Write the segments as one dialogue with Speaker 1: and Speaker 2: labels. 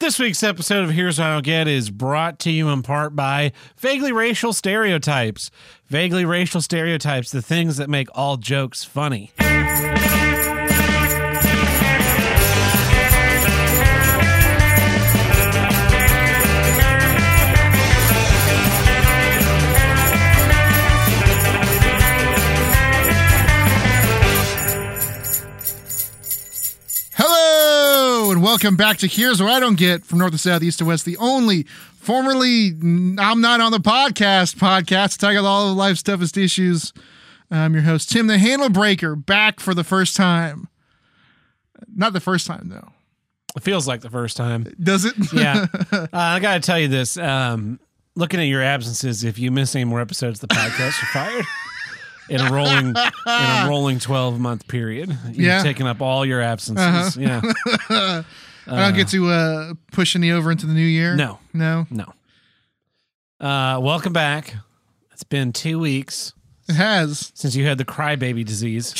Speaker 1: This week's episode of Here's What I'll Get is brought to you in part by vaguely racial stereotypes. Vaguely racial stereotypes, the things that make all jokes funny.
Speaker 2: Hello and welcome back to Here's What I Don't Get from North to South, East to West, the only formerly n- I'm not on the podcast podcast. Talking about all of life's toughest issues. I'm your host, Tim the Handle Breaker, back for the first time. Not the first time though.
Speaker 1: It feels like the first time.
Speaker 2: Does it?
Speaker 1: Yeah. Uh, I got to tell you this. Um, looking at your absences, if you miss any more episodes of the podcast, you're fired. In a rolling, in a rolling twelve month period, you've
Speaker 2: Yeah.
Speaker 1: taken up all your absences. Yeah,
Speaker 2: I don't get to uh push any over into the new year.
Speaker 1: No.
Speaker 2: No.
Speaker 1: no. Uh, welcome back. It's been two weeks.
Speaker 2: It has.
Speaker 1: since you had the crybaby disease.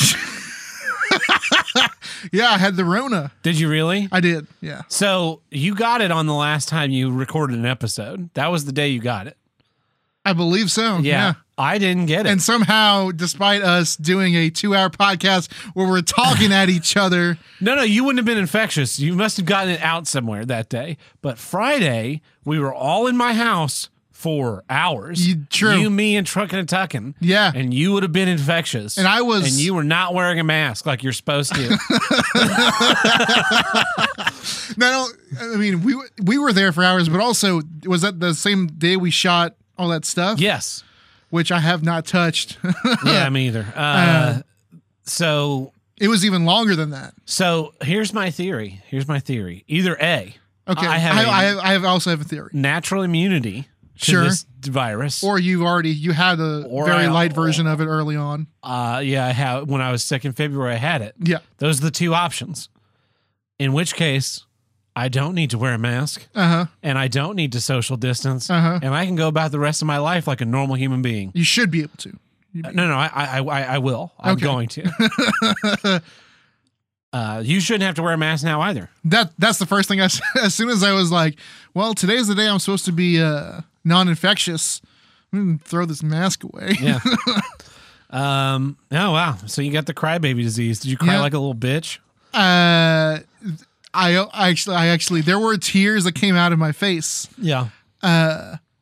Speaker 2: Yeah, I had the Rona.
Speaker 1: Did you really?
Speaker 2: I did. Yeah.
Speaker 1: So you got it on the last time you recorded an episode. That was the day you got it.
Speaker 2: I believe so.
Speaker 1: Yeah. I didn't get it.
Speaker 2: And somehow, despite us doing a two hour podcast where we're talking at each other,
Speaker 1: no, no, you wouldn't have been infectious. You must have gotten it out somewhere that day. But Friday, we were all in my house for hours.
Speaker 2: You- true.
Speaker 1: You, me, and Truckin' and Tuckin'.
Speaker 2: Yeah.
Speaker 1: And you would have been infectious.
Speaker 2: And I was-
Speaker 1: And you were not wearing a mask like you're supposed to.
Speaker 2: No, no. I mean, we we were there for hours, but also was that the same day we shot all that stuff?
Speaker 1: yes.
Speaker 2: which I have not touched.
Speaker 1: Yeah, me either. Uh, so
Speaker 2: it was even longer than that.
Speaker 1: So here's my theory. Here's my theory. Either A,
Speaker 2: Okay,
Speaker 1: I have
Speaker 2: I,
Speaker 1: a
Speaker 2: I have, I have also have a theory.
Speaker 1: natural immunity to
Speaker 2: Sure.
Speaker 1: this virus,
Speaker 2: Or you already you had a
Speaker 1: Or
Speaker 2: very
Speaker 1: I-
Speaker 2: light version of it early on.
Speaker 1: uh, yeah, I have. When I was sick in February, I had it.
Speaker 2: Yeah.
Speaker 1: Those are the two options. In which case, I don't need to wear a mask,
Speaker 2: Uh huh.
Speaker 1: and I don't need to social distance,
Speaker 2: Uh-huh.
Speaker 1: and I can go about the rest of my life like a normal human being.
Speaker 2: You should be able to. You-
Speaker 1: No, no, I, I, I, I will. I'm
Speaker 2: Okay.
Speaker 1: going to. uh, you shouldn't have to wear a mask now either.
Speaker 2: That that's the first thing I s- as soon as I was like, well, today's the day I'm supposed to be uh, non-infectious. I'm gonna throw this mask away.
Speaker 1: Yeah. um. Oh wow. So you got the crybaby disease. Did you cry
Speaker 2: Yeah.
Speaker 1: like a little bitch?
Speaker 2: Uh, I, I actually I actually there were tears that came out of my face.
Speaker 1: Yeah.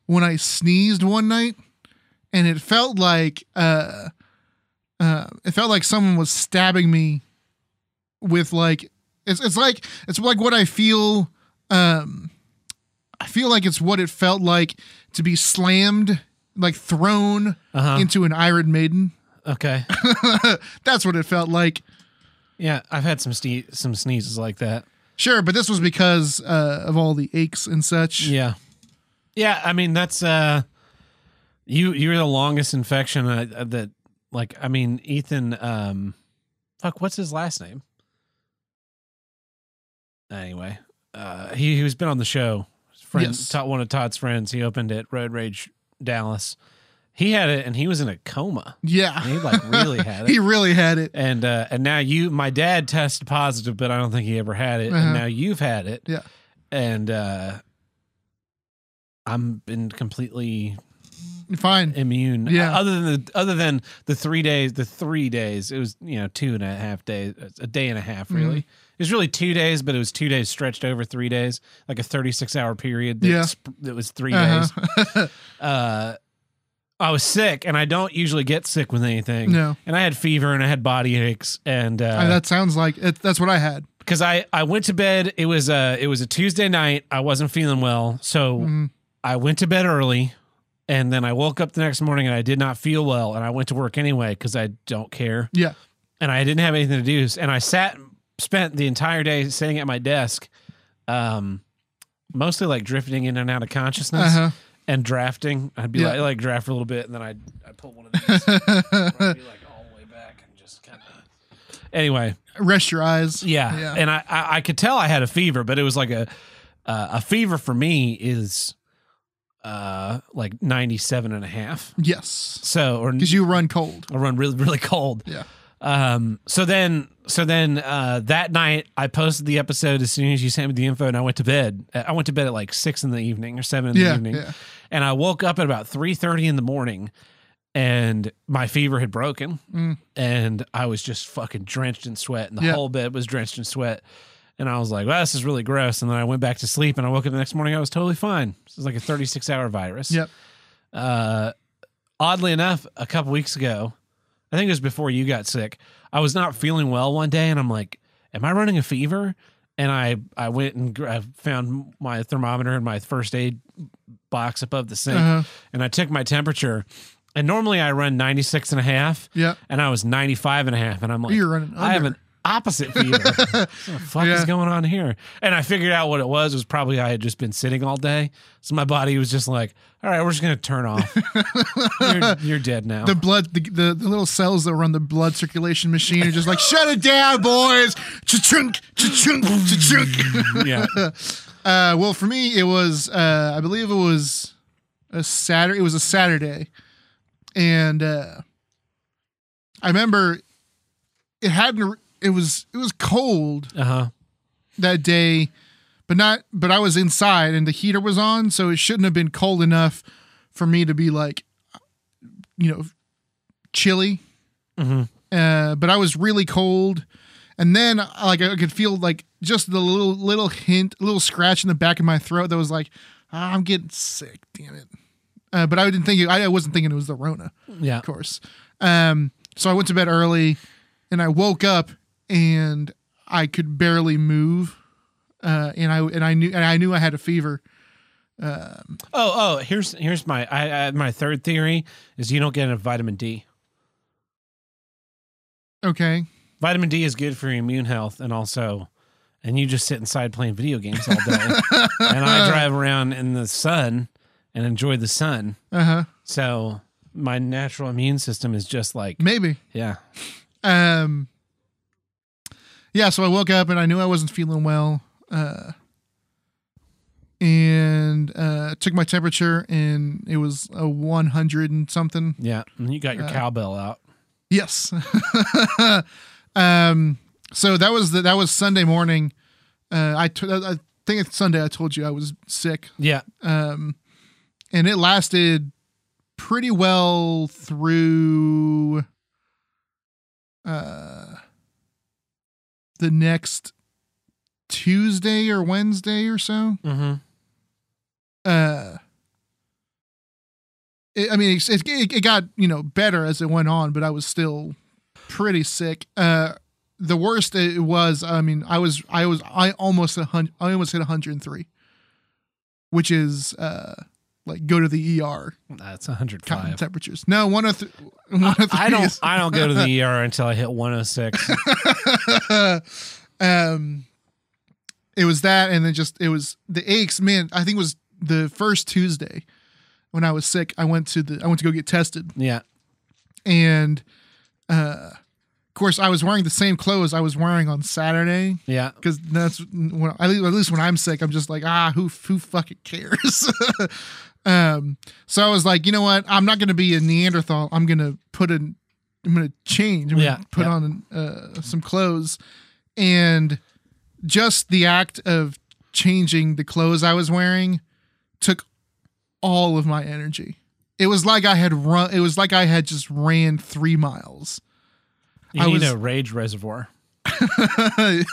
Speaker 2: when I sneezed one night, and it felt like uh, uh, it felt like someone was stabbing me with like it's it's like it's like what I feel. Um, I feel like it's what it felt like to be slammed, like thrown
Speaker 1: Uh-huh.
Speaker 2: into an Iron Maiden.
Speaker 1: Okay.
Speaker 2: That's what it felt like.
Speaker 1: yeah, I've had some sne- some sneezes like that.
Speaker 2: Sure, but this was because uh, of all the aches and such.
Speaker 1: Yeah. Yeah. I mean, that's uh, you you're the longest infection uh, that like I mean Ethan um, fuck what's his last name? Anyway, uh, he he's been on the show. His Friend,
Speaker 2: Yes.
Speaker 1: Todd- one of Todd's friends. He opened at Road Rage Dallas. He had it, and he was in a coma.
Speaker 2: Yeah.
Speaker 1: He like really had it.
Speaker 2: He really had it.
Speaker 1: and uh, and now you my dad tested positive but i don't think he ever had it
Speaker 2: Uh-huh.
Speaker 1: and now you've had it
Speaker 2: Yeah.
Speaker 1: and uh i'm been completely
Speaker 2: Fine.
Speaker 1: immune
Speaker 2: Yeah.
Speaker 1: other than the other than the three days the three days it was you know two and a half days a day and a half really
Speaker 2: Mm-hmm.
Speaker 1: it was really two days but it was two days stretched over three days like a 36 hour period that,
Speaker 2: Yeah.
Speaker 1: sp- that was 3 days
Speaker 2: Uh-huh.
Speaker 1: uh I was sick, and I don't usually get sick with anything.
Speaker 2: No.
Speaker 1: and I had fever, and I had body aches, and uh,
Speaker 2: Uh, that sounds like it, that's what I had.
Speaker 1: because I I went to bed. It was a it was a Tuesday night. I wasn't feeling well, so
Speaker 2: Mhm.
Speaker 1: I went to bed early, and then I woke up the next morning and I did not feel well, and I went to work anyway because I don't care,
Speaker 2: Yeah.
Speaker 1: and I didn't have anything to do, and I sat spent the entire day sitting at my desk, um, mostly like drifting in and out of consciousness
Speaker 2: Uh-huh.
Speaker 1: and drafting. I'd be
Speaker 2: Yeah.
Speaker 1: like like draft for a little bit, and then I I pull one of these, where I'd be like all the way back and just kind of anyway.
Speaker 2: Rest your eyes.
Speaker 1: Yeah.
Speaker 2: Yeah.
Speaker 1: And I, I, I could tell I had a fever, but it was like a, uh, a fever for me is, uh, like 97 and a half.
Speaker 2: Yes.
Speaker 1: So, or
Speaker 2: Because you run cold.
Speaker 1: I run really, really cold.
Speaker 2: Yeah.
Speaker 1: Um, so then, so then uh, that night, I posted the episode as soon as you sent me the info, and I went to bed. I went to bed at like six in the evening or seven in the
Speaker 2: Yeah,
Speaker 1: evening,
Speaker 2: yeah.
Speaker 1: and I woke up at about three thirty in the morning, and my fever had broken,
Speaker 2: Mm.
Speaker 1: and I was just fucking drenched in sweat, and the
Speaker 2: Yeah.
Speaker 1: whole bed was drenched in sweat. And I was like, "Well, this is really gross." And then I went back to sleep, and I woke up the next morning. I was totally fine. This is like a thirty-six hour virus.
Speaker 2: Yep.
Speaker 1: Uh, oddly enough, a couple weeks ago, I think it was before you got sick. I was not feeling well one day, and I'm like, "Am I running a fever?" And I I went and gr- I found my thermometer in my first aid box above the sink,
Speaker 2: Uh-huh.
Speaker 1: and I took my temperature. And normally I run 96 and a half,
Speaker 2: Yeah.
Speaker 1: and I was 95 and a half, and I'm like,
Speaker 2: You're running
Speaker 1: I have
Speaker 2: under.
Speaker 1: an opposite fever. what the fuck is
Speaker 2: Yeah.
Speaker 1: going on here? And I figured out what it was. It was probably I had just been sitting all day. So my body was just like, all right, we're just going to turn off. you're, you're dead now.
Speaker 2: The blood, the, the, the little cells that run the blood circulation machine are just like, shut it down, boys. Cha-chunk, cha-chunk, cha-chunk.
Speaker 1: yeah.
Speaker 2: Uh, well, for me, it was uh, I believe it was a Saturday. It was a Saturday, and uh, I remember it hadn't. It was it was cold
Speaker 1: Uh huh.
Speaker 2: that day, but not. But I was inside and the heater was on, so it shouldn't have been cold enough for me to be like, you know, chilly.
Speaker 1: Mhm.
Speaker 2: Uh, but I was really cold, and then like I could feel like just the little little hint, little scratch in the back of my throat that was like, "Ah, I'm getting sick, damn it. Uh, but I didn't think I I wasn't thinking it was the Rona
Speaker 1: Yeah.
Speaker 2: of course. Um, so I went to bed early, and I woke up and I could barely move, uh, and I and I knew and I knew I had a fever.
Speaker 1: Oh, oh, here's here's my I, I, my third theory is you don't get enough vitamin D.
Speaker 2: Okay,
Speaker 1: Vitamin D is good for your immune health and also and you just sit inside playing video games all day. and I drive around in the sun and enjoy the sun.
Speaker 2: uh huh,
Speaker 1: So my natural immune system is just like
Speaker 2: maybe.
Speaker 1: yeah.
Speaker 2: Um, yeah, so I woke up and I knew I wasn't feeling well. Uh, and uh, took my temperature and it was a 100 and something.
Speaker 1: Yeah, and you got
Speaker 2: Uh,
Speaker 1: your cowbell out.
Speaker 2: Yes. um. So that was the, that was Sunday morning. Uh, I t- I think it's Sunday. I told you I was sick, Um,
Speaker 1: Yeah,
Speaker 2: and it lasted pretty well through uh the next Tuesday or Wednesday or so.
Speaker 1: mm-hmm.
Speaker 2: Uh. It, I mean, it, it, it got you know better as it went on, but I was still pretty sick. Uh, the worst it was, I mean, I was, I was, I almost a hundred, I almost hit 103, which is uh, like go to the ER
Speaker 1: that's
Speaker 2: kind
Speaker 1: 105.
Speaker 2: of temperatures. No, 103.
Speaker 1: I, I don't.
Speaker 2: is-
Speaker 1: I don't go to the ER until I hit 106.
Speaker 2: um, it was that, and then just it was the aches. Man, I think it was the first Tuesday when I was sick. I went to the, I went to go get tested,
Speaker 1: Yeah,
Speaker 2: and uh, of course, I was wearing the same clothes I was wearing on Saturday
Speaker 1: yeah.
Speaker 2: because that's when at least, at least when I'm sick, I'm just like, ah, who who fucking cares? um, so I was like, you know what? I'm not gonna be a Neanderthal. I'm gonna put in, I'm gonna change. I'm
Speaker 1: Yeah,
Speaker 2: gonna put
Speaker 1: yeah.
Speaker 2: on uh, some clothes, and just the act of changing the clothes I was wearing took all of my energy. It was like I had run. It was like I had just ran three miles.
Speaker 1: You
Speaker 2: I
Speaker 1: need
Speaker 2: was-
Speaker 1: a rage reservoir.
Speaker 2: Is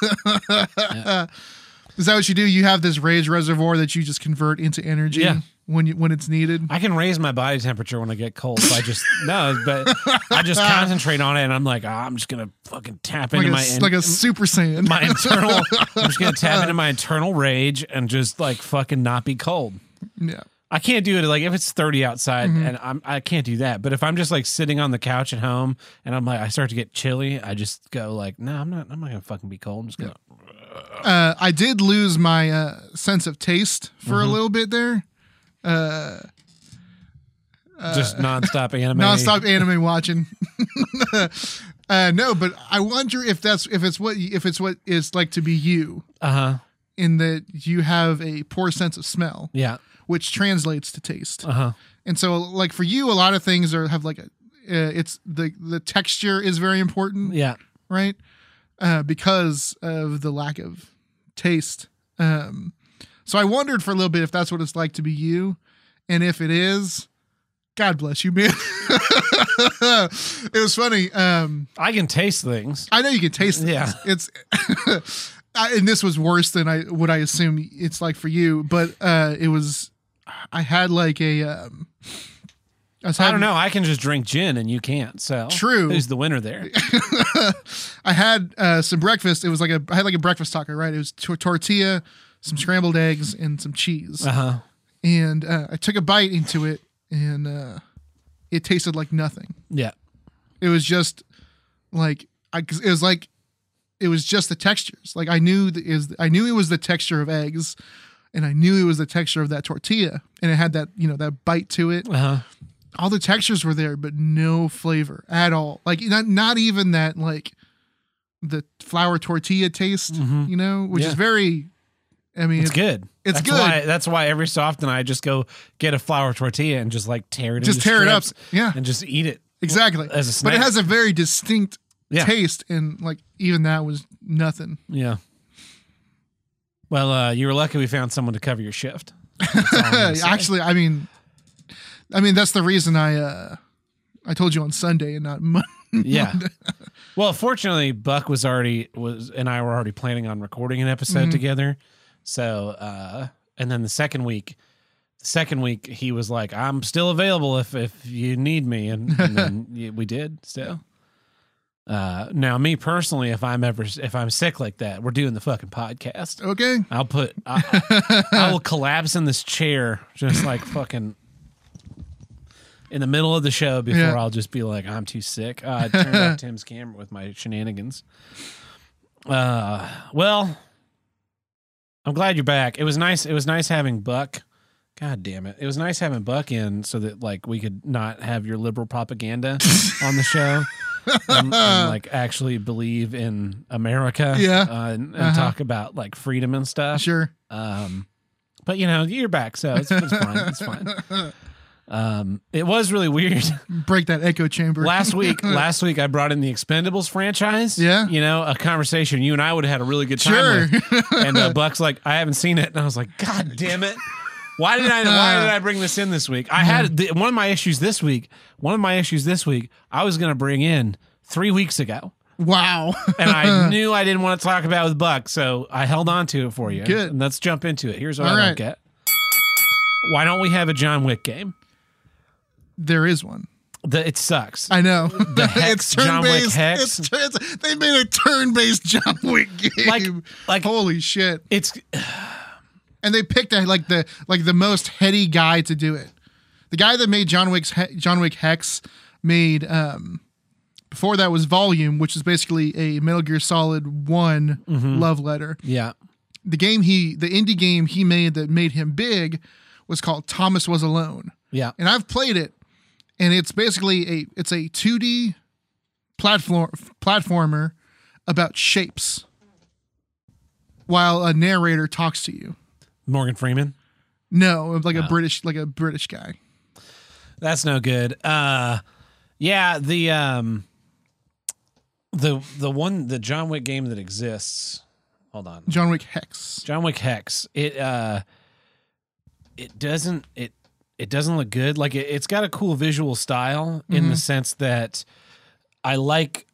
Speaker 2: that what you do? You have this rage reservoir that you just convert into energy
Speaker 1: Yeah.
Speaker 2: when you when it's needed.
Speaker 1: I can raise my body temperature when I get cold. So I just no, but I just concentrate on it, and I'm like, "Ah, I'm just gonna fucking tap
Speaker 2: Like
Speaker 1: into
Speaker 2: a,
Speaker 1: my in-
Speaker 2: like a Uh. super saiyan.
Speaker 1: my internal. I'm just gonna tap into my internal rage and just like fucking not be cold.
Speaker 2: yeah.
Speaker 1: I can't do it like if it's 30 outside
Speaker 2: Mm-hmm.
Speaker 1: and I'm I can't do that. But if I'm just like sitting on the couch at home and I'm like I start to get chilly, I just go like, no, I'm not I'm not gonna fucking be cold. I'm just gonna
Speaker 2: Uh, I did lose my uh, sense of taste for
Speaker 1: Mm-hmm.
Speaker 2: a little bit there.
Speaker 1: just nonstop anime.
Speaker 2: Uh, Nonstop anime watching. uh, no, but I wonder if that's if it's what if it's what it's like to be you
Speaker 1: Uh-huh.
Speaker 2: in that you have a poor sense of smell,
Speaker 1: Yeah.
Speaker 2: which translates to taste.
Speaker 1: Uh-huh.
Speaker 2: And so, like for you, a lot of things are have like a uh, it's the the texture is very important,
Speaker 1: Yeah.
Speaker 2: right? Uh, because of the lack of taste. Um, so I wondered for a little bit if that's what it's like to be you, and if it is, God bless you, man. it was funny. Um,
Speaker 1: I can taste things.
Speaker 2: I know you can taste it.
Speaker 1: Yeah.
Speaker 2: It's I, and this was worse than I would I assume it's like for you, but uh it was I had like a um I, was
Speaker 1: I don't
Speaker 2: having-
Speaker 1: know. I can just drink gin and you can't. So
Speaker 2: Um, True.
Speaker 1: Who's the winner there?
Speaker 2: I had uh some breakfast. It was like a I had like a breakfast taco, right? It was tor- tortilla, some scrambled eggs and some cheese.
Speaker 1: Uh huh.
Speaker 2: And uh, I took a bite into it and uh it tasted like nothing.
Speaker 1: Yeah.
Speaker 2: it was just like I, 'cause it was like it was just the textures. Like I knew that is I knew it was the texture of eggs, and I knew it was the texture of that tortilla, and it had that you know that bite to it.
Speaker 1: Uh huh.
Speaker 2: All the textures were there, but no flavor at all. Like not not even that like the flour tortilla taste,
Speaker 1: Mhm.
Speaker 2: you know, which
Speaker 1: Yeah.
Speaker 2: is very. I mean,
Speaker 1: It's
Speaker 2: it's
Speaker 1: good.
Speaker 2: it's
Speaker 1: that's
Speaker 2: good.
Speaker 1: Why, that's why every so often I just go get a flour tortilla and just like tear it.
Speaker 2: just
Speaker 1: into
Speaker 2: tear it up.
Speaker 1: strips
Speaker 2: Yeah,
Speaker 1: and just eat it.
Speaker 2: exactly.
Speaker 1: as a
Speaker 2: But it
Speaker 1: snack.
Speaker 2: has a very distinct
Speaker 1: Yeah.
Speaker 2: taste, and like even that was nothing.
Speaker 1: Yeah. Well, uh, you were lucky we found someone to cover your shift. That's all I'm gonna say.
Speaker 2: Actually, I mean, I mean that's the reason I uh I told you on Sunday and not Monday.
Speaker 1: yeah. Well, fortunately, Buck was already was and I were already planning on recording an episode
Speaker 2: Mhm.
Speaker 1: together. So, uh, and then the second week, the second week he was like, "I'm still available if if you need me," and, and then y- we did. So, uh, now me personally, if I'm ever if I'm sick like that, we're doing the fucking podcast.
Speaker 2: Okay.
Speaker 1: I'll put I, I, I will collapse in this chair just like fucking in the middle of the show before
Speaker 2: Yeah.
Speaker 1: I'll just be like I'm too sick. Uh, I turned off Tim's camera with my shenanigans. Uh, well, I'm glad you're back. It was nice. It was nice having Buck. God damn it! It was nice having Buck in so that like we could not have your liberal propaganda on the show. And, and, like actually believe in America,
Speaker 2: Yeah.
Speaker 1: uh, and, and
Speaker 2: Uh-huh.
Speaker 1: talk about like freedom and stuff.
Speaker 2: Sure.
Speaker 1: Um, but you know, you're back, so it's, it's fine. It's fine. Um, it was really weird
Speaker 2: Break that echo chamber.
Speaker 1: last week. Last week, I brought in the Expendables franchise.
Speaker 2: Yeah.
Speaker 1: you know, a conversation you and I would have had a really good time.
Speaker 2: Sure.
Speaker 1: With. And uh, Buck's like, I haven't seen it, and I was like, God damn it. Why did I?
Speaker 2: Uh.
Speaker 1: Why did I bring this in this week? I had the, one of my issues this week. One of my issues this week. I was going to bring in three weeks ago,
Speaker 2: wow.
Speaker 1: and I knew I didn't want to talk about it with Buck, so I held on to it for you.
Speaker 2: Good.
Speaker 1: And let's jump into it. Here's what
Speaker 2: All
Speaker 1: I
Speaker 2: right.
Speaker 1: don't get. Why don't we have a John Wick game?
Speaker 2: there is one.
Speaker 1: The, it sucks.
Speaker 2: I know.
Speaker 1: Hex, John Wick Hex.
Speaker 2: It's, tur- it's they made a turn-based John Wick game.
Speaker 1: Like, like
Speaker 2: holy shit.
Speaker 1: it's
Speaker 2: And they picked a, like the like the most heady guy to do it. The guy that made John Wick's he- John Wick Hex made um before that was Volume, which is basically a Metal Gear Solid one
Speaker 1: Mm-hmm.
Speaker 2: love letter.
Speaker 1: yeah,
Speaker 2: the game he the indie game he made that made him big was called Thomas Was Alone.
Speaker 1: yeah,
Speaker 2: And I've played it and it's basically a it's a 2D platform platformer about shapes while a narrator talks to you.
Speaker 1: Morgan Freeman.
Speaker 2: No, like a British like a British guy.
Speaker 1: That's no good. Uh, yeah, the um, the the one the John Wick game that exists. Hold on,
Speaker 2: John Wick Hex.
Speaker 1: John Wick Hex. It uh, it doesn't it it doesn't look good. Like it, it's got a cool visual style in
Speaker 2: Mm-hmm.
Speaker 1: the sense that I like.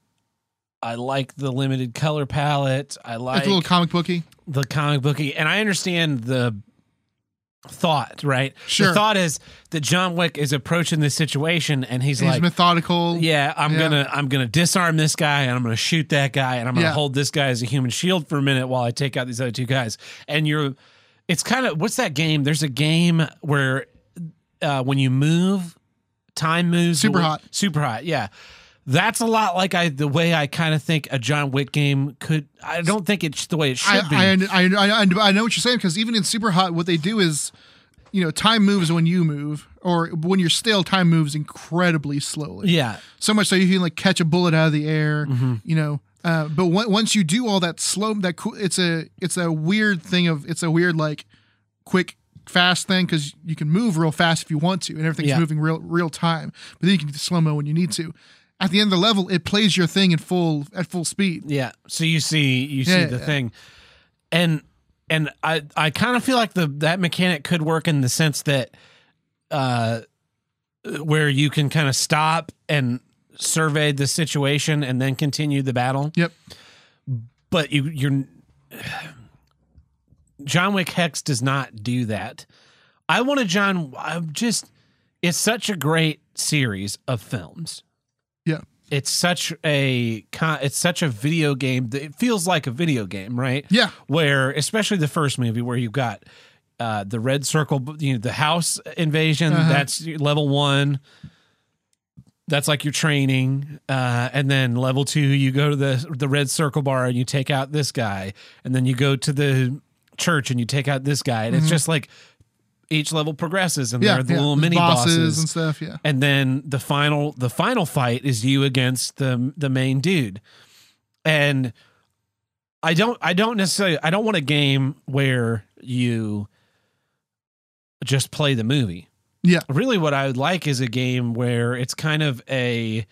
Speaker 1: I like the limited color palette. I like
Speaker 2: It's a little comic booky.
Speaker 1: the comic booky, and I understand the thought, right?
Speaker 2: Sure.
Speaker 1: The thought is that John Wick is approaching this situation, and he's
Speaker 2: He's
Speaker 1: like,
Speaker 2: methodical.
Speaker 1: "Yeah, I'm
Speaker 2: Yeah.
Speaker 1: gonna, I'm gonna disarm this guy, and I'm gonna shoot that guy, and I'm gonna
Speaker 2: Yeah.
Speaker 1: hold this guy as a human shield for a minute while I take out these other two guys." And you're, it's kind of what's that game? There's a game where uh, when you move, time moves.
Speaker 2: Super Hot.
Speaker 1: Super hot. Yeah. That's a lot like I the way I kind of think a John Wick game could. I don't think it's the way it should
Speaker 2: I,
Speaker 1: be.
Speaker 2: I, I, I, I know what you're saying because even in Super Hot, what they do is, you know, time moves when you move, or when you're still, time moves incredibly slowly.
Speaker 1: yeah,
Speaker 2: So much so you can like catch a bullet out of the air,
Speaker 1: Mm-hmm.
Speaker 2: you know. Uh, but on- once you do all that slow, that cool, it's a it's a weird thing of it's a weird like quick fast thing because you can move real fast if you want to, and everything's
Speaker 1: Yeah.
Speaker 2: moving real real time. But then you can do the slow mo when you need to. At the end of the level, it plays your thing in full at full speed.
Speaker 1: Yeah. So you see you see
Speaker 2: Yeah,
Speaker 1: the
Speaker 2: yeah.
Speaker 1: thing. And and I I kind of feel like the that mechanic could work in the sense that uh where you can kind of stop and survey the situation and then continue the battle.
Speaker 2: Yep.
Speaker 1: But you you're John Wick Hex does not do that. I want to John I'm just it's such a great series of films
Speaker 2: Yeah.
Speaker 1: it's such a con- it's such a video game that it feels like a video game right
Speaker 2: Yeah.
Speaker 1: where especially the first movie where you've got uh the red circle you know the house invasion
Speaker 2: Uh-huh.
Speaker 1: that's your level one that's like your training uh and then level two you go to the the red circle bar and you take out this guy and then you go to the church and you take out this guy and it's just like each level progresses and
Speaker 2: Mm-hmm. Yeah.
Speaker 1: there are the
Speaker 2: yeah.
Speaker 1: little
Speaker 2: There's
Speaker 1: mini bosses
Speaker 2: and stuff. Yeah.
Speaker 1: and then the final the final fight is you against the the main dude and i don't i don't necessarily i don't want a game where you just play the movie
Speaker 2: Yeah.
Speaker 1: really what i would like is a game where it's kind of a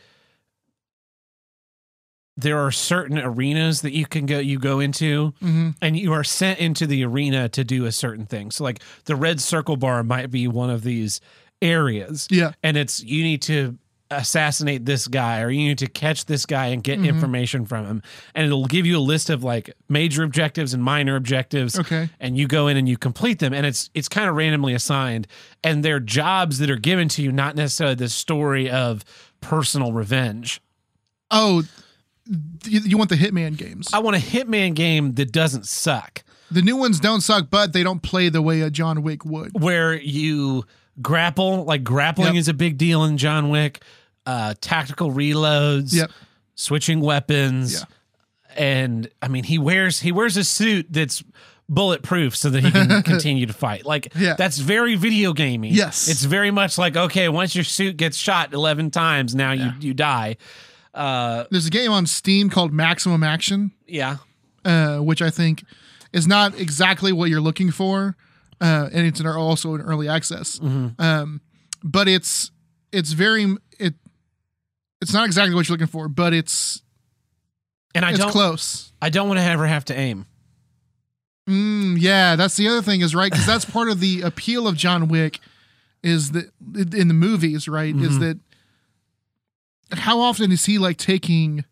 Speaker 1: there are certain arenas that you can go you go into
Speaker 2: hmm
Speaker 1: and you are sent into the arena to do a certain thing so like the red circle bar might be one of these areas
Speaker 2: Yeah.
Speaker 1: and it's you need to assassinate this guy or you need to catch this guy and
Speaker 2: Mm-hmm.
Speaker 1: get information from him and it'll give you a list of like major objectives and minor objectives
Speaker 2: Okay.
Speaker 1: and you go in and you complete them and it's it's kind of randomly assigned and they're jobs that are given to you not necessarily the story of personal revenge
Speaker 2: Oh, you, you want the Hitman games?
Speaker 1: i want a hitman game that doesn't suck
Speaker 2: the new ones don't suck, but they don't play the way a John Wick would.
Speaker 1: where you grapple like grappling
Speaker 2: Yep.
Speaker 1: is a big deal in john wick uh tactical reloads
Speaker 2: Yep.
Speaker 1: switching weapons
Speaker 2: Yeah.
Speaker 1: and i mean he wears he wears a suit that's bulletproof so that he can continue to fight like
Speaker 2: Yeah.
Speaker 1: that's very video gamey
Speaker 2: Yes.
Speaker 1: it's very much like okay once your suit gets shot 11 times now you you die uh
Speaker 2: There's a game on Steam called Maximum Action.
Speaker 1: yeah
Speaker 2: uh, which I think is not exactly what you're looking for, uh, and it's an, also an early access.
Speaker 1: Mm-hmm.
Speaker 2: Um, but it's it's very it it's not exactly what you're looking for, but it's
Speaker 1: and i
Speaker 2: it's
Speaker 1: don't
Speaker 2: close.
Speaker 1: i don't want to ever have to aim
Speaker 2: Mm, yeah, that's the other thing is right because that's part of the appeal of John Wick is that in the movies, right?
Speaker 1: Mm-hmm.
Speaker 2: Is that how often is he like taking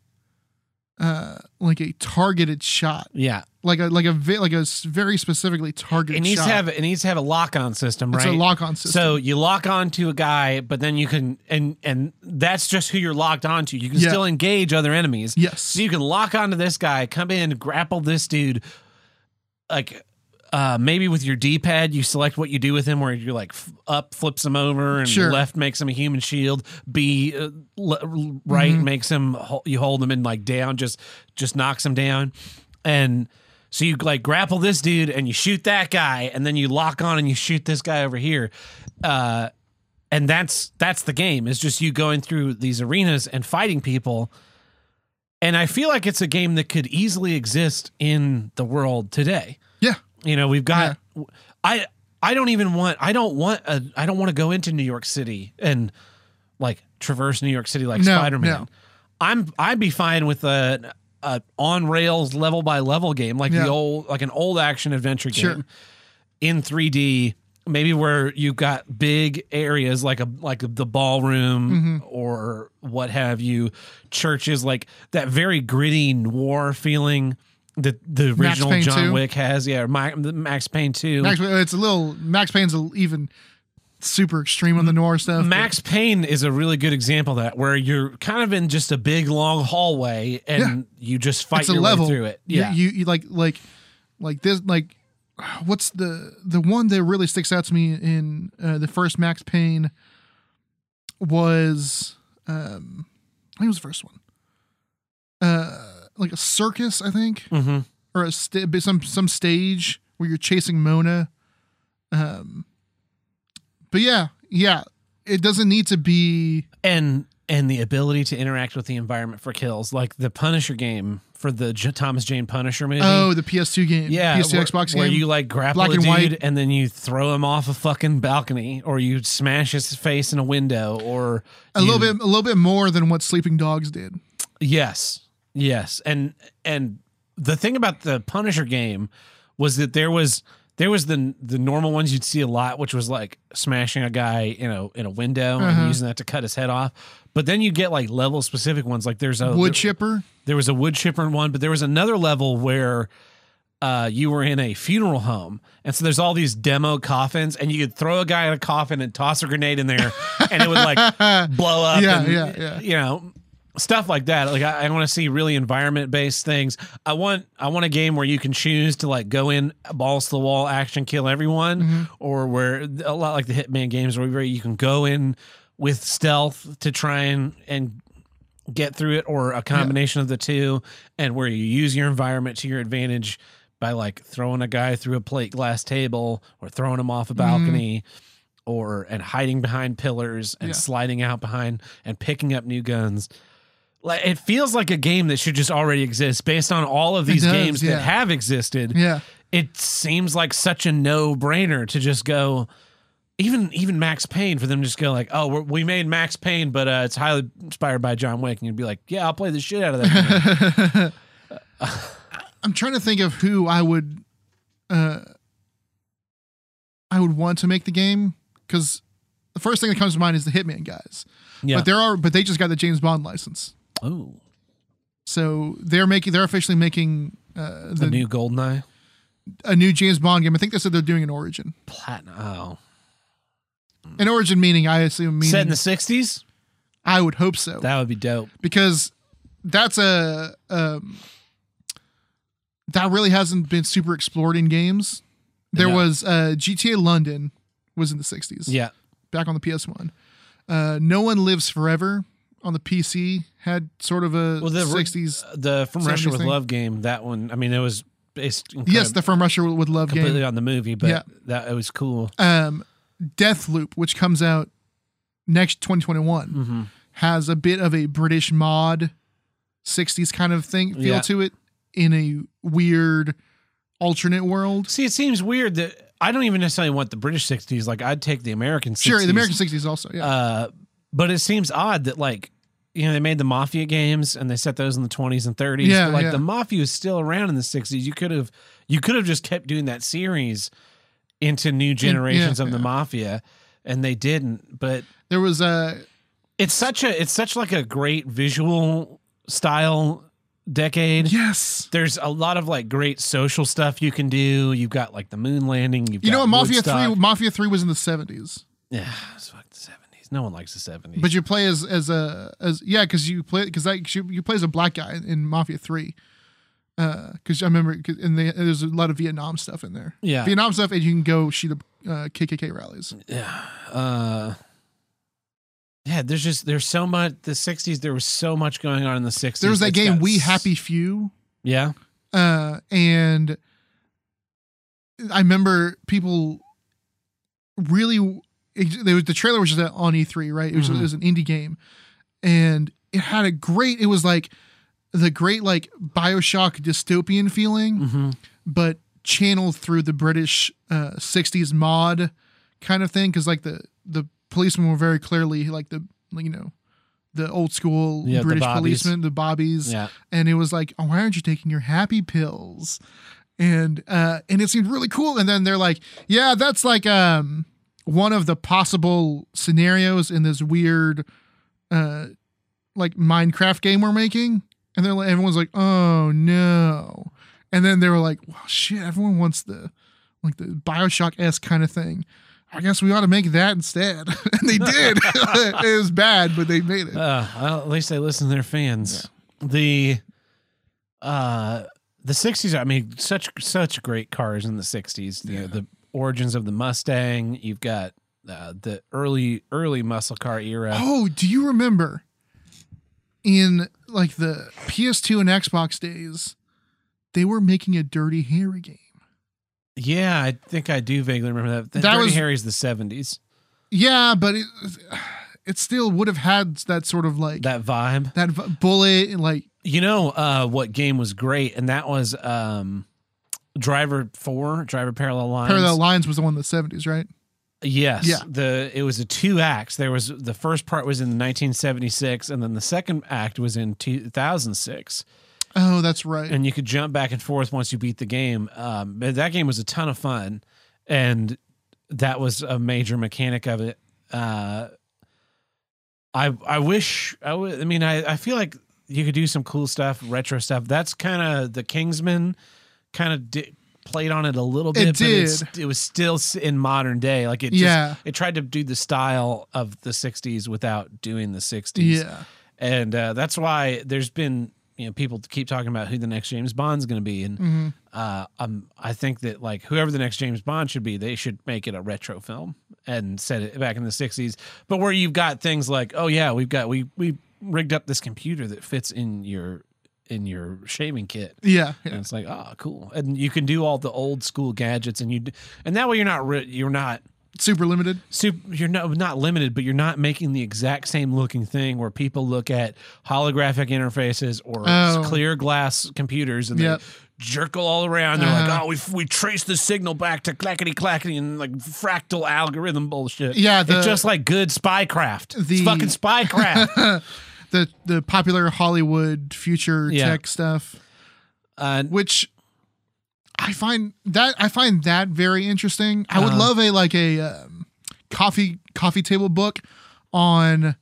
Speaker 2: uh like a targeted shot
Speaker 1: yeah
Speaker 2: like a like a ve- like a s- very specifically targeted
Speaker 1: it needs
Speaker 2: shot.
Speaker 1: to have it needs to have a lock-on system right
Speaker 2: It's a lock on system.
Speaker 1: So you lock on to a guy, but then you can and and that's just who you're locked onto. You can
Speaker 2: Yeah.
Speaker 1: still engage other enemies.
Speaker 2: yes.
Speaker 1: So you can lock onto this guy, come in, grapple this dude, like uh, maybe with your D-pad, you select what you do with him, where you're like f- up flips him over, and
Speaker 2: Sure.
Speaker 1: left makes him a human shield. B uh, le- right makes him ho- you hold him and like down, just just knocks him down, and so you like grapple this dude and you shoot that guy, and then you lock on and you shoot this guy over here. Uh, and that's that's the game is just you going through these arenas and fighting people and i feel like it's a game that could easily exist in the world today
Speaker 2: yeah.
Speaker 1: you know we've got i i don't even want i don't want a, i don't want to go into new york city and like traverse new york city like
Speaker 2: No,
Speaker 1: spider-man
Speaker 2: no.
Speaker 1: i'm i'd be fine with a, a on rails level by level game like
Speaker 2: Yeah.
Speaker 1: the old like an old action adventure game
Speaker 2: Sure.
Speaker 1: in 3d maybe where you've got big areas like a like the
Speaker 2: Mm-hmm.
Speaker 1: ballroom or what have you churches like that very gritty noir feeling that the original
Speaker 2: Payne
Speaker 1: john
Speaker 2: 2.
Speaker 1: wick has yeah Ma- max payne 2
Speaker 2: Max,
Speaker 1: max,
Speaker 2: it's a little Max Payne's a- even super extreme on the noir stuff.
Speaker 1: payne is a really good example of that where you're kind of in just a big long hallway and you just
Speaker 2: but
Speaker 1: fight
Speaker 2: it's a
Speaker 1: your
Speaker 2: level
Speaker 1: way through it
Speaker 2: You-
Speaker 1: yeah
Speaker 2: You, you like like like this like what's the the one that really sticks out to me in uh, the first Max Payne was um I think it was the first one. Uh like a circus, I think.
Speaker 1: hmm
Speaker 2: or a st- some some stage where you're chasing Mona. Um, but yeah, yeah, it doesn't need to be
Speaker 1: and and the ability to interact with the environment for kills like the punisher game for the J- Thomas Jane Punisher movie.
Speaker 2: Oh, the PS2 game.
Speaker 1: yeah,
Speaker 2: PS2
Speaker 1: where,
Speaker 2: Xbox game.
Speaker 1: where you like grapple
Speaker 2: Black
Speaker 1: a
Speaker 2: and
Speaker 1: dude
Speaker 2: white.
Speaker 1: and then you throw him off a fucking balcony, or you smash his face in a window, or
Speaker 2: a little
Speaker 1: you-
Speaker 2: bit, a little bit more than what Sleeping Dogs did.
Speaker 1: Yes. Yes. And and the thing about the Punisher game was that there was there was the the normal ones you'd see a lot, which was like smashing a guy, you know, in a window
Speaker 2: Uh-huh.
Speaker 1: and using that to cut his head off. But then you get like level specific ones. Like there's a
Speaker 2: Wood
Speaker 1: there-
Speaker 2: chipper.
Speaker 1: there was a wood chipper in one, but there was another level where uh, you were in a funeral home, and so there's all these demo coffins, and you could throw a guy in a coffin and toss a grenade in there, and it would like blow up.
Speaker 2: Yeah,
Speaker 1: and,
Speaker 2: yeah, yeah.
Speaker 1: You know, stuff like that. Like I, I want to see really environment based things. I want I want a game where you can choose to like go in balls to the wall, action kill everyone,
Speaker 2: Mm-hmm.
Speaker 1: or where a lot like the Hitman games where you can go in with stealth to try and and get through it or a combination of the two and where you use your environment to your advantage by like throwing a guy through a plate glass table or throwing him
Speaker 2: Mm-hmm.
Speaker 1: off a balcony or and hiding behind pillars and
Speaker 2: Yeah.
Speaker 1: sliding out behind and picking up new guns like it feels like a game that should just already exist based on all of these
Speaker 2: does,
Speaker 1: games
Speaker 2: yeah.
Speaker 1: that have existed
Speaker 2: Yeah.
Speaker 1: it seems like such a no-brainer to just go even even Max Payne for them to just go like oh we're, we made Max Payne but uh, it's highly inspired by John Wick and you'd be like yeah I'll play the shit out of that game.
Speaker 2: I'm trying to think of who I would, uh, I would want to make the game because the first thing that comes to mind is the Hitman guys.
Speaker 1: yeah
Speaker 2: But there are, but they just got the James Bond license,
Speaker 1: oh
Speaker 2: so they're making, they're officially making uh,
Speaker 1: the
Speaker 2: the,
Speaker 1: new GoldenEye
Speaker 2: a new James Bond game. I think they said they're doing an origin.
Speaker 1: platinum oh
Speaker 2: An origin meaning, I assume, meaning
Speaker 1: set in the 60s
Speaker 2: I would hope so
Speaker 1: that would be dope
Speaker 2: because that's a um, that really hasn't been super explored in games. There
Speaker 1: No.
Speaker 2: was uh, GTA London was in the 60s.
Speaker 1: yeah
Speaker 2: back on the PS1. Uh, no One Lives Forever on the PC had sort of a
Speaker 1: well the
Speaker 2: 60s.
Speaker 1: the From Russia
Speaker 2: 70s
Speaker 1: with
Speaker 2: thing.
Speaker 1: Love game that one I mean it was based
Speaker 2: yes,
Speaker 1: incredib-
Speaker 2: the From Russia with Love
Speaker 1: completely
Speaker 2: game.
Speaker 1: on the movie but
Speaker 2: Yeah.
Speaker 1: that it was cool
Speaker 2: Um, Death Loop, which comes out next 2021,
Speaker 1: Mm-hmm.
Speaker 2: has a bit of a British mod 60s kind of thing feel
Speaker 1: Yeah.
Speaker 2: to it in a weird alternate world.
Speaker 1: see it seems weird that I don't even necessarily want the British 60s like I'd take the American 60s
Speaker 2: Sure, the American 60s also. Yeah.
Speaker 1: Uh, but it seems odd that like you know they made the mafia games and they set those in the 20s and 30s
Speaker 2: Yeah,
Speaker 1: but like
Speaker 2: yeah.
Speaker 1: the mafia is still around in the 60s you could have you could have just kept doing that series into new generations of the
Speaker 2: yeah.
Speaker 1: mafia and they didn't but
Speaker 2: there was uh, a
Speaker 1: it's such a it's such like a great visual style decade
Speaker 2: yes.
Speaker 1: there's a lot of like great social stuff you can do you've got like the moon landing you've
Speaker 2: You know,
Speaker 1: got
Speaker 2: what, Mafia
Speaker 1: Woodstock.
Speaker 2: Three. Mafia Three was in the 70s.
Speaker 1: yeah it's like the 70s no one likes the 70s
Speaker 2: But you play as as a as yeah, because you play because like you, you play as a black guy in, in Mafia Three. Because I remember, 'cause- and they, there's a lot of Vietnam stuff in there.
Speaker 1: Yeah.
Speaker 2: Vietnam stuff, and you can go shoot up uh, KKK rallies.
Speaker 1: yeah uh yeah there's just there's so much the 60s there was so much going on in the 60s
Speaker 2: There was that
Speaker 1: It's
Speaker 2: game
Speaker 1: got
Speaker 2: We
Speaker 1: s-
Speaker 2: Happy Few,
Speaker 1: yeah
Speaker 2: uh, and I remember people really. It, there was the trailer was just on E3, right? It was,
Speaker 1: Mhm.
Speaker 2: it was an indie game, and it had a great. It was like the great like Bioshock dystopian feeling.
Speaker 1: hmm
Speaker 2: but channeled through the British uh, '60s mod kind of thing, because like the the policemen were very clearly like the like, you know the old school
Speaker 1: Yeah, the
Speaker 2: British
Speaker 1: bobbies.
Speaker 2: policemen, the bobbies,
Speaker 1: yeah
Speaker 2: and it was like, oh, why aren't you taking your happy pills? And uh, and it seemed really cool. And then they're like, yeah, that's like um one of the possible scenarios in this weird uh like Minecraft game we're making. And then like, everyone's like, oh no. And then they were like, well, shit, everyone wants the like the Bioshock S kind of thing. I guess we ought to make that instead. and they did. it was bad, but they made it.
Speaker 1: uh well, at least they listen to their fans the uh the 60s i mean such such great cars in the 60s you know, the origins of the mustang you've got uh, the early early muscle car era
Speaker 2: Oh, do you remember in like the PS2 and Xbox days, they were making a Dirty Harry game.
Speaker 1: yeah i think i do vaguely remember that that
Speaker 2: That was-
Speaker 1: harry's the 70s
Speaker 2: Yeah, but it it still would have had that sort of like that,
Speaker 1: that vibe
Speaker 2: v- bullet and like
Speaker 1: You know uh, what game was great, and that was um, Driver Four, Driver Parallel Lines.
Speaker 2: Parallel Lines was the one in the 70s, right?
Speaker 1: Yes.
Speaker 2: Yeah.
Speaker 1: The it was a two acts. There was the first part was in 1976, and then the second act was in 2006.
Speaker 2: Oh, that's right.
Speaker 1: And you could jump back and forth once you beat the game. Um, but that game was a ton of fun, and that was a major mechanic of it. Uh, I I wish I w- I mean I I feel like you could do some cool stuff, retro stuff. That's kind of the Kingsman kind of di- played on it a little bit.
Speaker 2: It
Speaker 1: But it's, it was still s- in modern day. Like it. Just,
Speaker 2: yeah.
Speaker 1: it tried to do the style of the 60s without doing the 60s
Speaker 2: Yeah.
Speaker 1: and uh, that's why there's been you know people keep talking about who the next james bond's going to be and
Speaker 2: hmm
Speaker 1: uh, um, i think that like whoever the next james bond should be they should make it a retro film and set it back in the 60s but where you've got things like oh yeah we've got we we rigged up this computer that fits in your in your shaving kit
Speaker 2: Yeah.
Speaker 1: and
Speaker 2: Yeah.
Speaker 1: it's like ah cool and you can do all the old school gadgets and you d- and that way you're not re- you're not
Speaker 2: Super limited.
Speaker 1: super you're not not limited but you're not making the exact same looking thing where people look at holographic interfaces or
Speaker 2: Oh.
Speaker 1: clear glass computers and
Speaker 2: Yep.
Speaker 1: they jerkle all around they're like
Speaker 2: Uh-huh.
Speaker 1: oh we we trace the signal back to clackety clackety and like fractal algorithm bullshit
Speaker 2: Yeah, the-
Speaker 1: it's just like good spycraft it's
Speaker 2: The-
Speaker 1: fucking spycraft uh,
Speaker 2: The the popular Hollywood future
Speaker 1: Yeah.
Speaker 2: tech stuff.
Speaker 1: and
Speaker 2: which I find that I find that very interesting. I would
Speaker 1: Uh-huh.
Speaker 2: love a like a um, coffee coffee table book on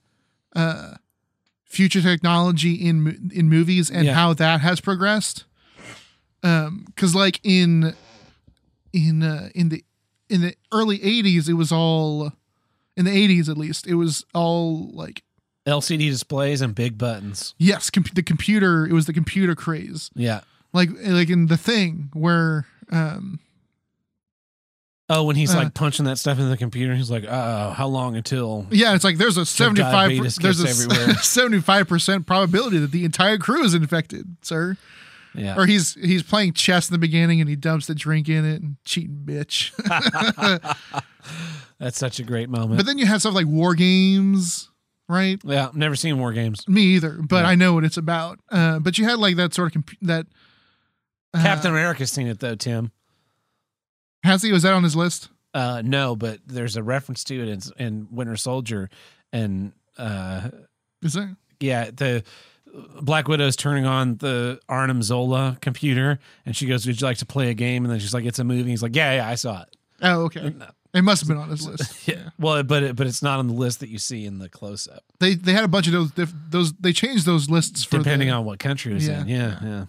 Speaker 2: uh, future technology in mo- in movies and
Speaker 1: Yeah.
Speaker 2: how that has progressed. Um, because like in in uh, in the in the early '80s, it was all in the '80s at least. It was all like
Speaker 1: lcd displays and big buttons
Speaker 2: yes, com- the computer. It was the computer craze
Speaker 1: yeah
Speaker 2: like like in the thing where um
Speaker 1: oh when he's
Speaker 2: Uh.
Speaker 1: like punching that stuff into the computer he's like oh how long until
Speaker 2: yeah it's like there's a 75
Speaker 1: diabetes
Speaker 2: there's a
Speaker 1: gets everywhere.
Speaker 2: 75 percent probability that the entire crew is infected sir
Speaker 1: yeah
Speaker 2: or he's he's playing chess in the beginning and he dumps the drink in it and cheating bitch
Speaker 1: that's such a great moment
Speaker 2: but then you have stuff like war games right
Speaker 1: yeah never seen war games
Speaker 2: me either but
Speaker 1: Yeah.
Speaker 2: i know what it's about uh but you had like that sort of comp- that uh,
Speaker 1: Captain America's seen it though, Tim.
Speaker 2: has he was that on his list
Speaker 1: Uh, no, but there's a reference to it in, in Winter Soldier, and uh,
Speaker 2: is that
Speaker 1: yeah, the Black Widow's turning on the Arnim Zola computer, and she goes, "Would you like to play a game?" And then she's like, "It's a movie." He's like, "Yeah, yeah, I saw it."
Speaker 2: oh
Speaker 1: Uh,
Speaker 2: okay it must have been on his list
Speaker 1: Yeah. Well, but it, but it's not on the list that you see in the close up,
Speaker 2: they they had a bunch of those diff- those they changed those lists for
Speaker 1: depending
Speaker 2: the-
Speaker 1: on what country it was
Speaker 2: Yeah.
Speaker 1: in. Yeah, yeah.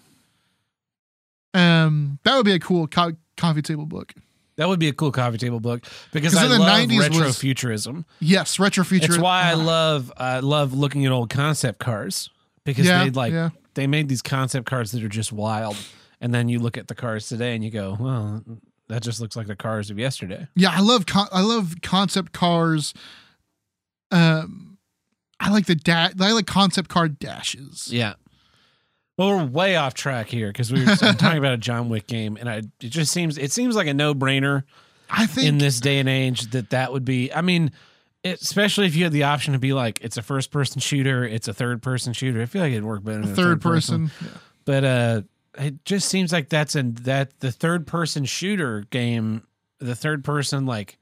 Speaker 2: Um, that would be a cool co- coffee table book.
Speaker 1: That would be a cool coffee table book because
Speaker 2: 'Cause
Speaker 1: I
Speaker 2: in the
Speaker 1: love
Speaker 2: 90s was-
Speaker 1: retrofuturism.
Speaker 2: Yes, retrofuture.
Speaker 1: It's why I
Speaker 2: Ah,
Speaker 1: love I love looking at old concept cars because
Speaker 2: Yeah,
Speaker 1: they like
Speaker 2: yeah.
Speaker 1: they made these concept cars that are just wild, and then you look at the cars today and you go, well, that just looks like the cars of yesterday.
Speaker 2: Yeah, I love con- I love concept cars. Um, I like the da- I like concept car dashes.
Speaker 1: Yeah. Well, we're way off track here because we were just- I'm talking about a John Wick game, and I it just seems it seems like a no brainer
Speaker 2: I think
Speaker 1: in this day and age that that would be. I mean. It, especially if you had the option to be like, it's a first person shooter, it's a third person shooter. I feel like it'd work better. Than
Speaker 2: third,
Speaker 1: a
Speaker 2: person.
Speaker 1: but uh it just seems like that's in that the third person shooter game the third person like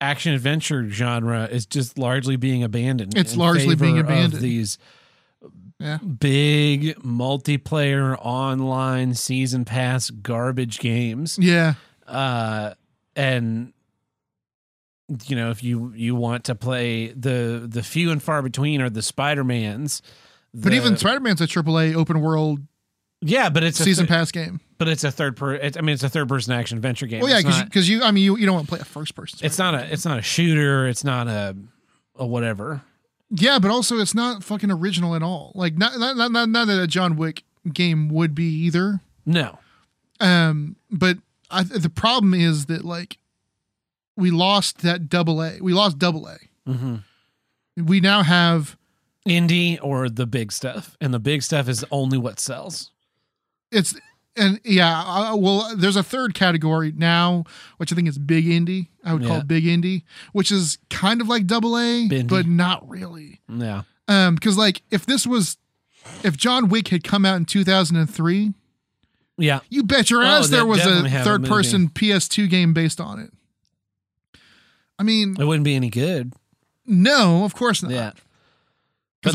Speaker 1: action adventure genre is just largely being abandoned
Speaker 2: It's
Speaker 1: in
Speaker 2: largely being
Speaker 1: favor of
Speaker 2: abandoned.
Speaker 1: these
Speaker 2: Yeah.
Speaker 1: big multiplayer online season pass garbage games
Speaker 2: Yeah,
Speaker 1: uh and you know if you you want to play the the few and far between are the spider-mans
Speaker 2: but
Speaker 1: the-
Speaker 2: even Spider Man's a AAA open world
Speaker 1: yeah but it's a
Speaker 2: season
Speaker 1: thi-
Speaker 2: pass game.
Speaker 1: But it's a third per. It's, I mean, it's a third person action adventure game.
Speaker 2: Well, yeah,
Speaker 1: it's
Speaker 2: because
Speaker 1: not,
Speaker 2: because you, I mean you, you don't want to play a first person.
Speaker 1: it's not a it's not a shooter. It's not a a whatever.
Speaker 2: Yeah, but also it's not fucking original at all. Like not not not, not, not that a John Wick game would be either.
Speaker 1: No.
Speaker 2: Um, but I, the problem is that like we lost that double A. We lost double A.
Speaker 1: Mm-hmm.
Speaker 2: We now have
Speaker 1: Indie or the big stuff, and the big stuff is only what sells.
Speaker 2: it's and yeah. I, well, there's a third category now, which I think is big indie. I would
Speaker 1: Yeah.
Speaker 2: call big indie, which is kind of like double A,
Speaker 1: Bindy.
Speaker 2: but not really.
Speaker 1: Yeah.
Speaker 2: Um, because like if this was if John Wick had come out in 2003,
Speaker 1: Yeah.
Speaker 2: you bet your
Speaker 1: Oh,
Speaker 2: ass there
Speaker 1: they'd
Speaker 2: was a
Speaker 1: definitely have a
Speaker 2: third person PS2 game based on it. I mean,
Speaker 1: It wouldn't be any good.
Speaker 2: no, of course not.
Speaker 1: Yeah.
Speaker 2: Because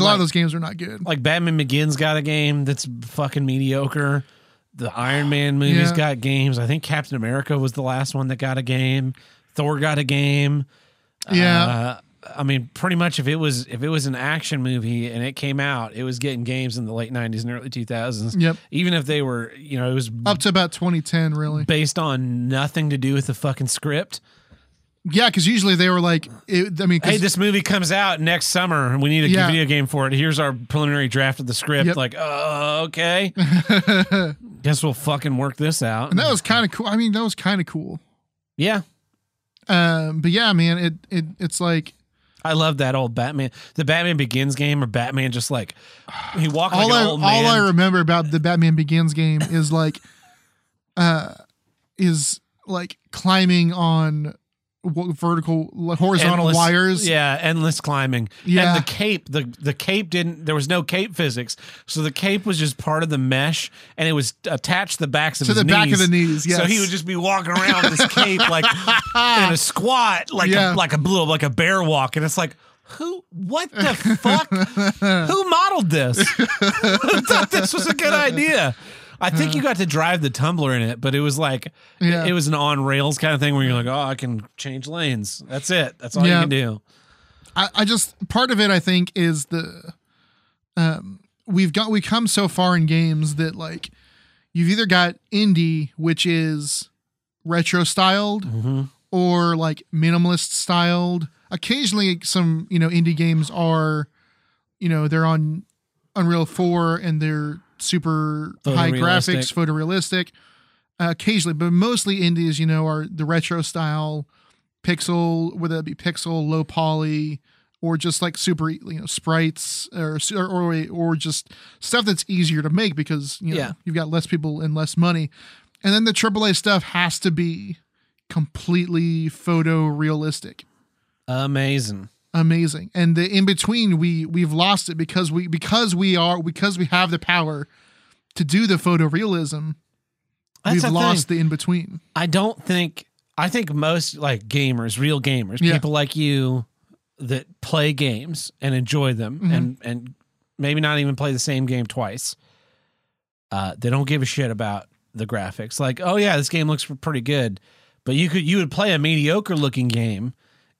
Speaker 1: But
Speaker 2: a lot
Speaker 1: like-
Speaker 2: of those games are not good.
Speaker 1: Like Batman Begins got a game that's fucking mediocre. The Iron Man movies
Speaker 2: Yeah.
Speaker 1: got games. I think Captain America was the last one that got a game. Thor got a game.
Speaker 2: Yeah.
Speaker 1: Uh, I mean, pretty much if it was if it was an action movie and it came out, it was getting games in the late '90s and early 2000s.
Speaker 2: Yep. Uh,
Speaker 1: Even if they were, you know, it was
Speaker 2: Up to about 2010, really.
Speaker 1: based on nothing to do with the fucking script.
Speaker 2: Yeah, because usually they were like, it, I mean, 'cause-
Speaker 1: Hey, this movie comes out next summer, and we need a
Speaker 2: Yeah.
Speaker 1: video game for it. Here's our preliminary draft of the script.
Speaker 2: Yep.
Speaker 1: Like, uh, okay, guess we'll fucking work this out.
Speaker 2: and that was kind of cool. I mean, that was kind of cool.
Speaker 1: yeah,
Speaker 2: Um, but yeah, man, it, it it's like
Speaker 1: I love that old Batman, the Batman Begins game, or Batman just like he walked
Speaker 2: all
Speaker 1: like an
Speaker 2: I
Speaker 1: old
Speaker 2: all
Speaker 1: man.
Speaker 2: I remember about the Batman Begins game is like, uh, is like climbing on w- vertical like, horizontal
Speaker 1: Endless-
Speaker 2: wires.
Speaker 1: Yeah, endless climbing.
Speaker 2: Yeah.
Speaker 1: And the cape, the the cape didn't there was no cape physics. So the cape was just part of the mesh and it was attached to the backs of
Speaker 2: To
Speaker 1: his
Speaker 2: the
Speaker 1: knees.
Speaker 2: back of the knees,
Speaker 1: So
Speaker 2: yes.
Speaker 1: he would just be walking around with this cape like in a squat, like a,
Speaker 2: Yeah.
Speaker 1: like a blue like a bear walk. And it's like who? What the fuck? who modeled this? Who thought this was a good idea? I think you got to drive the tumbler in it, but it was like
Speaker 2: Yeah.
Speaker 1: it was an on rails kind of thing where you're like, oh, I can change lanes. That's it. That's all
Speaker 2: Yeah.
Speaker 1: you can do.
Speaker 2: I, I just part of it I think is the um we've got we come so far in games that like you've either got indie which is retro styled or like minimalist styled. Occasionally some, you know, indie games are you know, they're on Unreal 4 and they're super high graphics, photorealistic. Uh, occasionally, but mostly indies, you know, are the retro style pixel, whether it be pixel, low poly, or just like super, you know, sprites or or or, or just stuff that's easier to make because you know
Speaker 1: Yeah.
Speaker 2: you've got less people and less money, and then the AAA stuff has to be completely photorealistic,
Speaker 1: Amazing.
Speaker 2: amazing, and the in between we we've lost it because we because we are because we have the power to do the photorealism.
Speaker 1: That's
Speaker 2: we've
Speaker 1: the
Speaker 2: lost
Speaker 1: Thing.
Speaker 2: the in between.
Speaker 1: I don't think. I think most like gamers, real gamers,
Speaker 2: Yeah.
Speaker 1: people like you that play games and enjoy them,
Speaker 2: Mm-hmm.
Speaker 1: and and maybe not even play the same game twice. Uh, they don't give a shit about the graphics. Like, oh yeah, this game looks pretty good, but you could you would play a mediocre looking game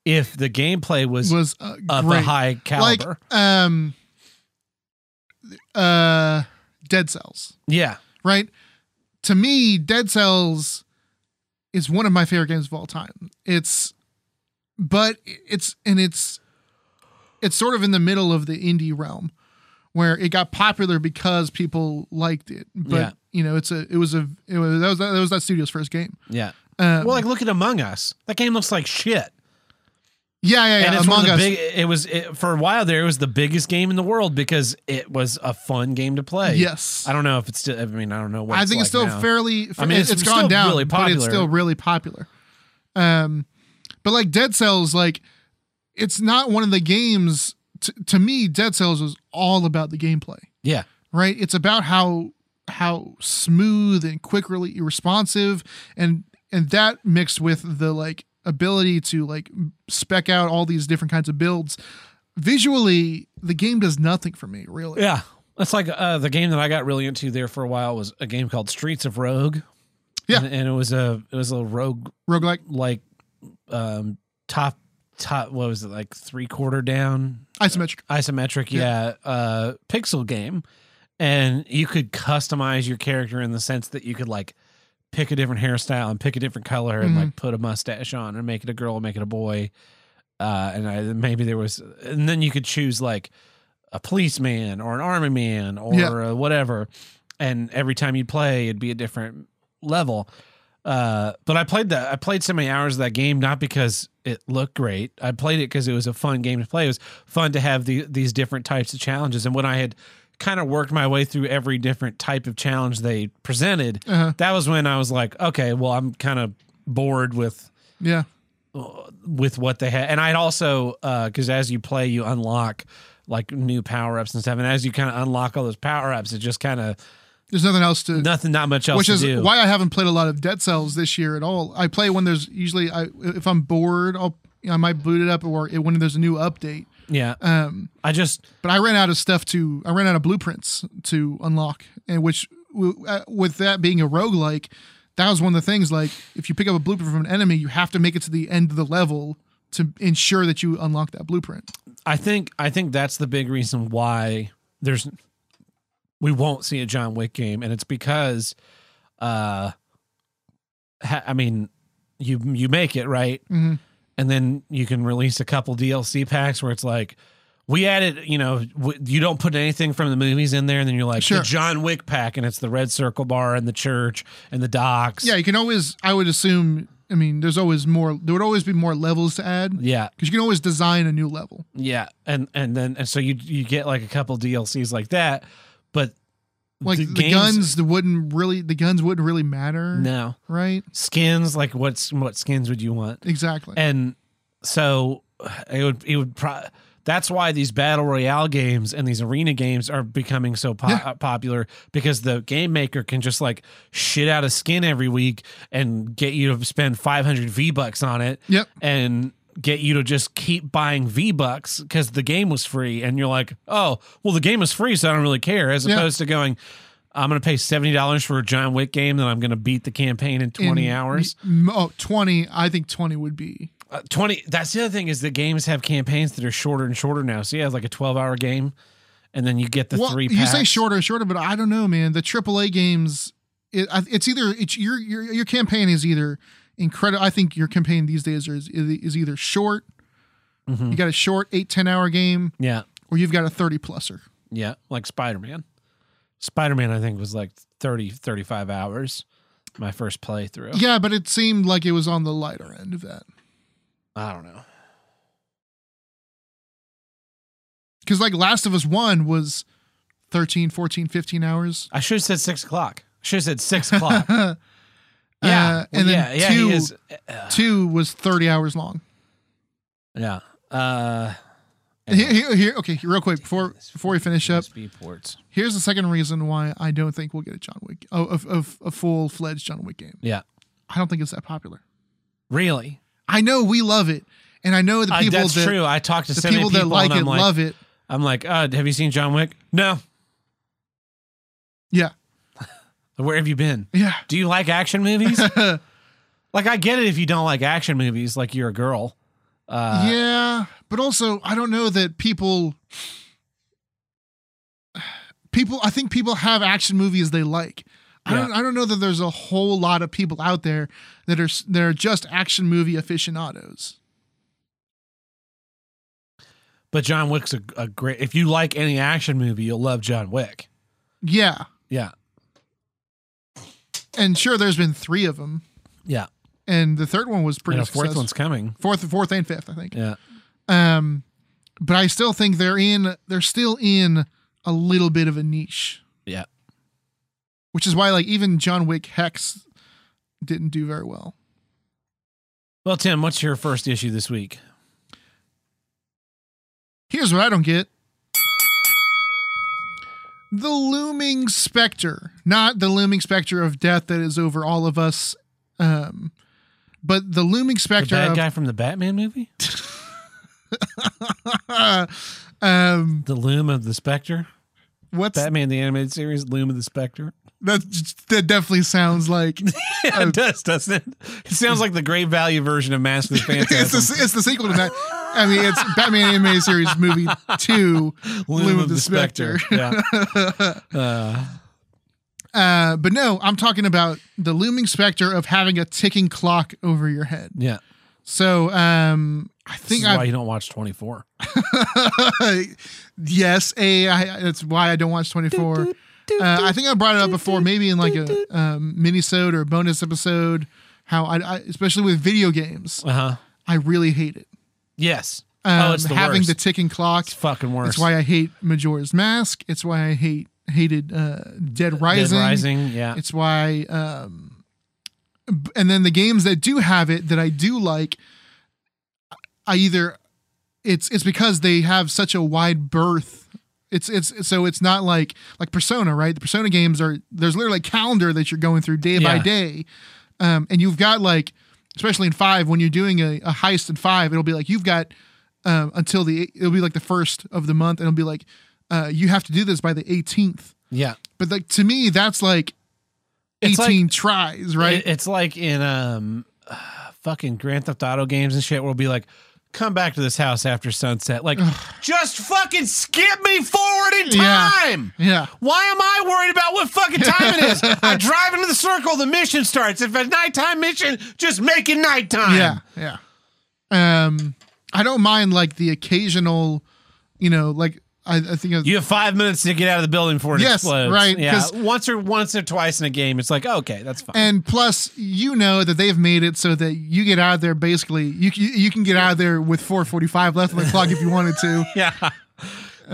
Speaker 1: if the gameplay was,
Speaker 2: Was uh,
Speaker 1: of
Speaker 2: great.
Speaker 1: a high caliber.
Speaker 2: Like um uh Dead Cells,
Speaker 1: yeah,
Speaker 2: right? To me, Dead Cells is one of my favorite games of all time. It's but it's and it's it's sort of in the middle of the indie realm where it got popular because people liked it. But
Speaker 1: Yeah.
Speaker 2: you know, it's a it was a it was that was that was that studio's first game.
Speaker 1: yeah.
Speaker 2: Um,
Speaker 1: Well, like look at Among Us. That game looks like shit.
Speaker 2: yeah, yeah, yeah.
Speaker 1: and it's
Speaker 2: Among
Speaker 1: one of the
Speaker 2: Us.
Speaker 1: big. It was it, for a while there. It was the biggest game in the world because it was a fun game to play.
Speaker 2: Yes.
Speaker 1: I don't know if it's still. I mean, I don't know what.
Speaker 2: I think it's
Speaker 1: like
Speaker 2: still
Speaker 1: now.
Speaker 2: fairly.
Speaker 1: I mean,
Speaker 2: it's,
Speaker 1: it's
Speaker 2: it's gone
Speaker 1: still
Speaker 2: down,
Speaker 1: really
Speaker 2: but it's
Speaker 1: popular.
Speaker 2: still really popular. Um, but like Dead Cells, like it's not one of the games. T- to me, Dead Cells was all about the gameplay,
Speaker 1: Yeah,
Speaker 2: right? It's about how how smooth and quick, really responsive, and and that mixed with the like ability to like spec out all these different kinds of builds. Visually, the game does nothing for me, really.
Speaker 1: yeah. It's like uh, the game that I got really into there for a while was a game called Streets of Rogue.
Speaker 2: Yeah.
Speaker 1: and, and it was a it was a rogue
Speaker 2: Roguelike.
Speaker 1: like um top top what was it like three quarter down
Speaker 2: Isometric.
Speaker 1: isometric yeah, uh pixel game and you could customize your character in the sense that you could like pick a different hairstyle and pick a different color and
Speaker 2: Mhm.
Speaker 1: like put a mustache on and make it a girl and make it a boy uh and I, maybe there was and then you could choose like a policeman or an army man or
Speaker 2: Yeah.
Speaker 1: uh whatever and every time you play it'd be a different level uh, but I played that. I played so many hours of that game not because it looked great. I played it because it was a fun game to play. It was fun to have the, these different types of challenges. And when I had kind of worked my way through every different type of challenge they presented,
Speaker 2: Uh-huh.
Speaker 1: that was when I was like, okay, well, I'm kind of bored with
Speaker 2: Yeah.
Speaker 1: uh, with what they had. And I'd also because as you play, you unlock like new power ups and stuff. And as you kind of unlock all those power ups, it just kind of
Speaker 2: There's nothing else to.
Speaker 1: nothing, not much else
Speaker 2: which
Speaker 1: to
Speaker 2: is
Speaker 1: do.
Speaker 2: why I haven't played a lot of Dead Cells this year at all. I play when there's usually I if I'm bored, I'll I might boot it up or it, when there's a new update.
Speaker 1: yeah,
Speaker 2: Um,
Speaker 1: I just
Speaker 2: but I ran out of stuff to I ran out of blueprints to unlock, and which w- uh, with that being a roguelike, that was one of the things. Like if you pick up a blueprint from an enemy, you have to make it to the end of the level to ensure that you unlock that blueprint.
Speaker 1: I think I think that's the big reason why there's we won't see a John Wick game, and it's because, uh, ha- I mean, you you make it right,
Speaker 2: Mhm.
Speaker 1: and then you can release a couple DLC packs where it's like. We added, you know, w- you don't put anything from the movies in there, and then you're like
Speaker 2: Sure.
Speaker 1: the John Wick pack, and it's the red circle bar and the church and the docks.
Speaker 2: Yeah, you can always. I would assume. I mean, there's always more. There would always be more levels to add because
Speaker 1: yeah,
Speaker 2: you can always design a new level.
Speaker 1: yeah, and and then and so you you get like a couple DLCs like that, but
Speaker 2: like the,
Speaker 1: games-
Speaker 2: guns the wouldn't really the guns wouldn't really matter
Speaker 1: no,
Speaker 2: right
Speaker 1: skins like what's what skins would you want
Speaker 2: exactly
Speaker 1: and so it would it would pro- that's why these battle royale games and these arena games are becoming so po-
Speaker 2: Yeah.
Speaker 1: uh, popular because the game maker can just like shit out a skin every week and get you to spend 500 V bucks on it
Speaker 2: yep
Speaker 1: and get you to just keep buying V bucks because the game was free, and you're like, oh, well, the game is free, so I don't really care. As
Speaker 2: Yeah.
Speaker 1: opposed to going, I'm going to pay seventy dollars for a John Wick game, then I'm going to beat the campaign in twenty
Speaker 2: In-
Speaker 1: hours.
Speaker 2: m- oh 20 i think 20 would be
Speaker 1: Uh, twenty. That's the other thing is the games have campaigns that are shorter and shorter now. So yeah, it's like a twelve hour game, and then you get the
Speaker 2: well
Speaker 1: three.
Speaker 2: you say
Speaker 1: packs.
Speaker 2: shorter shorter but i don't know man the aaa games it, I- it's either it's your your your campaign is either incredible i think your campaign these days is is either short
Speaker 1: Mhm.
Speaker 2: you got a short 8 10 hour game
Speaker 1: Yeah,
Speaker 2: or you've got a 30 pluser
Speaker 1: yeah, like Spider Man. Spider Man, I think, was like 30, 35 hours. My first playthrough.
Speaker 2: yeah but it seemed like it was on the lighter end of that
Speaker 1: I don't know.
Speaker 2: because like last of us 1 was 13 14 15 hours
Speaker 1: I should have said six o'clock. Should have said six o'clock.
Speaker 2: yeah,
Speaker 1: Yeah, well,
Speaker 2: Uh, and then
Speaker 1: yeah, yeah,
Speaker 2: two
Speaker 1: he is. Uh,
Speaker 2: two was thirty hours long.
Speaker 1: yeah. Uh,
Speaker 2: Here, here, here- okay, real quick before before we finish up,
Speaker 1: USB ports.
Speaker 2: here's the second reason why I don't think we'll get a John Wick, oh, of of a full fledged John Wick game.
Speaker 1: Yeah,
Speaker 2: I don't think it's that popular.
Speaker 1: really.
Speaker 2: I know we love it, and I know the
Speaker 1: I,
Speaker 2: people
Speaker 1: Ah, that's
Speaker 2: that
Speaker 1: true. I talked to
Speaker 2: the
Speaker 1: so
Speaker 2: people,
Speaker 1: many people
Speaker 2: that like
Speaker 1: and
Speaker 2: it
Speaker 1: I'm like,
Speaker 2: love it.
Speaker 1: I'm like, uh, have you seen John Wick? No.
Speaker 2: Yeah,
Speaker 1: Where have you been?
Speaker 2: yeah.
Speaker 1: Do you like action movies? like, I get it if you don't like action movies, like you're a girl. Uh,
Speaker 2: yeah, but also I don't know that people people I think people have action movies they like. I
Speaker 1: Yeah.
Speaker 2: don't I don't know that there's a whole lot of people out there that are s- that are just action movie aficionados.
Speaker 1: But John Wick's a, a great. If you like any action movie, you'll love John Wick.
Speaker 2: Yeah.
Speaker 1: Yeah,
Speaker 2: And sure there's been 3 of them
Speaker 1: yeah.
Speaker 2: and the third one was pretty
Speaker 1: And a fourth
Speaker 2: successful.
Speaker 1: one's coming.
Speaker 2: fourth fourth and fifth I think.
Speaker 1: Yeah,
Speaker 2: Um but I still think they're in they're still in a little bit of a niche.
Speaker 1: yeah.
Speaker 2: which is why like even John Wick Hex didn't do very well.
Speaker 1: Well, Tim, what's your first issue this week?
Speaker 2: Here's what I don't get. The looming specter, not the looming specter of death that is over all of us, um, but the looming
Speaker 1: The
Speaker 2: specter
Speaker 1: bad
Speaker 2: of
Speaker 1: guy from the Batman movie?
Speaker 2: um,
Speaker 1: The Loom of the Spectre?
Speaker 2: what's
Speaker 1: Batman the animated series, Loom of the Spectre.
Speaker 2: that? That definitely sounds like
Speaker 1: it does, doesn't it? It sounds like the great value version of Mask of the
Speaker 2: it's
Speaker 1: Phantasm.
Speaker 2: the it's the sequel to that. I mean, it's Batman anime series movie two,
Speaker 1: Loom, of, the, Spectre. yeah. Uh,
Speaker 2: Uh, but no, I'm talking about the looming specter of having a ticking clock over your head.
Speaker 1: yeah.
Speaker 2: So um, I
Speaker 1: This
Speaker 2: think
Speaker 1: is
Speaker 2: I
Speaker 1: why you don't watch 24.
Speaker 2: yes, a I, that's why I don't watch 24. Uh, I think I brought it up before, maybe in like a um, minisode or bonus episode. How I, I, especially with video games,
Speaker 1: Uh huh.
Speaker 2: I really hate it.
Speaker 1: Yes.
Speaker 2: Um,
Speaker 1: oh, it's the
Speaker 2: having
Speaker 1: worst.
Speaker 2: the ticking clock.
Speaker 1: it's fucking worse.
Speaker 2: It's why I hate Majora's Mask. It's why I hate hated uh, Dead
Speaker 1: Dead
Speaker 2: Rising.
Speaker 1: Rising. Yeah.
Speaker 2: It's why, um, b- and then the games that do have it that I do like, I either it's it's because they have such a wide berth. It's it's so it's not like like Persona, right? The Persona games are there's literally a calendar that you're going through day by
Speaker 1: Yeah.
Speaker 2: day, um, and you've got like especially in five when you're doing a, a heist in five, it'll be like you've got um, until the it'll be like the first of the month, and it'll be like uh, you have to do this by the 18th.
Speaker 1: Yeah.
Speaker 2: But like to me, that's like
Speaker 1: It's
Speaker 2: 18
Speaker 1: like
Speaker 2: tries, right?
Speaker 1: it- it's like in um fucking Grand Theft Auto games and shit where we'll be like come back to this house after sunset. Like just fucking skip me forward in
Speaker 2: Yeah.
Speaker 1: time.
Speaker 2: yeah.
Speaker 1: Why am I worried about what fucking time it is? I drive into the circle, the mission starts. If a nighttime mission, just make it nighttime.
Speaker 2: Yeah, yeah. Um, I don't mind like the occasional, you know, like I, I think of,
Speaker 1: You have five minutes to get out of the building before it
Speaker 2: Yes,
Speaker 1: explodes.
Speaker 2: right,
Speaker 1: Yeah.
Speaker 2: 'cause-
Speaker 1: Once or once or twice in a game, it's like okay, that's fine.
Speaker 2: and plus you know that they've made it so that you get out of there basically you c- you can get out of there with 4:45 left on the clock if you wanted to.
Speaker 1: yeah.
Speaker 2: Um,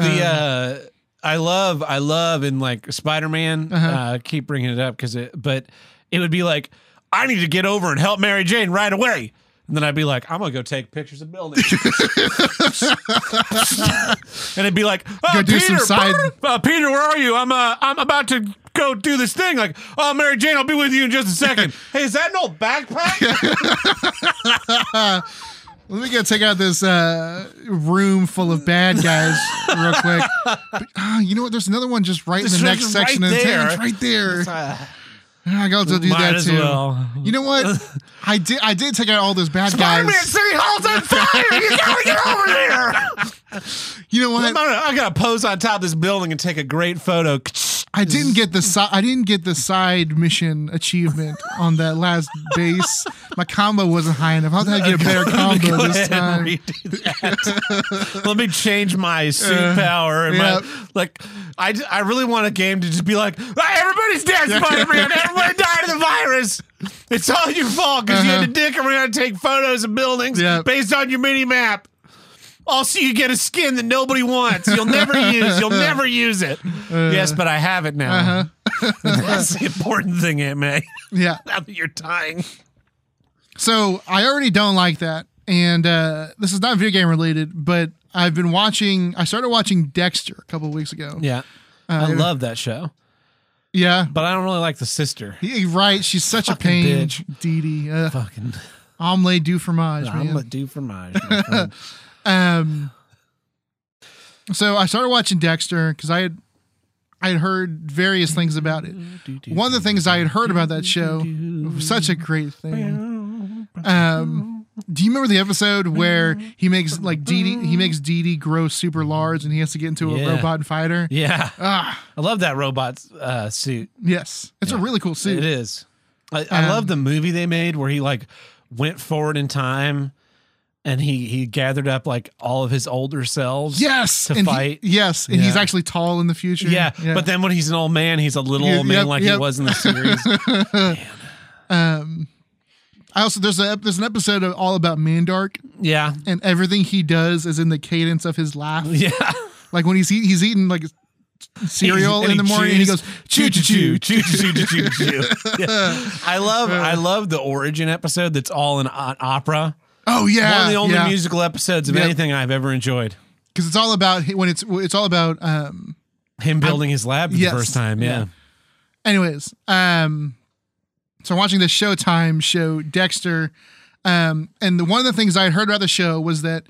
Speaker 1: The uh, I love I love in like Spider Man.
Speaker 2: Uh-huh.
Speaker 1: uh keep bringing it up because it, but it would be like I need to get over and help Mary Jane right away. And then I'd be like, I'm gonna go take pictures of buildings. and it'd be like, oh,
Speaker 2: Go
Speaker 1: Peter,
Speaker 2: do some side-
Speaker 1: uh, Peter, where are you? I'm uh, I'm about to go do this thing. Like, oh, Mary Jane, I'll be with you in just a second. hey, is that an old backpack?
Speaker 2: Let me go take out this uh, room full of bad guys real quick. But, ah, you know what? There's another one just right in
Speaker 1: This
Speaker 2: the next
Speaker 1: one's
Speaker 2: section
Speaker 1: right
Speaker 2: of town.
Speaker 1: there.
Speaker 2: It's right there. Ah,
Speaker 1: Uh,
Speaker 2: I gotta do
Speaker 1: Might
Speaker 2: that
Speaker 1: as
Speaker 2: too.
Speaker 1: well.
Speaker 2: You know what? I did. I did take out all those bad
Speaker 1: Spider-Man,
Speaker 2: guys.
Speaker 1: City Hall's on fire! You gotta get over there!
Speaker 2: You know what?
Speaker 1: I'm gonna, I gotta pose on top of this building and take a great photo.
Speaker 2: I didn't get the si- I didn't get the side mission achievement on that last base. My combo wasn't high enough. How did I get a better combo
Speaker 1: Go
Speaker 2: this
Speaker 1: ahead and
Speaker 2: time? Uh,
Speaker 1: redo that. Let me change my suit power and
Speaker 2: yep.
Speaker 1: my like. I, j- I really want a game to just be like "Ah, everybody's dead, Spider Man. Everybody died of the virus. It's all your fault because you
Speaker 2: Uh-huh.
Speaker 1: had to dick around and take photos of buildings
Speaker 2: Yep.
Speaker 1: based on your mini map. Also, you get a skin that nobody wants. You'll never use. You'll never use it.
Speaker 2: Uh,
Speaker 1: yes, but I have it now.
Speaker 2: uh-huh.
Speaker 1: That's the important thing, Aunt May.
Speaker 2: Yeah.
Speaker 1: now that you're dying.
Speaker 2: So I already don't like that, and uh, this is not video game related, but I've been watching. I started watching Dexter a couple of weeks ago.
Speaker 1: Yeah.
Speaker 2: Uh,
Speaker 1: I love that show,
Speaker 2: Yeah.
Speaker 1: but I don't really like the sister.
Speaker 2: You're right. She's such a
Speaker 1: Fucking
Speaker 2: pain.
Speaker 1: bitch.
Speaker 2: Dee Dee. Uh,
Speaker 1: Fucking,
Speaker 2: omelette du fromage.
Speaker 1: I'm
Speaker 2: man.
Speaker 1: a do for mine. my friend.
Speaker 2: Um, so I started watching Dexter because I had I had heard various things about it. One of the things I had heard about that show, was such a great thing. Um, do you remember the episode where he makes like Dee Dee, he makes Dee Dee grow super large and he has to get into a
Speaker 1: Yeah.
Speaker 2: robot fighter?
Speaker 1: yeah,
Speaker 2: Ah,
Speaker 1: I love that robot uh, suit.
Speaker 2: yes, it's a really cool
Speaker 1: It
Speaker 2: suit.
Speaker 1: is. I, I
Speaker 2: Um,
Speaker 1: love the movie they made where he like went forward in time, and he he gathered up like all of his older selves.
Speaker 2: Yes,
Speaker 1: To
Speaker 2: and he-
Speaker 1: fight.
Speaker 2: yes, and he's
Speaker 1: Yeah.
Speaker 2: actually tall in the future.
Speaker 1: Yeah, but then when he's an old man, he's a little
Speaker 2: Yeah,
Speaker 1: old man
Speaker 2: yep,
Speaker 1: like
Speaker 2: yep.
Speaker 1: he was in the series.
Speaker 2: um, I also there's a there's an episode of all about Mandark.
Speaker 1: yeah,
Speaker 2: and everything he does is in the cadence of his laugh.
Speaker 1: yeah.
Speaker 2: Like when he's eat, he's eating like cereal
Speaker 1: And
Speaker 2: in the morning, and he
Speaker 1: chews.
Speaker 2: goes choo choo choo.
Speaker 1: choo choo choo choo choo. Yeah. I love I love the origin episode that's all in o- opera.
Speaker 2: Oh
Speaker 1: One of
Speaker 2: yeah,
Speaker 1: the only
Speaker 2: yeah.
Speaker 1: musical episodes of
Speaker 2: Yeah.
Speaker 1: anything I've ever enjoyed.
Speaker 2: because it's all about when it's it's all about. um
Speaker 1: Him building his lab for
Speaker 2: Yes.
Speaker 1: the first time. Yeah.
Speaker 2: Anyways, um, so I'm watching this Showtime show Dexter, um, and the, one of the things I had heard about the show was that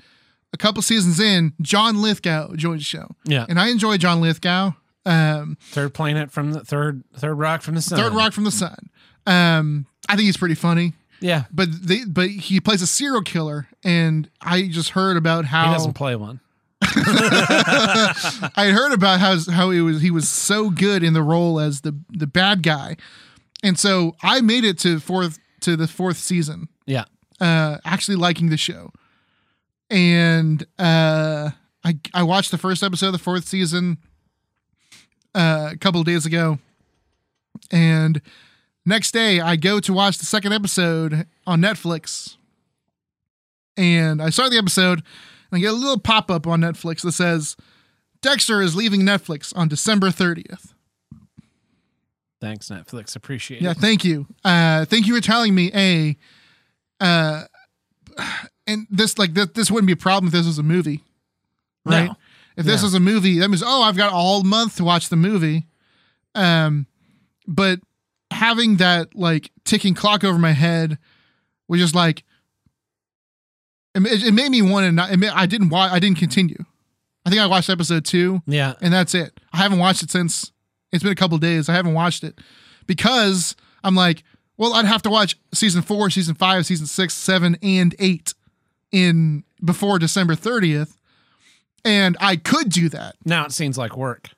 Speaker 2: a couple seasons in, John Lithgow joined the show.
Speaker 1: Yeah.
Speaker 2: and I enjoy John Lithgow. Um,
Speaker 1: Third planet from the third third rock from the sun.
Speaker 2: Third Rock from the Sun. Um, I think he's pretty funny.
Speaker 1: Yeah.
Speaker 2: but they but he plays a serial killer and i just heard about
Speaker 1: He
Speaker 2: how
Speaker 1: doesn't play one.
Speaker 2: i heard about how how it was he was so good in the role as the the bad guy and so i made it to fourth to the fourth season
Speaker 1: Yeah.
Speaker 2: uh actually liking the show and uh i i watched the first episode of the fourth season uh, a couple of days ago and next day i go to watch the second episode on netflix and i start the episode and i get a little pop-up on netflix that says dexter is leaving netflix on december 30th
Speaker 1: Thanks, Netflix. Appreciate
Speaker 2: yeah,
Speaker 1: it.
Speaker 2: thank you. Uh, thank you for telling me. A, uh, and this like this this wouldn't be a problem if this was a movie, right?
Speaker 1: No.
Speaker 2: If this
Speaker 1: No.
Speaker 2: was a movie, that means oh, I've got all month to watch the movie. Um, but having that like ticking clock over my head was just like it, it- it made me want to not. It made, I didn't watch. I didn't continue. I think I watched episode two
Speaker 1: Yeah.
Speaker 2: and that's it. I haven't watched it since it's been a couple days. I haven't watched it because I'm like, well, I'd have to watch season four, season five, season six, seven, and eight in before December 30th, and I could do that,
Speaker 1: Now it seems like work.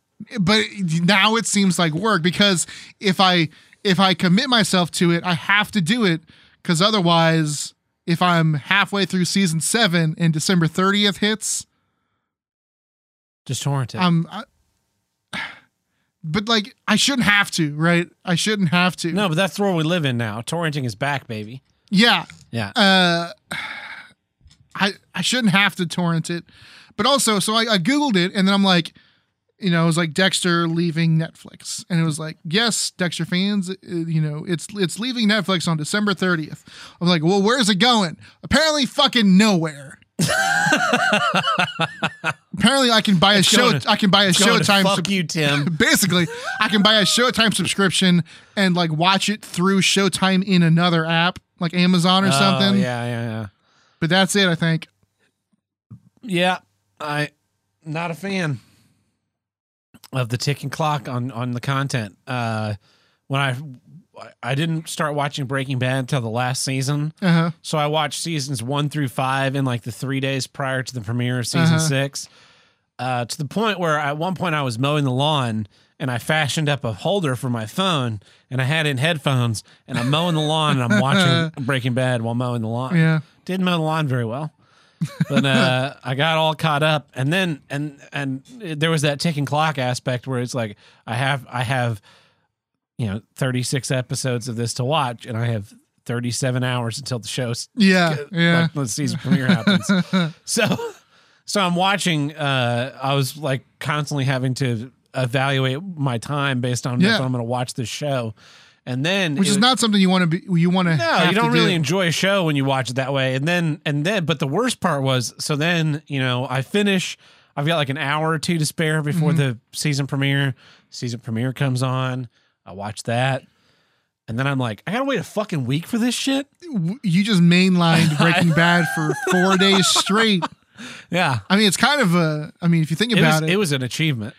Speaker 2: but now it seems like work because if I if I commit myself to it, I have to do it because otherwise, if I'm halfway through season seven and December 30th hits,
Speaker 1: Just torrent it.
Speaker 2: um, I, but like I shouldn't have to, right? I shouldn't have to.
Speaker 1: no, but that's where we live in now. Torrenting is back, baby.
Speaker 2: Yeah.
Speaker 1: Yeah.
Speaker 2: Uh, I I shouldn't have to torrent it, but also, so I, I googled it, and then I'm like, you know, it was like Dexter leaving Netflix, and it was like, yes, Dexter fans, uh, you know, it's it's leaving Netflix on December 30th. I'm like, well, where's it going? Apparently, fucking nowhere. Apparently, I can buy a show.
Speaker 1: going to-
Speaker 2: I can buy a
Speaker 1: Going to
Speaker 2: Showtime.
Speaker 1: Fuck
Speaker 2: sub-
Speaker 1: you, Tim.
Speaker 2: basically i can buy a showtime subscription and like watch it through showtime in another app like amazon or
Speaker 1: Oh,
Speaker 2: something
Speaker 1: yeah, yeah, yeah.
Speaker 2: but that's it i think
Speaker 1: Yeah, I not a fan of the ticking clock on on the content. Uh when I I didn't start watching Breaking Bad until the last season.
Speaker 2: uh-huh
Speaker 1: So I watched seasons 1 through 5 in like the 3 days prior to the premiere of season
Speaker 2: Uh-huh.
Speaker 1: 6. Uh to the point where at one point I was mowing the lawn and I fashioned up a holder for my phone and I had it in headphones and I'm mowing the lawn and I'm watching Breaking Bad while mowing the lawn
Speaker 2: yeah
Speaker 1: didn't mow the lawn very well but uh, i got all caught up and then and and there was that ticking clock aspect where it's like i have i have you know 36 episodes of this to watch and i have 37 hours until the show's
Speaker 2: yeah yeah
Speaker 1: like, the season premiere happens so so i'm watching uh i was like constantly having to evaluate my time based on
Speaker 2: Yeah.
Speaker 1: if i'm going to watch this show and then
Speaker 2: which
Speaker 1: it-
Speaker 2: is not something you want to be you want to
Speaker 1: no, you don't really enjoy a show when you watch it that way. And then, and then, but the worst part was, so then, you know, I finish, I've got like an hour or two to spare before the season premiere. Season premiere comes on. I watch that. And then I'm like, I gotta wait a fucking week for this shit.
Speaker 2: you just mainlined breaking bad for four days straight
Speaker 1: Yeah.
Speaker 2: i mean it's kind of a i mean if you think
Speaker 1: It was,
Speaker 2: about it,
Speaker 1: it. was an achievement.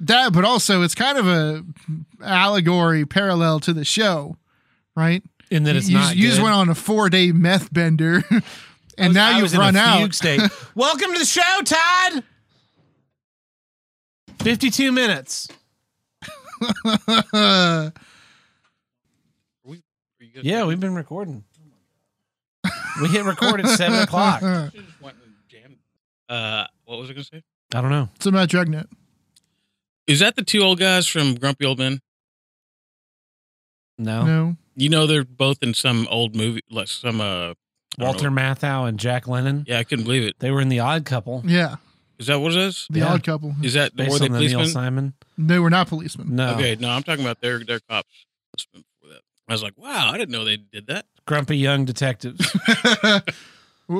Speaker 2: that but also it's kind of a allegory parallel to the show right
Speaker 1: In that it's
Speaker 2: you,
Speaker 1: not.
Speaker 2: you just
Speaker 1: good.
Speaker 2: went on a four-day meth bender and
Speaker 1: I
Speaker 2: now
Speaker 1: was
Speaker 2: you've
Speaker 1: in a
Speaker 2: run out
Speaker 1: fugue state. Welcome to the show, Todd. 52 minutes.
Speaker 2: Uh,
Speaker 3: Are you guys
Speaker 1: Yeah,
Speaker 3: ready?
Speaker 1: we've been recording. We hit record at seven o'clock. I
Speaker 3: Should've just went and jammed. Uh, what was I gonna say?
Speaker 1: don't know.
Speaker 2: it's about Dragnet.
Speaker 3: Is that the two old guys from Grumpy Old Men?
Speaker 1: No.
Speaker 2: No.
Speaker 3: You know, they're both in some old movie, like some uh, I don't
Speaker 1: Walter
Speaker 3: know.
Speaker 1: Matthau and Jack Lennon.
Speaker 3: Yeah, I couldn't believe it.
Speaker 1: They were in the Odd Couple.
Speaker 2: Yeah.
Speaker 3: Is that what it is?
Speaker 2: The
Speaker 1: Yeah.
Speaker 2: odd couple.
Speaker 3: Is that the
Speaker 1: Based
Speaker 3: were they
Speaker 1: on the Neil
Speaker 3: policemen?
Speaker 1: Simon. uh,
Speaker 2: They were not policemen.
Speaker 1: No.
Speaker 3: Okay, no, I'm talking about their their cops. Policemen before that. I was like, wow, I didn't know they did that.
Speaker 1: Grumpy young detectives.
Speaker 2: Wh-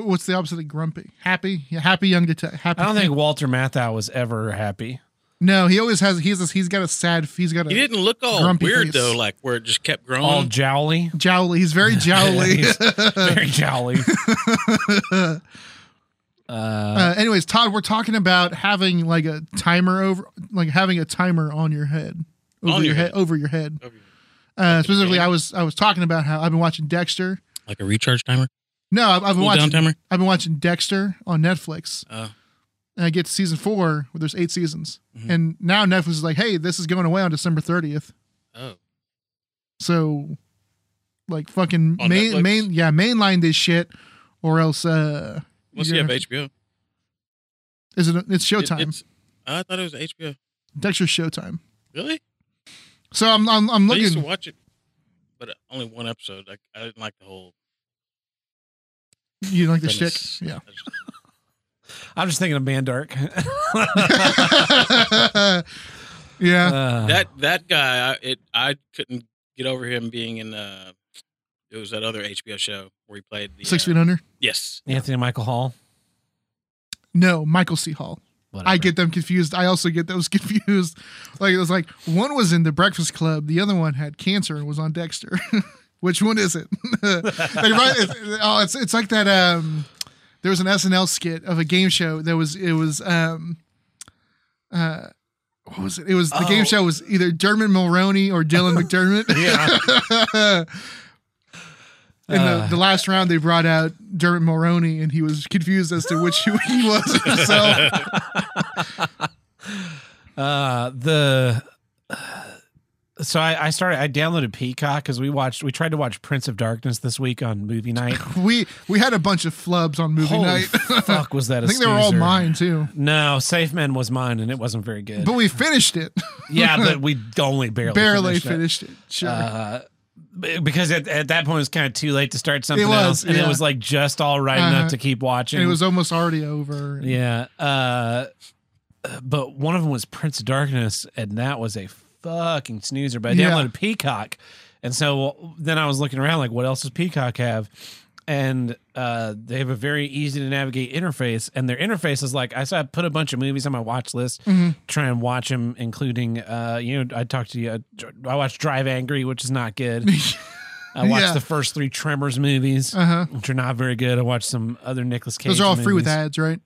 Speaker 2: What's the opposite of grumpy? Happy? Yeah, happy young detective. Happy.
Speaker 1: I don't think Walter Matthau was ever happy.
Speaker 2: No, he always has. He's a, he's got a sad. He's got
Speaker 3: He
Speaker 2: a
Speaker 3: didn't look all
Speaker 2: Grumpy
Speaker 3: weird
Speaker 2: face.
Speaker 3: though, like where it just kept growing.
Speaker 1: All jowly.
Speaker 2: jowly. He's very jowly.
Speaker 1: He's very jowly. Uh,
Speaker 2: uh, anyways, Todd, we're talking about having like a timer over, like having a timer on your head, over
Speaker 3: On
Speaker 2: your
Speaker 3: your
Speaker 2: head,
Speaker 3: head.
Speaker 2: over your head.
Speaker 3: Okay.
Speaker 2: Uh, specifically,
Speaker 3: game?
Speaker 2: I was I was talking about how I've been watching Dexter.
Speaker 3: like a recharge timer,
Speaker 2: No, I've, I've been
Speaker 3: cool
Speaker 2: watching
Speaker 3: down timer.
Speaker 2: I've been watching Dexter on Netflix.
Speaker 3: Uh,
Speaker 2: and I get to season four where there's eight seasons.
Speaker 3: Mhm.
Speaker 2: And now Netflix is like, hey, this is going away on December 30th.
Speaker 3: oh,
Speaker 2: So like fucking
Speaker 3: On
Speaker 2: main
Speaker 3: Netflix?
Speaker 2: main yeah, mainline this shit or else uh
Speaker 3: unless you
Speaker 2: you're
Speaker 3: have
Speaker 2: gonna-
Speaker 3: HBO.
Speaker 2: is it it's
Speaker 3: It-
Speaker 2: Showtime.
Speaker 3: it's- I thought it was HBO.
Speaker 2: Dexter's Showtime.
Speaker 3: Really?
Speaker 2: So I'm I'm, I'm
Speaker 3: I used to
Speaker 2: looking
Speaker 3: watch it, but only one episode. I, I didn't like the whole.
Speaker 2: you like the shtick.
Speaker 3: premise.
Speaker 2: Yeah.
Speaker 3: I just-
Speaker 1: I'm just thinking of Mandark.
Speaker 2: yeah.
Speaker 1: Uh,
Speaker 3: that that guy, I, it I couldn't get over him being in uh, It was that other HBO show where he played the
Speaker 2: Six
Speaker 3: uh,
Speaker 2: Feet Under?
Speaker 3: Yes,
Speaker 1: Anthony Michael Hall.
Speaker 2: No, Michael C. Hall.
Speaker 1: Whatever.
Speaker 2: I get them confused. I also get those confused. Like it was like one was in the Breakfast Club, the other one had cancer and was on Dexter. Which one is it? Like, right, it's- oh, it's it's like that. Um, there was an SNL skit of a game show that was it was um, uh, what was it? It was the
Speaker 1: Oh.
Speaker 2: game show was either Dermot Mulroney or Dylan McDermott.
Speaker 1: Yeah.
Speaker 2: In the,
Speaker 1: Uh.
Speaker 2: the last round, they brought out Dermot Mulroney, and he was confused as to which he was himself.
Speaker 1: Uh, the so I, I started. I downloaded Peacock because we watched. We tried to watch Prince of Darkness this week on movie night.
Speaker 2: We we had a bunch of flubs on movie
Speaker 1: Holy
Speaker 2: night.
Speaker 1: fuck, was that? a
Speaker 2: I think they were all
Speaker 1: snoozer.
Speaker 2: mine too.
Speaker 1: No, Safe Man was mine, and it wasn't very good.
Speaker 2: But we finished it.
Speaker 1: yeah, but Oh, we only barely
Speaker 2: Barely
Speaker 1: finished it.
Speaker 2: finished it. Sure.
Speaker 1: Uh, b- because at, at that point it was kind of too late to start something
Speaker 2: It was,
Speaker 1: else, and
Speaker 2: yeah.
Speaker 1: it was like just all right
Speaker 2: Uh-huh.
Speaker 1: enough to keep watching.
Speaker 2: and it was almost already over.
Speaker 1: yeah. Uh, but one of them was Prince of Darkness, and that was a fucking snoozer. But I
Speaker 2: Yeah.
Speaker 1: downloaded Peacock, and so then I was looking around like, what else does Peacock have? And uh, they have a very easy to navigate interface, and their interface is like I said. I put a bunch of movies on my watch list,
Speaker 2: Mhm.
Speaker 1: try and watch them, including uh, you know I talked to you. I, I watched Drive Angry, which is not good. I watched
Speaker 2: Yeah.
Speaker 1: the first three Tremors movies,
Speaker 2: Uh huh.
Speaker 1: which are not very good. I watched some other Nicolas Cage.
Speaker 2: Those are all free with
Speaker 1: movies.
Speaker 2: ads, right?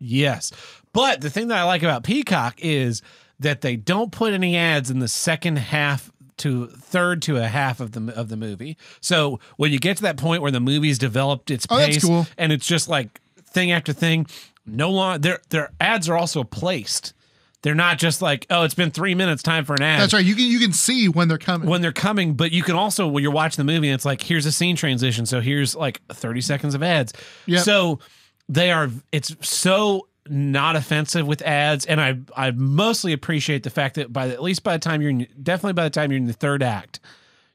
Speaker 1: Yes, but the thing that I like about Peacock is that they don't put any ads in the second half to third to a half of the of the movie. So when you get to that point where the movie's developed its
Speaker 2: Oh, that's
Speaker 1: pace
Speaker 2: cool.
Speaker 1: and it's just like thing after thing, no long their their ads are also placed. They're not just like oh, it's been three minutes, time for an ad
Speaker 2: That's right. You can you can see when they're coming.
Speaker 1: when they're coming, but you can also when you're watching the movie, and it's like here's a scene transition, so here's like 30 seconds of ads.
Speaker 2: Yep.
Speaker 1: So they are it's so not offensive with ads, and I I mostly appreciate the fact that by the, at least by the time you're in, definitely by the time you're in the third act,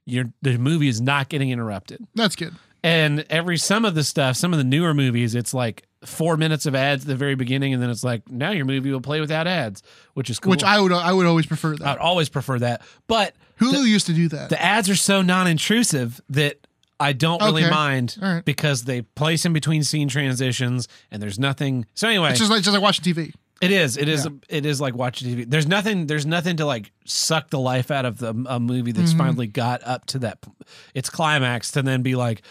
Speaker 1: you're the movie is not getting interrupted.
Speaker 2: That's good.
Speaker 1: And every some of the stuff, some of the newer movies, it's like four minutes of ads at the very beginning, and then it's like now your movie will play without ads, which is cool.
Speaker 2: Which I would I would always prefer that.
Speaker 1: I'd always prefer that, but
Speaker 2: Hulu used to do that.
Speaker 1: the ads are so non-intrusive that I don't really
Speaker 2: Okay.
Speaker 1: mind
Speaker 2: All right.
Speaker 1: because they place in between scene transitions and there's nothing. So anyway,
Speaker 2: it's just like just like watching TV.
Speaker 1: it is it is it is like watching TV. There's nothing there's nothing to like suck the life out of the a movie that's finally got up to that p- its climax to then be like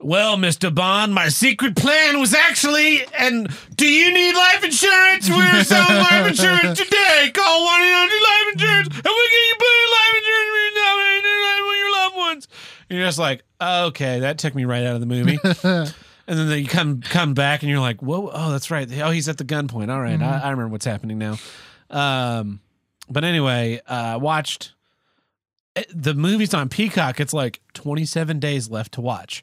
Speaker 1: well, Mr. Bond, my secret plan was actually, and do you need life insurance? We're selling life insurance today. Call 1 800 Life Insurance, and we'll get you plenty of life insurance for your loved- for your loved ones. And you're just like, okay, that took me right out of the movie. and then they come come back, and you're like, whoa, oh, that's right. Oh, he's at the gunpoint. All right,
Speaker 2: Mm-hmm.
Speaker 1: I, I remember what's happening now. Um, but anyway, uh, watched eh, the movies on Peacock. It's like 27 days left to watch,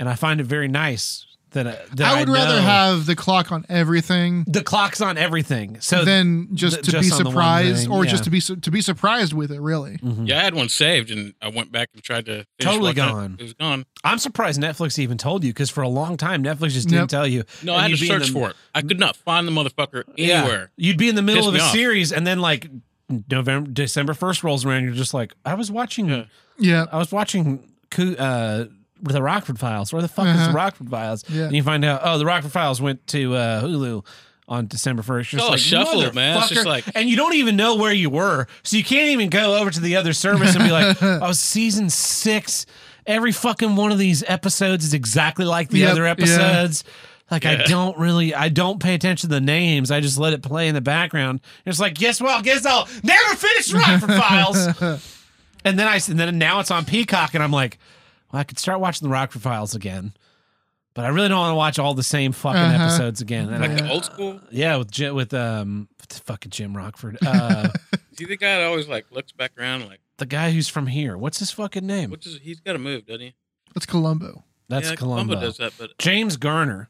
Speaker 1: and I find it very nice that I, that
Speaker 2: I would rather
Speaker 1: know
Speaker 2: have the clock on everything
Speaker 1: the clock's on everything. So
Speaker 2: than just
Speaker 1: th-
Speaker 2: to
Speaker 1: just
Speaker 2: be
Speaker 1: on the one
Speaker 2: surprised
Speaker 1: thing,
Speaker 2: or
Speaker 1: yeah.
Speaker 2: just to be su- to be surprised with it. Really,
Speaker 1: Mhm.
Speaker 3: yeah, I had one saved, and I went back and tried to finish
Speaker 1: Totally
Speaker 3: watching it.
Speaker 1: gone.
Speaker 3: It was gone.
Speaker 1: I'm surprised Netflix even told you because for a long time Netflix just didn't
Speaker 2: Nope.
Speaker 1: tell you.
Speaker 3: No,
Speaker 1: And
Speaker 3: I had
Speaker 1: you'd
Speaker 3: to
Speaker 1: be in
Speaker 3: search
Speaker 1: the-
Speaker 3: for it. I could not find the motherfucker
Speaker 1: Yeah.
Speaker 3: anywhere.
Speaker 1: You'd be in the middle
Speaker 3: Pissed
Speaker 1: of a
Speaker 3: me off.
Speaker 1: series, and then like November, December first rolls around, you're just like, I was watching,
Speaker 3: Yeah.
Speaker 2: yeah,
Speaker 1: I was watching, Coo- uh, the Rockford Files. Where the fuck is
Speaker 2: Uh-huh.
Speaker 1: the Rockford Files?
Speaker 2: Yeah.
Speaker 1: And you find out, oh, the Rockford Files went to uh, Hulu on December first.
Speaker 3: Oh, shuffle, man. It's just like-
Speaker 1: and you don't even know where you were, so you can't even go over to the other service and be like, oh, season six. Every fucking one of these episodes is exactly like the
Speaker 2: Yep,
Speaker 1: other
Speaker 2: yeah.
Speaker 1: episodes. Like I
Speaker 3: Yeah.
Speaker 1: don't really, I don't pay attention to the names. I just let it play in the background. And it's like, guess well, guess I'll never finish Rockford Files. And then I and then now it's on Peacock, and I'm like, well, I could start watching the Rockford Files again, but I really don't want to watch all the same fucking
Speaker 2: Uh-huh.
Speaker 1: episodes again. And
Speaker 3: Like
Speaker 1: I,
Speaker 3: the old school.
Speaker 1: yeah, with Jim, with um, with fucking Jim Rockford, uh,
Speaker 3: See the guy that always like looks back around like,
Speaker 1: the guy who's from here. What's his fucking
Speaker 2: Hmm.
Speaker 1: name?
Speaker 3: what does he's got to move, doesn't he?
Speaker 2: that's Columbo.
Speaker 1: That's
Speaker 3: yeah,
Speaker 1: Columbo.
Speaker 3: does that, but
Speaker 1: James Garner.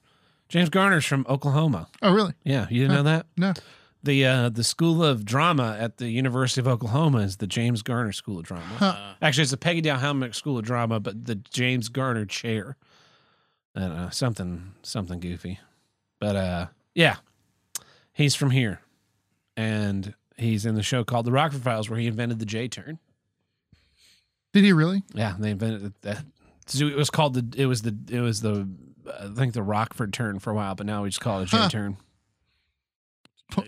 Speaker 1: James Garner's from Oklahoma.
Speaker 2: Oh, really?
Speaker 1: Yeah, you didn't know that?
Speaker 2: No.
Speaker 1: The uh, the School of Drama at the University of Oklahoma is the James Garner School of Drama.
Speaker 2: Huh.
Speaker 3: uh,
Speaker 1: Actually, it's the Peggy Dow-Helmick School of Drama, but the James Garner Chair. I don't know, something something goofy, but uh, yeah, he's from here, and he's in the show called The Rockford Files, where he invented the J turn.
Speaker 2: Did he really?
Speaker 1: Yeah, they invented that. So it was called the. It was the. It was the. I think the Rockford turn for a while, but now we just call it a J
Speaker 2: Huh.
Speaker 1: turn.
Speaker 3: J turn.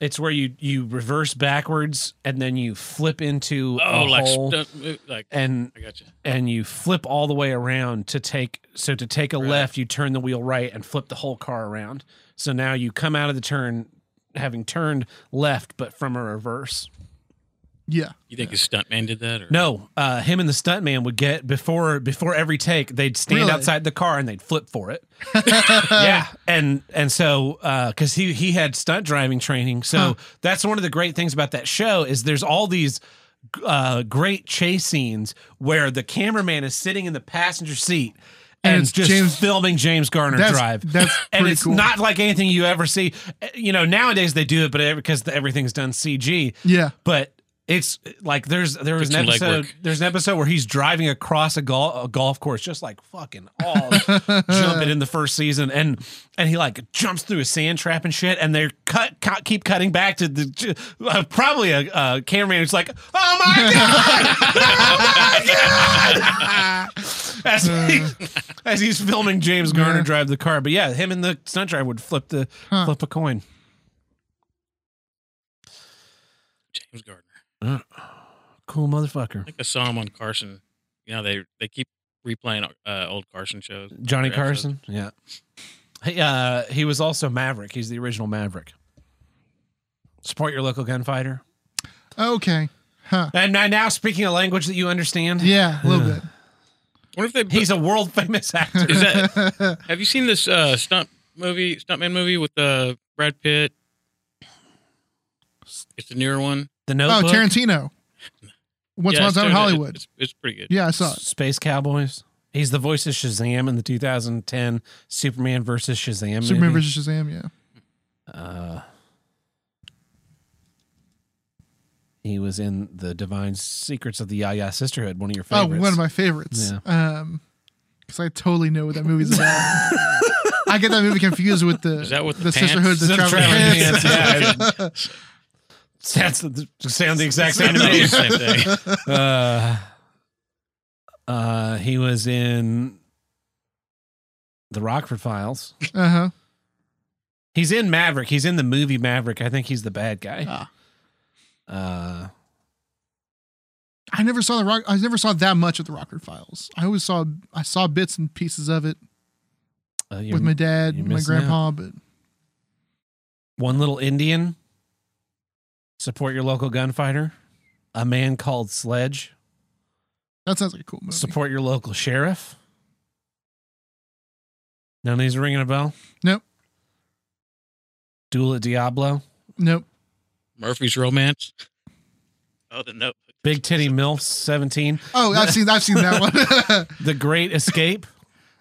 Speaker 1: It's where you you reverse backwards and then you flip into a
Speaker 3: Oh, like
Speaker 1: hole
Speaker 3: stunt, like
Speaker 1: and
Speaker 3: I got you.
Speaker 1: and you flip all the way around to take so to take a
Speaker 3: Right.
Speaker 1: left you turn the wheel right and flip the whole car around so now you come out of the turn having turned left but from a reverse
Speaker 2: Yeah.
Speaker 3: You think his stuntman did that? Or?
Speaker 1: no uh him and the stuntman would get before before every take they'd stand
Speaker 2: Really?
Speaker 1: outside the car and they'd flip for it yeah and and so uh because he he had stunt driving training so
Speaker 2: Huh.
Speaker 1: that's one of the great things about that show is there's all these uh great chase scenes where the cameraman is sitting in the passenger seat
Speaker 2: And
Speaker 1: and,
Speaker 2: it's
Speaker 1: just
Speaker 2: James-
Speaker 1: filming James Garner
Speaker 2: That's
Speaker 1: drive
Speaker 2: that's
Speaker 1: and
Speaker 2: pretty
Speaker 1: it's
Speaker 2: cool.
Speaker 1: not like anything you ever see Uh, you know nowadays they do it but because everything's done cg
Speaker 2: yeah.
Speaker 1: but it's like there's there was
Speaker 3: Get
Speaker 1: an
Speaker 3: some
Speaker 1: episode
Speaker 3: legwork.
Speaker 1: there's an episode where he's driving across a, gol- a golf course just like fucking all jumping in the first season and and he like jumps through a sand trap and shit and they're cut, cut keep cutting back to the ju- uh, probably a uh, cameraman who's like oh my god
Speaker 2: Ah,
Speaker 1: oh my god as, he, as he's filming James Garner
Speaker 2: Yeah.
Speaker 1: drive the car but yeah him and the stunt driver would flip the
Speaker 2: Huh.
Speaker 1: flip a coin
Speaker 3: James Gardner.
Speaker 1: cool motherfucker
Speaker 3: I think I saw him on Carson. You know, they they keep replaying uh, old Carson shows.
Speaker 1: Johnny
Speaker 3: or episodes.
Speaker 1: Carson. Yeah. He, uh, he was also Maverick. He's the original Maverick. Support your local gunfighter.
Speaker 2: Okay. Huh.
Speaker 1: And now- now, speaking a language that you understand,
Speaker 2: Yeah, a little bit.
Speaker 3: wonder if they put-
Speaker 1: he's a world famous actor.
Speaker 3: is that. Have you seen this uh, stunt movie, stuntman movie with uh, Brad Pitt? It's the newer one.
Speaker 1: the
Speaker 2: Oh,
Speaker 1: Notebook,
Speaker 2: Tarantino. Once upon a
Speaker 3: Yeah,
Speaker 2: time
Speaker 3: it's
Speaker 2: in
Speaker 3: doing it.
Speaker 2: Hollywood.
Speaker 3: It's, it's pretty good.
Speaker 2: yeah, I saw it.
Speaker 1: Space Cowboys. He's the voice of Shazam in the 2010 Superman versus Shazam.
Speaker 2: Superman
Speaker 1: movie.
Speaker 2: vs. Shazam. Yeah.
Speaker 1: Uh, he was in the Divine Secrets of the Yaya Sisterhood, one of your favorites.
Speaker 2: Oh, one of my favorites. Um, because I totally know what that movie's about. I get that movie confused with the
Speaker 3: Is that with the
Speaker 2: the
Speaker 3: pants?
Speaker 2: Sisterhood of the
Speaker 1: The
Speaker 2: Traveling
Speaker 1: Traveling
Speaker 2: Pants.
Speaker 1: Pants, Sounds sound the exact same to me.
Speaker 3: It's the same thing.
Speaker 1: uh, uh, he was in the Rockford Files.
Speaker 2: Uh huh.
Speaker 1: He's in Maverick. He's in the movie Maverick. I think he's the bad guy.
Speaker 2: Ah.
Speaker 1: Uh,
Speaker 2: I never saw the rock. I never saw that much of the Rockford Files. I always saw I saw bits and pieces of it
Speaker 1: uh, you're
Speaker 2: with my dad,
Speaker 1: you're
Speaker 2: and my
Speaker 1: missing out.
Speaker 2: grandpa, but
Speaker 1: one little Indian. Support your local gunfighter. A man called Sledge.
Speaker 2: that sounds like a cool movie.
Speaker 1: Support your local sheriff. None of these are ringing a bell.
Speaker 2: Nope.
Speaker 1: Duel at Diablo.
Speaker 2: nope.
Speaker 3: Murphy's Romance. Oh, the Notebook.
Speaker 1: Big Titty MILF 17.
Speaker 2: Oh, I've seen I've seen that one.
Speaker 1: The Great Escape.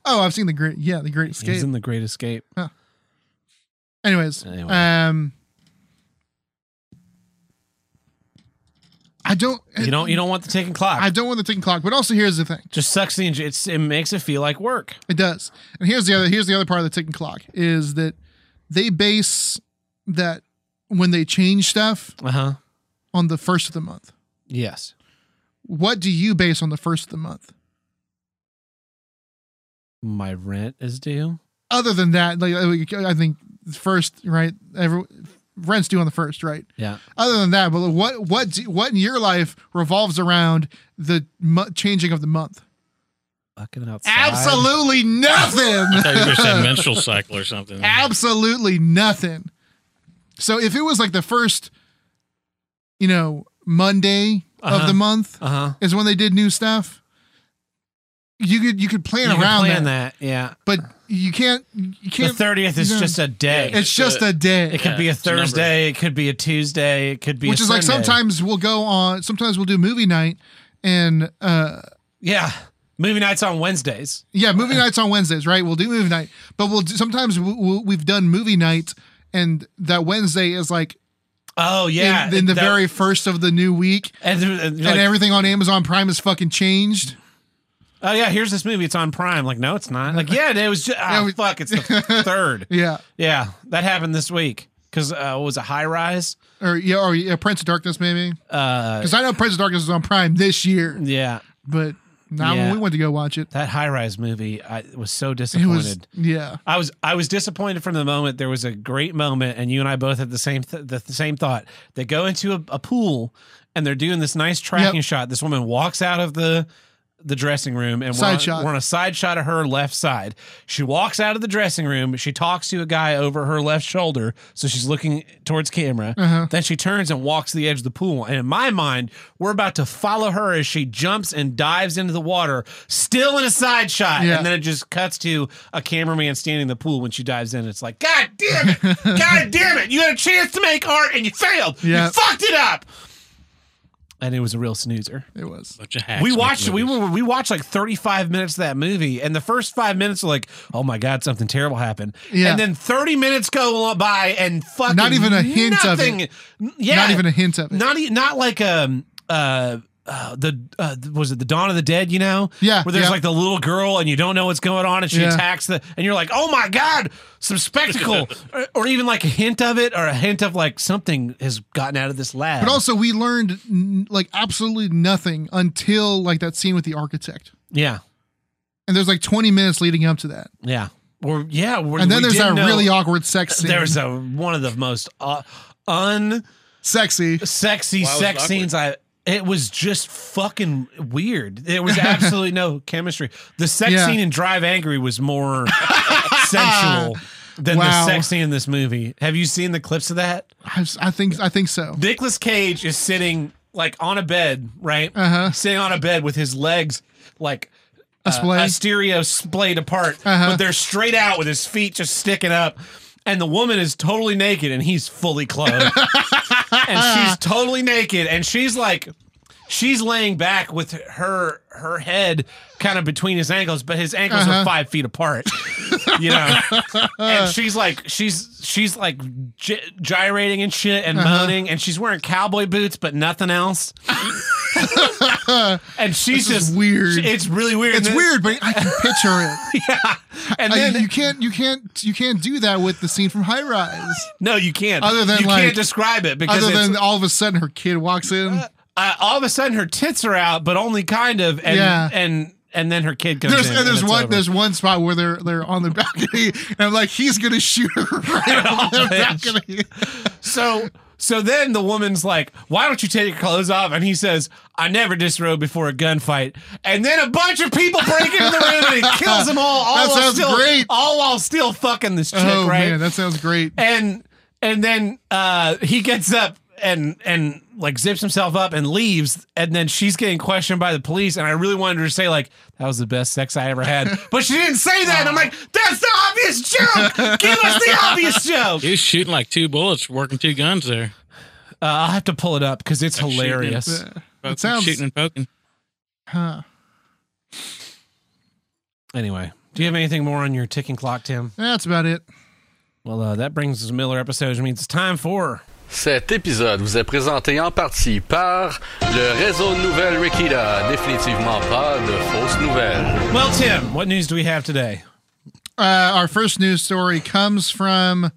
Speaker 2: oh, I've seen the great yeah the Great Escape.
Speaker 1: He's in The Great Escape.
Speaker 2: Anyways,
Speaker 1: Anyway.
Speaker 2: um, I don't
Speaker 1: You don't you don't want the ticking clock.
Speaker 2: I don't want the ticking clock, but also here's the thing.
Speaker 1: Just sucks the enj- it's it makes it feel like work.
Speaker 2: It does. And here's the other here's the other part of the ticking clock is that they base that when they change stuff
Speaker 1: Uh-huh.
Speaker 2: on the first of the month.
Speaker 1: Yes.
Speaker 2: What do you base on the first of the month?
Speaker 1: My rent is due.
Speaker 2: Other than that, like I think first, right? Every rent's due on the first, right?
Speaker 1: Yeah.
Speaker 2: Other than that, but what what do, what in your life revolves around the mo- changing of the month?
Speaker 1: Fucking outside.
Speaker 2: Absolutely
Speaker 3: I thought you were
Speaker 2: nothing.
Speaker 3: going to say menstrual cycle or something.
Speaker 2: absolutely nothing. So if it was like the first, you know, Monday
Speaker 1: Uh-huh.
Speaker 2: of the month
Speaker 1: Uh-huh.
Speaker 2: is when they did new stuff, you could you could plan
Speaker 1: You can
Speaker 2: around
Speaker 1: plan
Speaker 2: that,
Speaker 1: that. Yeah.
Speaker 2: but you can't you
Speaker 1: The
Speaker 2: can't.
Speaker 1: 30th is
Speaker 2: you know,
Speaker 1: just a day.
Speaker 2: it's just a day,
Speaker 1: It could
Speaker 3: Yeah,
Speaker 1: be a
Speaker 3: it's a number.
Speaker 1: Thursday. It could be a Tuesday. It could be
Speaker 2: which
Speaker 1: a
Speaker 2: is like
Speaker 1: Sunday.
Speaker 2: sometimes we'll go on. Sometimes we'll do movie night, and uh,
Speaker 1: Yeah, movie nights on Wednesdays.
Speaker 2: yeah, movie nights on Wednesdays, right? We'll do movie night, but we'll do, sometimes we- we'll, we've done movie night, and that Wednesday is like
Speaker 1: Oh yeah,
Speaker 2: in, in the
Speaker 1: That-
Speaker 2: very first of the new week,
Speaker 1: and, and you're
Speaker 2: and
Speaker 1: like,
Speaker 2: everything on Amazon Prime is fucking changed.
Speaker 1: oh yeah, here's this movie. It's on Prime. Like no, it's not. Like yeah, it was just oh,
Speaker 2: we-
Speaker 1: fuck. It's the third.
Speaker 2: Yeah.
Speaker 1: Yeah, that happened this week because uh, it was a high rise.
Speaker 2: Or yeah, or yeah, Prince of Darkness maybe.
Speaker 1: Uh,
Speaker 2: Because I know Prince of Darkness is on Prime this year,
Speaker 1: yeah,
Speaker 2: but Not
Speaker 1: Yeah.
Speaker 2: when we went to go watch it.
Speaker 1: That high rise movie, I was so
Speaker 2: It
Speaker 1: disappointed.
Speaker 2: was yeah.
Speaker 1: I was I was disappointed from the moment there was a great moment, and you and I both had the same th- the, same thought. They go into a, a pool, and they're doing this nice tracking shot. This woman walks out of the the dressing room, and we're
Speaker 2: Side
Speaker 1: on,
Speaker 2: shot.
Speaker 1: we're on a side shot of her left side. She walks out of the dressing room. She talks to a guy over her left shoulder, so she's looking towards camera.
Speaker 2: Uh-huh.
Speaker 1: Then she turns and walks to the edge of the pool. And in my mind, we're about to follow her as she jumps and dives into the water, still in a side shot.
Speaker 2: Yeah.
Speaker 1: And then it just cuts to a cameraman standing in the pool when she dives in. It's like, God damn it! God damn it! You had a chance to make art and you failed.
Speaker 2: Yeah.
Speaker 1: You fucked it up. And it was a real snoozer.
Speaker 2: It was.
Speaker 3: Bunch of hacks.
Speaker 1: We
Speaker 3: making
Speaker 1: watched we
Speaker 3: movies.
Speaker 1: were, we watched like 35 minutes of that movie and the first 5 minutes are like oh my god something terrible happened.
Speaker 2: Yeah.
Speaker 1: And then 30 minutes go by and fucking
Speaker 2: Not even a hint of
Speaker 1: nothing,
Speaker 2: it.
Speaker 1: Yeah.
Speaker 2: Not even a hint of it.
Speaker 1: not e- not like um uh, uh the uh, was it the Dawn of the Dead? You know,
Speaker 2: Yeah,
Speaker 1: where there's
Speaker 2: yeah.
Speaker 1: like the little girl and you don't know what's going on, and she
Speaker 2: Yeah.
Speaker 1: attacks the, and you're like, oh my god, some spectacle, or, or even like a hint of it, or a hint of like something has gotten out of this lab.
Speaker 2: But also, we learned n- like absolutely nothing until like that scene with the architect.
Speaker 1: yeah,
Speaker 2: And there's like 20 minutes leading up to that.
Speaker 1: yeah, or yeah, we
Speaker 2: And then
Speaker 1: we
Speaker 2: there's that
Speaker 1: didn't know-
Speaker 2: really awkward sex scene.
Speaker 1: There's a one of the most uh, unsexy
Speaker 2: sexy.
Speaker 3: Why was it
Speaker 1: sex
Speaker 3: awkward?
Speaker 1: scenes I. It was just fucking weird. There was absolutely no chemistry. The sex
Speaker 2: Yeah.
Speaker 1: scene in Drive Angry was more sensual than
Speaker 2: Wow.
Speaker 1: the sex scene in this movie. Have you seen the clips of that?
Speaker 2: I, s- I think I think so.
Speaker 1: Nicolas Cage is sitting like on a bed, right?
Speaker 2: Uh-huh.
Speaker 1: Sitting on a bed with his legs like Uh,
Speaker 2: A splay?
Speaker 1: a stereo splayed apart,
Speaker 2: Uh-huh.
Speaker 1: but they're straight out with his feet just sticking up. And the woman is totally naked and he's fully clothed. and she's totally naked and she's like she's laying back with her her head kind of between his ankles, but his ankles
Speaker 2: Uh-huh.
Speaker 1: are five feet apart. you know? and she's like she's she's like gy- gyrating and shit and
Speaker 2: Uh-huh.
Speaker 1: moaning and she's wearing cowboy boots but nothing else and she's
Speaker 2: This is
Speaker 1: just
Speaker 2: weird.
Speaker 1: she- it's really weird
Speaker 2: It's
Speaker 1: And then-
Speaker 2: weird, but I can picture it.
Speaker 1: and
Speaker 2: I-
Speaker 1: then
Speaker 2: you can't you can't you can't do that with the scene from High Rise.
Speaker 1: no you can't
Speaker 2: Other than,
Speaker 1: you
Speaker 2: like-
Speaker 1: can't describe it because
Speaker 2: Other
Speaker 1: it's,
Speaker 2: than all of a sudden her kid walks in.
Speaker 1: uh, all of a sudden her tits are out but only kind of and
Speaker 2: Yeah.
Speaker 1: and and then her kid comes
Speaker 2: There's
Speaker 1: in
Speaker 2: and there's
Speaker 1: it's
Speaker 2: one
Speaker 1: over.
Speaker 2: there's one spot where they're they're on the balcony and I'm like he's gonna shoot her right off
Speaker 1: Oh,
Speaker 2: the balcony.
Speaker 1: so so then the woman's like, "Why don't you take your clothes off?" And he says, "I never disrobe before a gunfight." And then a bunch of people break into the room and he kills them all. all
Speaker 2: That
Speaker 1: while
Speaker 2: sounds
Speaker 1: still,
Speaker 2: great.
Speaker 1: All while still fucking this chick,
Speaker 2: Oh
Speaker 1: right?
Speaker 2: man, that sounds great.
Speaker 1: and and then uh, he gets up and and like zips himself up and leaves and then she's getting questioned by the police and i really wanted her to say like that was the best sex i ever had but she didn't say that and i'm like that's the obvious joke give us the obvious joke
Speaker 3: He was shooting like two bullets, working two guns there.
Speaker 1: uh, i'll have to pull it up because it's
Speaker 3: Like shooting and-
Speaker 1: hilarious
Speaker 3: Poking,
Speaker 2: sounds-
Speaker 3: shooting and poking.
Speaker 2: Huh.
Speaker 1: anyway do you have anything more on your ticking clock tim
Speaker 2: That's about it.
Speaker 1: well uh, that brings us to miller episode which means it's time for
Speaker 4: Cet épisode vous est présenté en partie par le réseau de nouvelles Rikida. Définitivement pas de fausses nouvelles.
Speaker 1: well tim what news do we have today
Speaker 2: Uh, our first news story comes from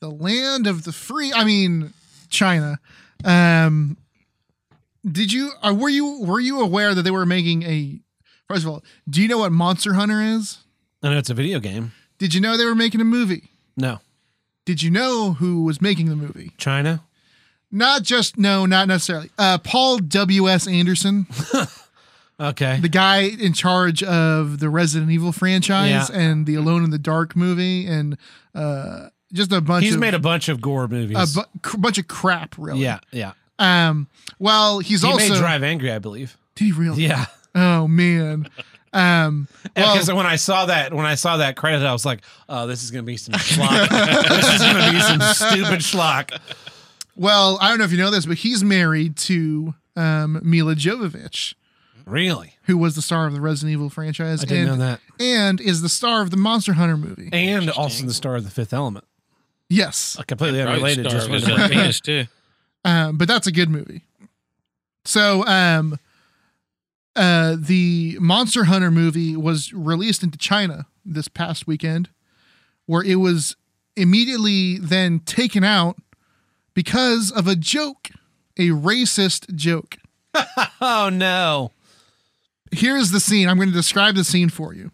Speaker 2: the land of the free. I mean, China. Um, did you? Uh, were you? Were you aware that they were making a? First of all, do you know what Monster Hunter is?
Speaker 1: i know it's a video game
Speaker 2: Did you know they were making a movie?
Speaker 1: no
Speaker 2: Did you know who was making the movie?
Speaker 1: china
Speaker 2: Not just no, not necessarily. Uh, Paul W. S. Anderson,
Speaker 1: okay
Speaker 2: the guy in charge of the Resident Evil franchise
Speaker 1: Yeah.
Speaker 2: and the Alone in the Dark movie, and uh, just a bunch.
Speaker 1: he's
Speaker 2: of,
Speaker 1: made a bunch of gore movies
Speaker 2: a bu- cr- bunch of crap, really.
Speaker 1: Yeah, yeah.
Speaker 2: Um. Well, he's
Speaker 1: He
Speaker 2: also
Speaker 1: made Drive Angry, I believe.
Speaker 2: did he really?
Speaker 1: Yeah.
Speaker 2: Oh man. Um. Well,
Speaker 1: Because when I saw that, when I saw that credit, I was like, "Oh, this is gonna be some schlock. this is gonna be some stupid schlock."
Speaker 2: well, I don't know if you know this, but he's married to um, Mila Jovovich,
Speaker 1: Really?
Speaker 2: who was the star of the Resident Evil franchise,
Speaker 1: I didn't
Speaker 2: and
Speaker 1: know that.
Speaker 2: and is the star of the Monster Hunter movie.
Speaker 1: And also the star of the Fifth Element,
Speaker 2: yes.
Speaker 1: Uh, completely
Speaker 3: Probably the
Speaker 1: unrelated.
Speaker 3: star
Speaker 1: Just
Speaker 3: was
Speaker 1: was
Speaker 3: that penis too.
Speaker 2: Um. But that's a good movie. So um. Uh, the Monster Hunter movie was released into China this past weekend. where it was immediately then taken out because of a joke, a racist joke.
Speaker 1: oh no!
Speaker 2: here's the scene. I'm going to describe the scene for you.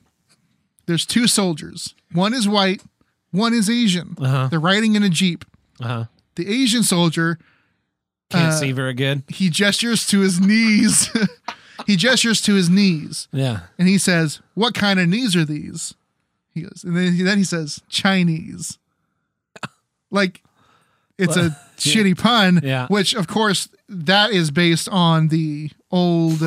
Speaker 2: There's two soldiers. One is white, one is Asian.
Speaker 1: Uh-huh.
Speaker 2: They're riding in a jeep.
Speaker 1: Uh huh.
Speaker 2: The Asian soldier
Speaker 1: Can't
Speaker 2: Uh,
Speaker 1: see very good.
Speaker 2: he gestures to his knees. he gestures to his knees,
Speaker 1: Yeah.
Speaker 2: and he says, "What kind of knees are these?" He goes, and then he, then he says, "Chinese." Like, it's a shitty pun.
Speaker 1: Yeah.
Speaker 2: Which, of course, that is based on the old.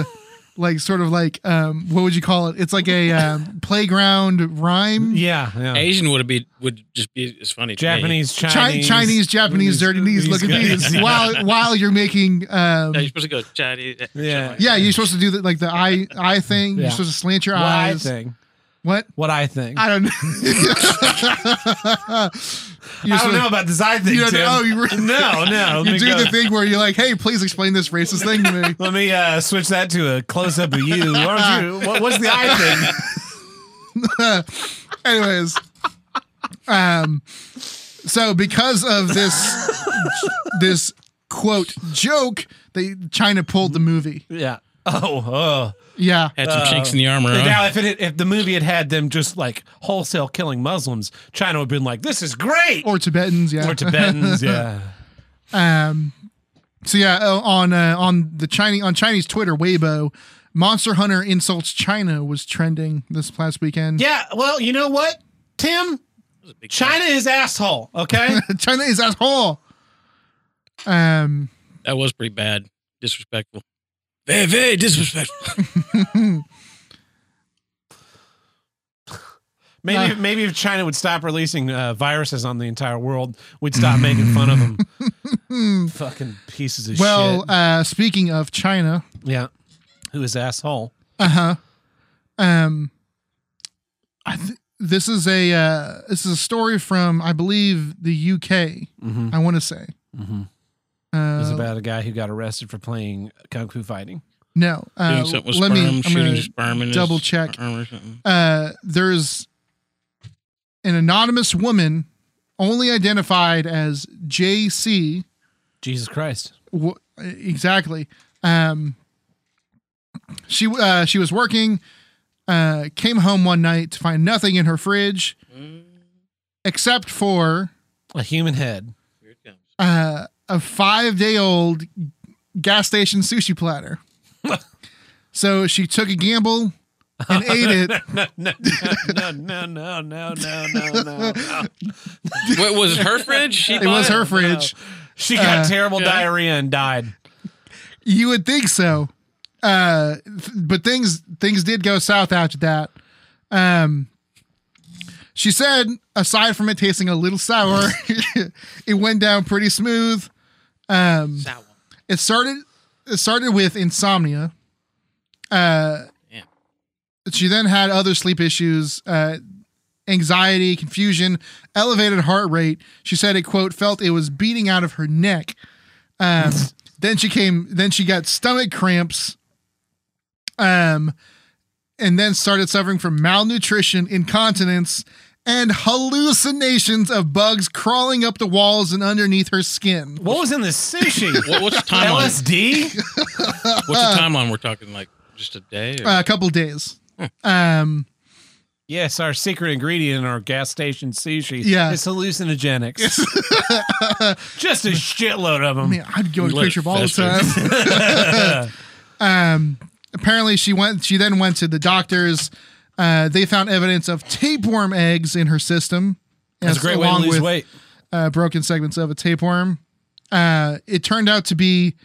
Speaker 2: Like sort of like um, what would you call it? It's like a um, playground rhyme.
Speaker 1: Yeah. yeah.
Speaker 3: Asian would be would just be as funny. to me.
Speaker 1: Japanese,
Speaker 2: Chi-
Speaker 1: Chinese,
Speaker 2: Chinese, Japanese, dirty knees. Look at
Speaker 1: guys.
Speaker 2: these. While while you're making um,
Speaker 3: Yeah, you're supposed to go Chinese.
Speaker 1: Yeah.
Speaker 2: Yeah, you're supposed to do the, like the eye eye thing.
Speaker 1: Yeah.
Speaker 2: You're supposed to slant your
Speaker 1: What I
Speaker 2: eyes.
Speaker 1: think.
Speaker 2: What?
Speaker 1: What I think.
Speaker 2: I don't know. You're
Speaker 1: I don't
Speaker 2: supposed-
Speaker 1: know about this. I think.
Speaker 2: You don't
Speaker 1: Tim.
Speaker 2: know- oh, you were-
Speaker 1: no, no. Let
Speaker 2: You
Speaker 1: me
Speaker 2: do
Speaker 1: go-
Speaker 2: the thing where you're like, "Hey, please explain this racist thing to me."
Speaker 1: Let me uh, switch that to a close up of you. Why don't you- what- what's the eye thing?
Speaker 2: Anyways, um, so because of this this quote joke, they China pulled the movie.
Speaker 1: Yeah. Oh, oh.
Speaker 2: Yeah,
Speaker 3: Had some chinks in Uh, the armor.
Speaker 1: Now,
Speaker 3: Huh?
Speaker 1: if it if the movie had had them just like wholesale killing Muslims, China would have been like, "This is great,"
Speaker 2: or Tibetans. Yeah,
Speaker 1: or Tibetans. Yeah.
Speaker 2: Um, so yeah, uh, on uh, on the Chinese on Chinese Twitter, Weibo, Monster Hunter insults China was trending this past weekend.
Speaker 1: Yeah, well, you know what, Tim? China is asshole, okay?
Speaker 2: China is asshole. Um,
Speaker 3: That was pretty bad. Disrespectful. Very, very disrespectful.
Speaker 1: Maybe
Speaker 2: Uh.
Speaker 1: maybe if China would stop releasing uh, viruses on the entire world, we'd stop making fun of them. Fucking pieces of
Speaker 2: well,
Speaker 1: shit.
Speaker 2: uh, speaking of China,
Speaker 1: yeah. Who is asshole?
Speaker 2: uh huh. Um, I th- this is a uh, this is a story from I believe the UK.
Speaker 1: Mm-hmm.
Speaker 2: I want to say.
Speaker 1: Mm-hmm. It was
Speaker 2: Uh,
Speaker 1: about a guy who got arrested for playing kung fu fighting.
Speaker 2: no, uh,
Speaker 3: Doing something with
Speaker 2: let me.
Speaker 3: sperm,
Speaker 2: I'm
Speaker 3: shooting
Speaker 2: gonna-
Speaker 3: sperm in his
Speaker 2: double check.
Speaker 3: arm or something.
Speaker 2: uh, there's an anonymous woman only identified as JC.
Speaker 1: Jesus Christ.
Speaker 2: W- exactly. Um, she uh, she was working, uh, came home one night to find nothing in her fridge except for
Speaker 1: A human head.
Speaker 3: Here it comes.
Speaker 2: uh, a five day old gas station sushi platter. so she took a gamble and ate it.
Speaker 1: No, no, no, no, no, no, no, no, no.
Speaker 3: What was it? Her fridge? She
Speaker 2: It was her fridge.
Speaker 1: She
Speaker 2: Uh,
Speaker 1: got terrible
Speaker 3: yeah.
Speaker 1: diarrhea and died.
Speaker 2: You would think so, uh, th- but things things did go south after that. Um, she said, aside from it tasting a little sour, it went down pretty smooth. Um,
Speaker 3: Sour.
Speaker 2: It started it started with insomnia. Uh,
Speaker 3: Damn.
Speaker 2: she then had other sleep issues, uh, anxiety, confusion, elevated heart rate. She said it quote felt it was beating out of her neck. Um, then she came. Then she got stomach cramps. Um, and then started suffering from malnutrition, incontinence, and hallucinations of bugs crawling up the walls and underneath her skin.
Speaker 1: What was in the sushi?
Speaker 3: What, what's the timeline?
Speaker 1: LSD?
Speaker 3: what's the timeline we're talking? Like just a day? Or?
Speaker 2: Uh, a couple days. Um,
Speaker 1: Yes, our secret ingredient in our gas station sushi
Speaker 2: Yeah.
Speaker 1: is hallucinogenics. Just a shitload of them.
Speaker 2: man, I'd go to
Speaker 3: Let it
Speaker 2: picture all the
Speaker 3: fester.
Speaker 2: time. um, apparently, she went. She then went to the doctors. Uh, they found evidence of tapeworm eggs in her system.
Speaker 1: That's a great way to
Speaker 2: along
Speaker 1: lose
Speaker 2: with,
Speaker 1: weight.
Speaker 2: Uh, broken segments of a tapeworm. Uh, it turned out to be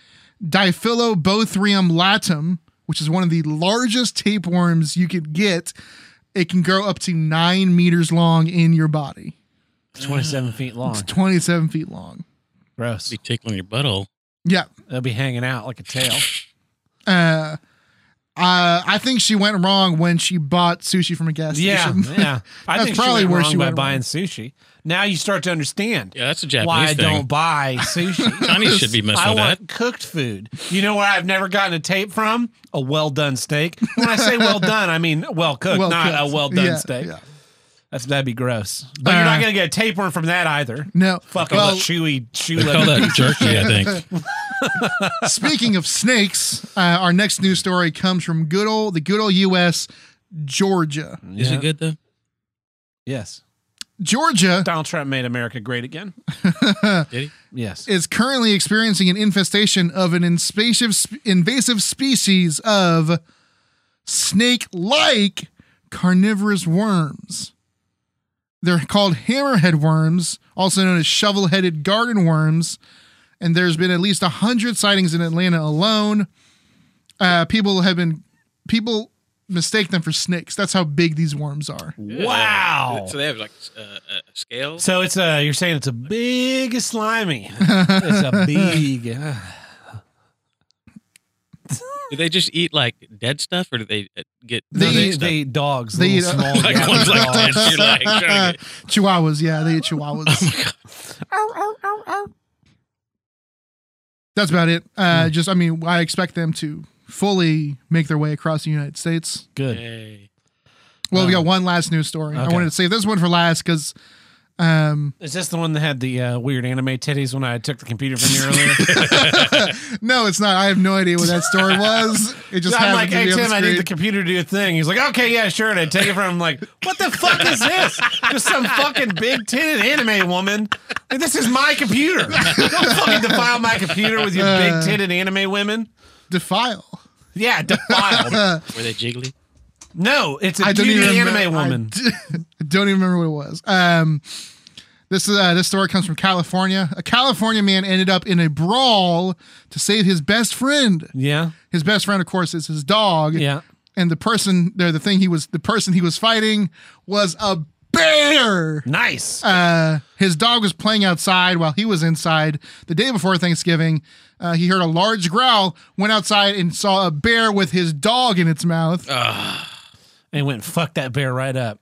Speaker 2: Diphylobothrium latum, which is one of the largest tapeworms you could get. It can grow up to nine meters long in your body.
Speaker 1: It's 27 feet long.
Speaker 2: It's 27 feet long.
Speaker 1: Gross.
Speaker 3: Be tickling your butthole.
Speaker 2: Yeah.
Speaker 1: They'll be hanging out like a tail.
Speaker 2: uh, uh, I think she went wrong when she bought sushi from a gas
Speaker 1: Yeah,
Speaker 2: station.
Speaker 1: yeah. I
Speaker 2: That's
Speaker 1: think
Speaker 2: probably
Speaker 1: she went
Speaker 2: where
Speaker 1: wrong
Speaker 2: she
Speaker 1: by
Speaker 2: went wrong.
Speaker 1: buying sushi. Now you start to understand
Speaker 3: Yeah, that's a Japanese
Speaker 1: why I
Speaker 3: thing.
Speaker 1: don't buy sushi.
Speaker 3: Chinese should be messing
Speaker 1: I
Speaker 3: with that.
Speaker 1: want cooked food. You know where I've never gotten a tape from? A well done steak. When I say well done, I mean well cooked,
Speaker 2: Well
Speaker 1: not
Speaker 2: cooked.
Speaker 1: a well done
Speaker 2: Yeah,
Speaker 1: steak.
Speaker 2: yeah.
Speaker 1: That's that'd be gross. But you're not
Speaker 2: Uh,
Speaker 1: gonna get a tapeworm from that either.
Speaker 2: No.
Speaker 1: Fucking
Speaker 2: well,
Speaker 1: chewy, chewy.
Speaker 3: They call
Speaker 1: leather.
Speaker 3: that jerky, I think.
Speaker 2: Speaking of snakes, uh, our next news story comes from good old the good old U.S. Georgia.
Speaker 3: Is
Speaker 1: Yeah.
Speaker 3: it good though?
Speaker 1: Yes.
Speaker 2: Georgia
Speaker 1: Donald Trump made America great again.
Speaker 3: Did he?
Speaker 1: Yes.
Speaker 2: is currently experiencing an infestation of an invasive sp- invasive species of snake-like carnivorous worms. They're called hammerhead worms, also known as shovel-headed garden worms, and there's been at least 100 sightings in Atlanta alone. Uh, people have been people mistake them for snakes. That's how big these worms are.
Speaker 1: Wow.
Speaker 3: So they have like uh, uh, scales.
Speaker 1: So it's uh you're saying it's a big slimy. it's a big.
Speaker 3: Do they just eat like dead stuff, or do they uh, get
Speaker 1: No, they,
Speaker 2: eat-
Speaker 1: they eat dogs.
Speaker 2: they
Speaker 1: little
Speaker 2: eat-
Speaker 1: small
Speaker 3: Like
Speaker 1: garbage
Speaker 3: ones like
Speaker 1: dogs.
Speaker 3: that. You're like, Oh trying to
Speaker 2: chihuahuas, yeah, they eat chihuahuas. That's about it. Uh, Just, I mean, I expect them to fully make their way across the United States.
Speaker 1: Good.
Speaker 3: Yay.
Speaker 2: Well, we
Speaker 1: Oh.
Speaker 2: got one last news story. I
Speaker 1: Okay.
Speaker 2: wanted to save this one for last because, um,
Speaker 1: Is this the one that had the uh, weird anime titties when I took the computer from you earlier?
Speaker 2: no, it's not. I have no idea what that story was. It just
Speaker 1: I'm
Speaker 2: happened
Speaker 1: like,
Speaker 2: to be
Speaker 1: hey
Speaker 2: on the
Speaker 1: Tim, I
Speaker 2: screen."
Speaker 1: need the computer to do a thing. He's like, okay, yeah, sure. And I take it from him. I'm like, what the fuck is this? Just some fucking big titted anime woman. Like, this is my computer. Don't fucking defile my computer with your big
Speaker 2: Uh.
Speaker 1: titted anime women.
Speaker 2: defile.
Speaker 1: Yeah, defiled.
Speaker 3: Were they jiggly?
Speaker 1: No, it's a
Speaker 2: I don't
Speaker 1: cutie
Speaker 2: even
Speaker 1: anime
Speaker 2: remember-
Speaker 1: woman.
Speaker 2: I d- don't even remember what it was. Um, this is uh, this story comes from California. A California man ended up in a brawl to save his best friend.
Speaker 1: yeah,
Speaker 2: His best friend, of course, is his dog.
Speaker 1: yeah.
Speaker 2: and the person there, the thing he was, the person he was fighting was a bear.
Speaker 1: Nice.
Speaker 2: Uh, his dog was playing outside while he was inside the day before Thanksgiving. Uh, he heard a large growl, went outside and saw a bear with his dog in its mouth.
Speaker 3: Uh,
Speaker 1: and went and fucked that bear right up.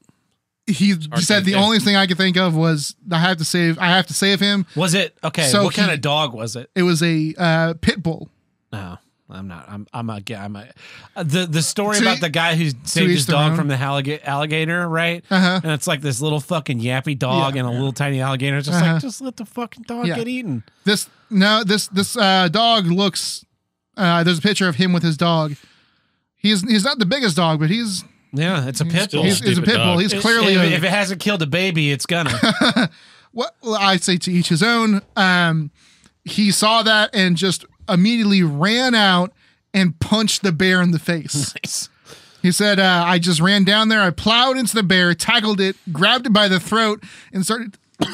Speaker 2: he
Speaker 3: hard
Speaker 2: said
Speaker 3: to
Speaker 2: the
Speaker 3: do.
Speaker 2: only thing I could think of was I have to save, I have to save him.
Speaker 1: Was it okay?
Speaker 2: So
Speaker 1: what kind
Speaker 2: he-
Speaker 1: of dog was it?
Speaker 2: It was a uh, pit bull.
Speaker 1: No, I'm not. I'm. I'm a. I'm a. uh, The the story
Speaker 2: To
Speaker 1: about
Speaker 2: each-
Speaker 1: the guy who saved
Speaker 2: each
Speaker 1: his
Speaker 2: their
Speaker 1: dog
Speaker 2: own.
Speaker 1: from the alliga- alligator, right?
Speaker 2: Uh-huh.
Speaker 1: And it's like this little fucking yappy dog
Speaker 2: Yeah.
Speaker 1: and a little tiny alligator. It's just
Speaker 2: Uh-huh.
Speaker 1: like just let the fucking dog
Speaker 2: Yeah.
Speaker 1: get eaten.
Speaker 2: This no, this this uh, dog looks. Uh, there's a picture of him with his dog. He's he's not the biggest dog, but he's
Speaker 1: Yeah, it's a pit bull.
Speaker 3: still-
Speaker 2: he's, he's a
Speaker 3: stupid
Speaker 2: pit bull.
Speaker 3: dog.
Speaker 2: He's
Speaker 1: It-
Speaker 2: clearly
Speaker 1: if,
Speaker 2: a,
Speaker 1: if it hasn't killed a baby, it's gonna.
Speaker 2: what well, I say to each his own. Um, he saw that and just immediately ran out and punched the bear in the face.
Speaker 1: Nice.
Speaker 2: He said, uh, "I just ran down there. I plowed into the bear, tackled it, grabbed it by the throat, and started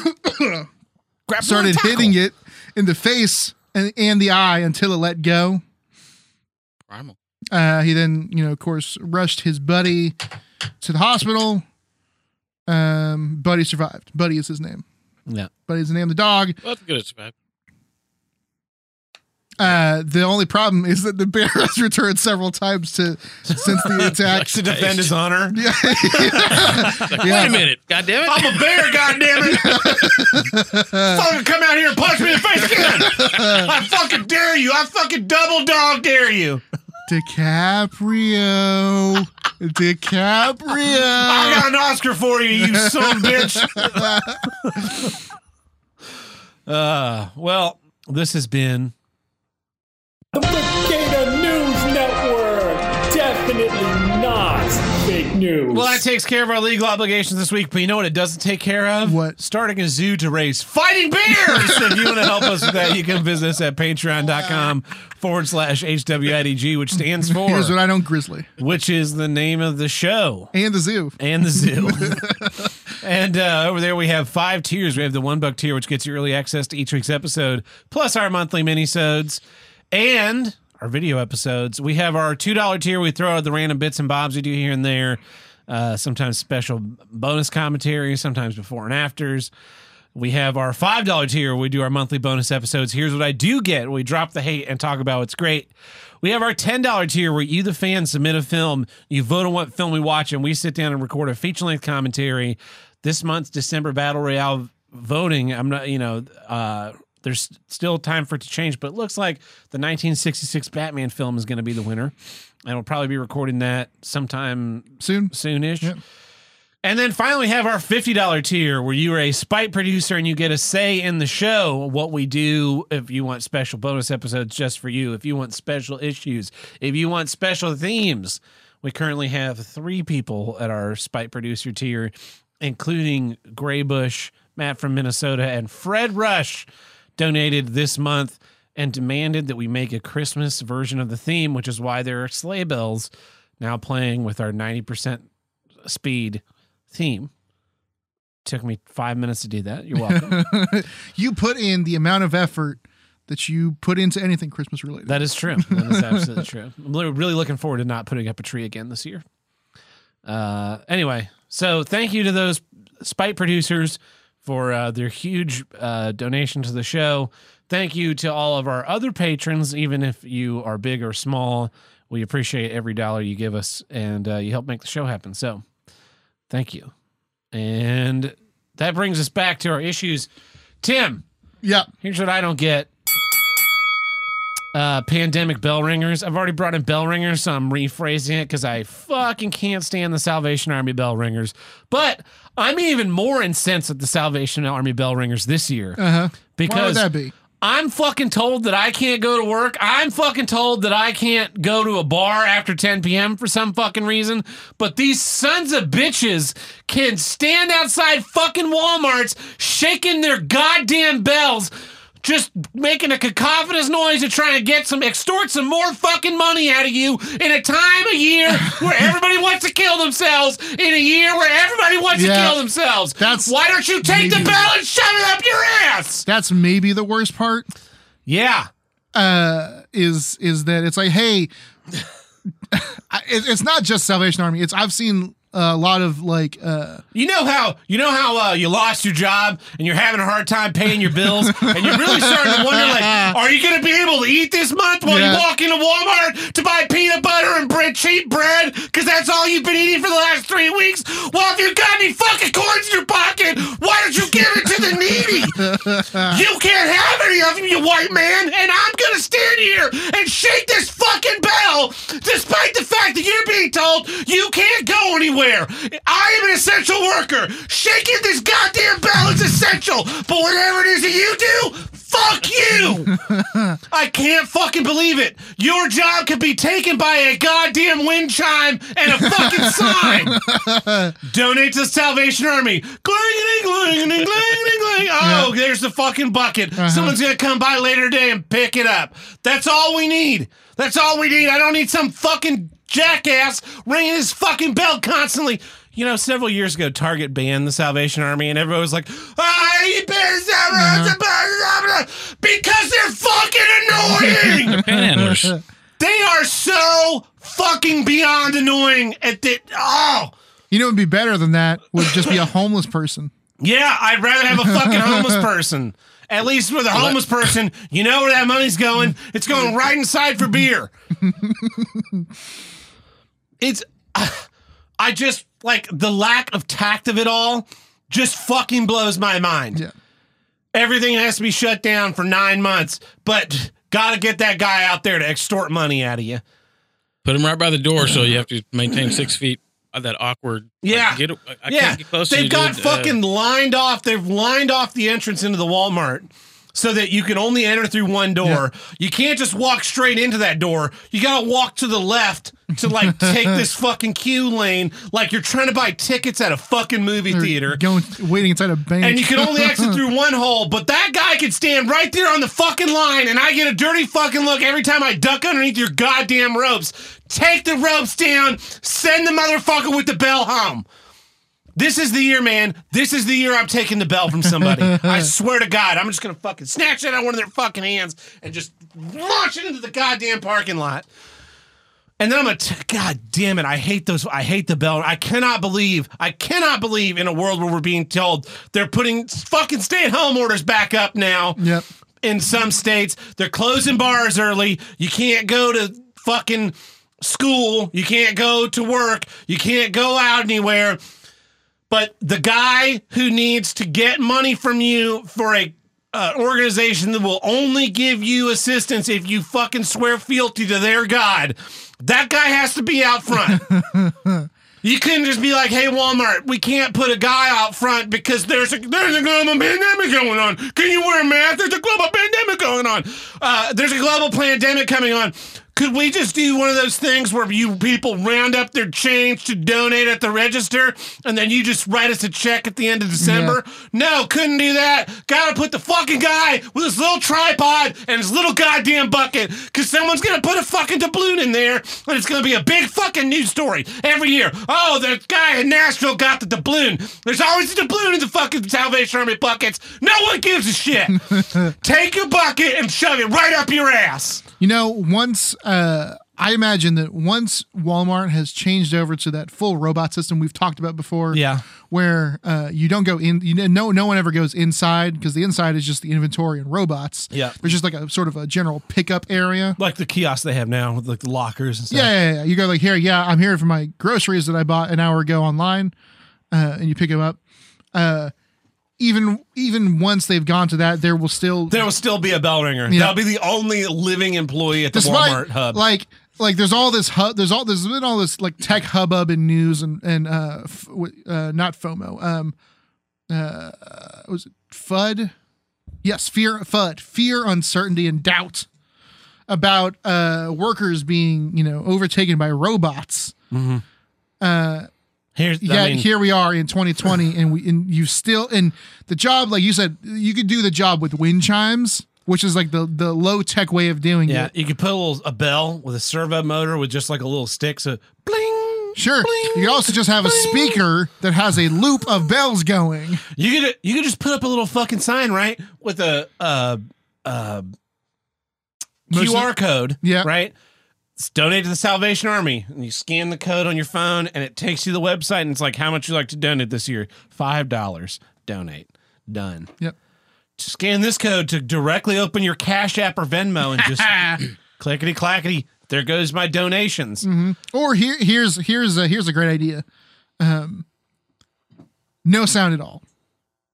Speaker 1: Grab
Speaker 2: started hitting it in the face and, and the eye until it let go."
Speaker 3: Primal.
Speaker 2: Uh, he then, you know, of course, rushed his buddy to the hospital. Um, buddy survived. Buddy is his name.
Speaker 1: Yeah.
Speaker 2: Buddy's the name of the dog.
Speaker 3: Well, that's good. It's bad.
Speaker 2: Uh, the only problem is that the bear has returned several times to since the attack.
Speaker 1: To defend his honor.
Speaker 3: Like,
Speaker 2: Yeah.
Speaker 3: Wait a minute. God damn it.
Speaker 1: I'm a bear, goddammit! fucking come out here and punch me in the face again! I fucking dare you! I fucking double dog dare you!
Speaker 2: DiCaprio,
Speaker 1: I
Speaker 2: DiCaprio.
Speaker 1: got an Oscar for you, you son of a bitch! uh, well, this has been
Speaker 5: The Brigada News Network! Definitely not fake news.
Speaker 1: well. That takes care of our legal obligations this week. But you know what? It doesn't take care of
Speaker 2: What?
Speaker 1: Starting a zoo to raise fighting bears. if you want to help us with that, you can visit us at patreon.com forward slash HWIDG, which stands for
Speaker 2: Here's what I don't grizzly
Speaker 1: which is the name of the show
Speaker 2: and the zoo.
Speaker 1: and the zoo. and uh, over there we have five tiers. We have the one buck tier, which gets you early access to each week's episode, plus our monthly minisodes and our video episodes. We have our two dollar tier. We throw out the random bits and bobs we do here and there. Uh, sometimes special bonus commentary, sometimes before and afters. We have our five dollar tier. We do our monthly bonus episodes. Here's what I do get. We drop the hate and talk about what's great. We have our ten dollar tier where you, the fan, submit a film. You vote on what film we watch, and we sit down and record a feature length commentary. This month's December Battle Royale voting. I'm not, you know, uh, there's still time for it to change, but it looks like the 1966 Batman film is going to be the winner, and we'll probably be recording that sometime
Speaker 2: Soon.
Speaker 1: soonish.
Speaker 2: Yep.
Speaker 1: And then finally, we have our $50 tier where you are a spite producer and you get a say in the show, what we do, if you want special bonus episodes just for you, if you want special issues, if you want special themes. We currently have three people at our spite producer tier, including Graybush, Matt from Minnesota, and Fred Rush donated this month and demanded that we make a Christmas version of the theme, which is why there are sleigh bells now playing with our 90% speed theme. Took me five minutes to do that. You're welcome.
Speaker 2: you put in the amount of effort that you put into anything Christmas related.
Speaker 1: that is true. That is absolutely true. I'm li- really looking forward to not putting up a tree again this year. Uh, anyway, so thank you to those spite producers for uh, their huge uh, donation to the show. Thank you to all of our other patrons, even if you are big or small. We appreciate every dollar you give us, and uh, you help make the show happen. So, thank you. And that brings us back to our issues. Tim,
Speaker 2: yeah.
Speaker 1: Here's what I don't get. Uh, pandemic bell ringers. I've already brought in bell ringers, so I'm rephrasing it because I fucking can't stand the Salvation Army bell ringers. But I'm even more incensed at the Salvation Army bell ringers this year
Speaker 2: Uh huh.
Speaker 1: because
Speaker 2: Why would that be?
Speaker 1: I'm fucking told that I can't go to work. I'm fucking told that I can't go to a bar after 10 p.m. for some fucking reason. But these sons of bitches can stand outside fucking Walmarts shaking their goddamn bells, just making a cacophonous noise to try and get some, extort some more fucking money out of you in a time of year where everybody wants to kill themselves, in a year where everybody wants
Speaker 2: Yeah.
Speaker 1: to kill themselves.
Speaker 2: That's-
Speaker 1: Why don't you take the
Speaker 2: maybe-
Speaker 1: bell and shove it up your ass?
Speaker 2: That's maybe the worst part.
Speaker 1: Yeah.
Speaker 2: uh, is is that it's like, hey, I- it, it's not just Salvation Army. It's I've seen a lot of like, uh,
Speaker 1: You know how you know how uh, you lost your job and you're having a hard time paying your bills, and you're really starting to wonder, like, are you going to be able to eat this month while
Speaker 2: Yeah.
Speaker 1: you walk into Walmart to buy peanut butter and bread, cheap bread, because that's all you've been eating for the last three weeks? Well, if you got any fucking corns in your pocket, why don't you give it to the needy? you can't have any of them, you white man, and I'm gonna stand here and shake this fucking bell, despite the fact that you're being told you can't go anywhere. I am an essential worker. Shaking this goddamn bell is essential, but whatever it is that you do, fuck you. I can't fucking believe it. Your job could be taken by a goddamn wind chime and a fucking sign. Donate to the Salvation Army. Glingity, glingity, glingity, gling. Oh, there's the fucking bucket. Someone's gonna come by later today and pick it up. That's all we need. That's all we need. I don't need some fucking jackass ringing his fucking bell constantly. You know, several years ago, Target banned the Salvation Army, and everyone was like, "Ah, you better stop- because they're fucking annoying."
Speaker 3: panhandlers.
Speaker 1: They are so fucking beyond annoying at the oh
Speaker 2: you know, it would be better than that would just be a homeless person.
Speaker 1: yeah, I'd rather have a fucking homeless person. At least with a homeless person, you know where that money's going. It's going right inside for beer. It's I just like the lack of tact of it all just fucking blows my mind.
Speaker 2: Yeah.
Speaker 1: Everything has to be shut down for 9 months, but got to get that guy out there to extort money out of you.
Speaker 3: Put them right by the door, so you have to maintain six feet. of That awkward. like,
Speaker 1: Yeah.
Speaker 3: get, I I
Speaker 1: yeah,
Speaker 3: can't get close. to
Speaker 1: they've
Speaker 3: you,
Speaker 1: got
Speaker 3: dude. Uh,
Speaker 1: fucking lined off. They've lined off the entrance into the Walmart so that you can only enter through one door. You can't just walk straight into that door. You gotta walk to the left to like take this fucking queue lane, like you're trying to buy tickets at a fucking movie theater.
Speaker 2: Going waiting inside a bank.
Speaker 1: And you can only exit through one hole, but that guy can stand right there on the fucking line, and I get a dirty fucking look every time I duck underneath your goddamn ropes. Take the ropes down, send the motherfucker with the bell home. This is the year, man. This is the year I'm taking the bell from somebody. I swear to God, I'm just gonna fucking snatch it out of one of their fucking hands and just launch it into the goddamn parking lot. And then I'm a t- god damn it! I hate those. I hate the bell. I cannot believe. I cannot believe in a world where we're being told they're putting fucking stay-at-home orders back up now.
Speaker 2: Yep.
Speaker 1: In some states, they're closing bars early. You can't go to fucking school. You can't go to work. You can't go out anywhere. But the guy who needs to get money from you for a uh, organization that will only give you assistance if you fucking swear fealty to their god, that guy has to be out front. You couldn't just be like, "Hey, Walmart, we can't put a guy out front because there's a there's a global pandemic going on. Can you wear a mask? There's a global pandemic going on. Uh, there's a global pandemic coming on. Could we just do one of those things where you people round up their change to donate at the register, and then you just write us a check at the end of December? No, couldn't do that. Got to put the fucking guy with his little tripod and his little goddamn bucket, because someone's gonna put a fucking doubloon in there, and it's gonna be a big fucking news story every year. Oh, the guy in Nashville got the doubloon. There's always a doubloon in the fucking Salvation Army buckets. No one gives a shit. Take your bucket and shove it right up your ass.
Speaker 2: You know, once uh, I imagine that once Walmart has changed over to that full robot system we've talked about before,
Speaker 1: Yeah.
Speaker 2: where uh, you don't go in, you know, no, no one ever goes inside because the inside is just the inventory and robots.
Speaker 1: Yeah.
Speaker 2: there's just like a sort of a general pickup area.
Speaker 1: Like the kiosks they have now with like the lockers and stuff.
Speaker 2: Yeah, yeah, yeah. You go like here, yeah, I'm here for my groceries that I bought an hour ago online, uh, and you pick them up. Uh, even even once they've gone to that, there will still
Speaker 1: There will still be a bell ringer.
Speaker 2: Yeah.
Speaker 1: That'll be the only living employee at the Walmart hub.
Speaker 2: like like there's all this hub there's all there's been all this like tech hubbub and news and and uh, f- w- uh not FOMO um uh was it FUD yes fear FUD fear uncertainty and doubt about uh workers being you know overtaken by robots
Speaker 1: Here's, I
Speaker 2: yet
Speaker 1: mean,
Speaker 2: here we are in 2020 and we and you still and the job like you said you could do the job with wind chimes which is like the the low tech way of doing
Speaker 1: yeah,
Speaker 2: it
Speaker 1: you could put a little a bell with a servo motor with just like a little stick, so bling.
Speaker 2: Sure.
Speaker 1: Bling.
Speaker 2: You could also just have a speaker that has a loop of bells going.
Speaker 1: You could you could just put up a little fucking sign, right, with a uh uh
Speaker 2: Most-
Speaker 1: QR code.
Speaker 2: Yeah.
Speaker 1: right. It's donate to the Salvation Army, and you scan the code on your phone, and it takes you to the website, and it's like, how much you like to donate this year? Five dollars. Donate. Done.
Speaker 2: Yep.
Speaker 1: scan this code to directly open your Cash App or Venmo and just clickety clackety. There goes my donations.
Speaker 2: Or here here's here's a here's a great idea. Um no sound at all.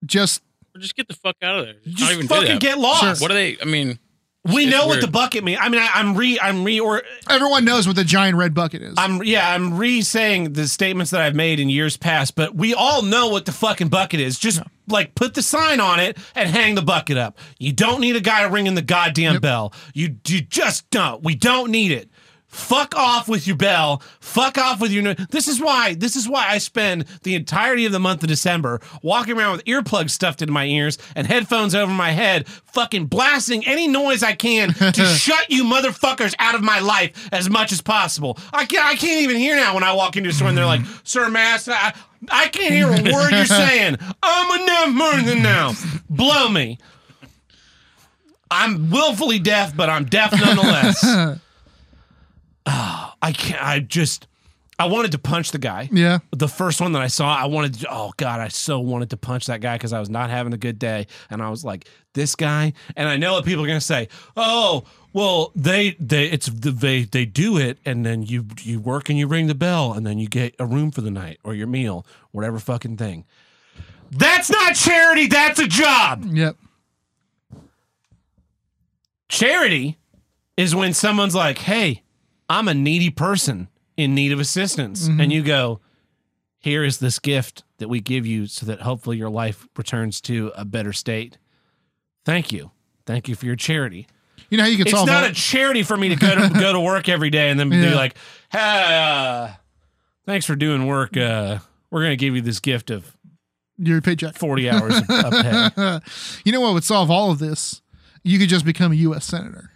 Speaker 2: Just
Speaker 3: Or Uh, just get the fuck out of there. Just, not
Speaker 1: Just
Speaker 3: even do
Speaker 1: fucking
Speaker 3: that.
Speaker 1: get lost.
Speaker 3: What are they? I mean,
Speaker 1: we
Speaker 3: it's
Speaker 1: know what
Speaker 3: weird.
Speaker 1: the bucket means. I mean, I, I'm re, I'm re, or
Speaker 2: everyone knows what the giant red bucket is.
Speaker 1: I'm yeah, I'm re saying the statements that I've made in years past. But we all know what the fucking bucket is. Just like put the sign on it and hang the bucket up. You don't need a guy ringing the goddamn bell. You you just don't. We don't need it. Fuck off with your bell. Fuck off with your. no- This is why. This is why I spend the entirety of the month of December walking around with earplugs stuffed into my ears and headphones over my head, fucking blasting any noise I can to shut you motherfuckers out of my life as much as possible. I can't. I can't even hear now when I walk into a store and they're like, "Sir, Mass, I, I can't hear a word you're saying. I'm enough more than now. Blow me." I'm willfully deaf, but I'm deaf nonetheless. Ah, I can't. I just. I wanted to punch the guy.
Speaker 2: yeah.
Speaker 1: The first one that I saw, I wanted. To, oh God, I so wanted to punch that guy because I was not having a good day, and I was like, this guy. And I know that people are gonna say, oh, well, they they it's the, they they do it, and then you you work and you ring the bell, and then you get a room for the night or your meal, whatever fucking thing. That's not charity. That's a job.
Speaker 2: Yep.
Speaker 1: Charity is when someone's like, "Hey, I'm a needy person in need of assistance,"
Speaker 2: Mm-hmm.
Speaker 1: and you go, "Here is this gift that we give you, so that hopefully your life returns to a better state." Thank you, thank you for your charity.
Speaker 2: You know how you can
Speaker 1: It's
Speaker 2: solve
Speaker 1: not
Speaker 2: all-
Speaker 1: a charity for me to go to go to work every day and then be
Speaker 2: Yeah.
Speaker 1: like, "Hey, uh, thanks for doing work. Uh, we're gonna give you this gift of
Speaker 2: your paycheck. uh,
Speaker 1: 40 hours of, of pay."
Speaker 2: You know what would solve all of this? You could just become a US senator.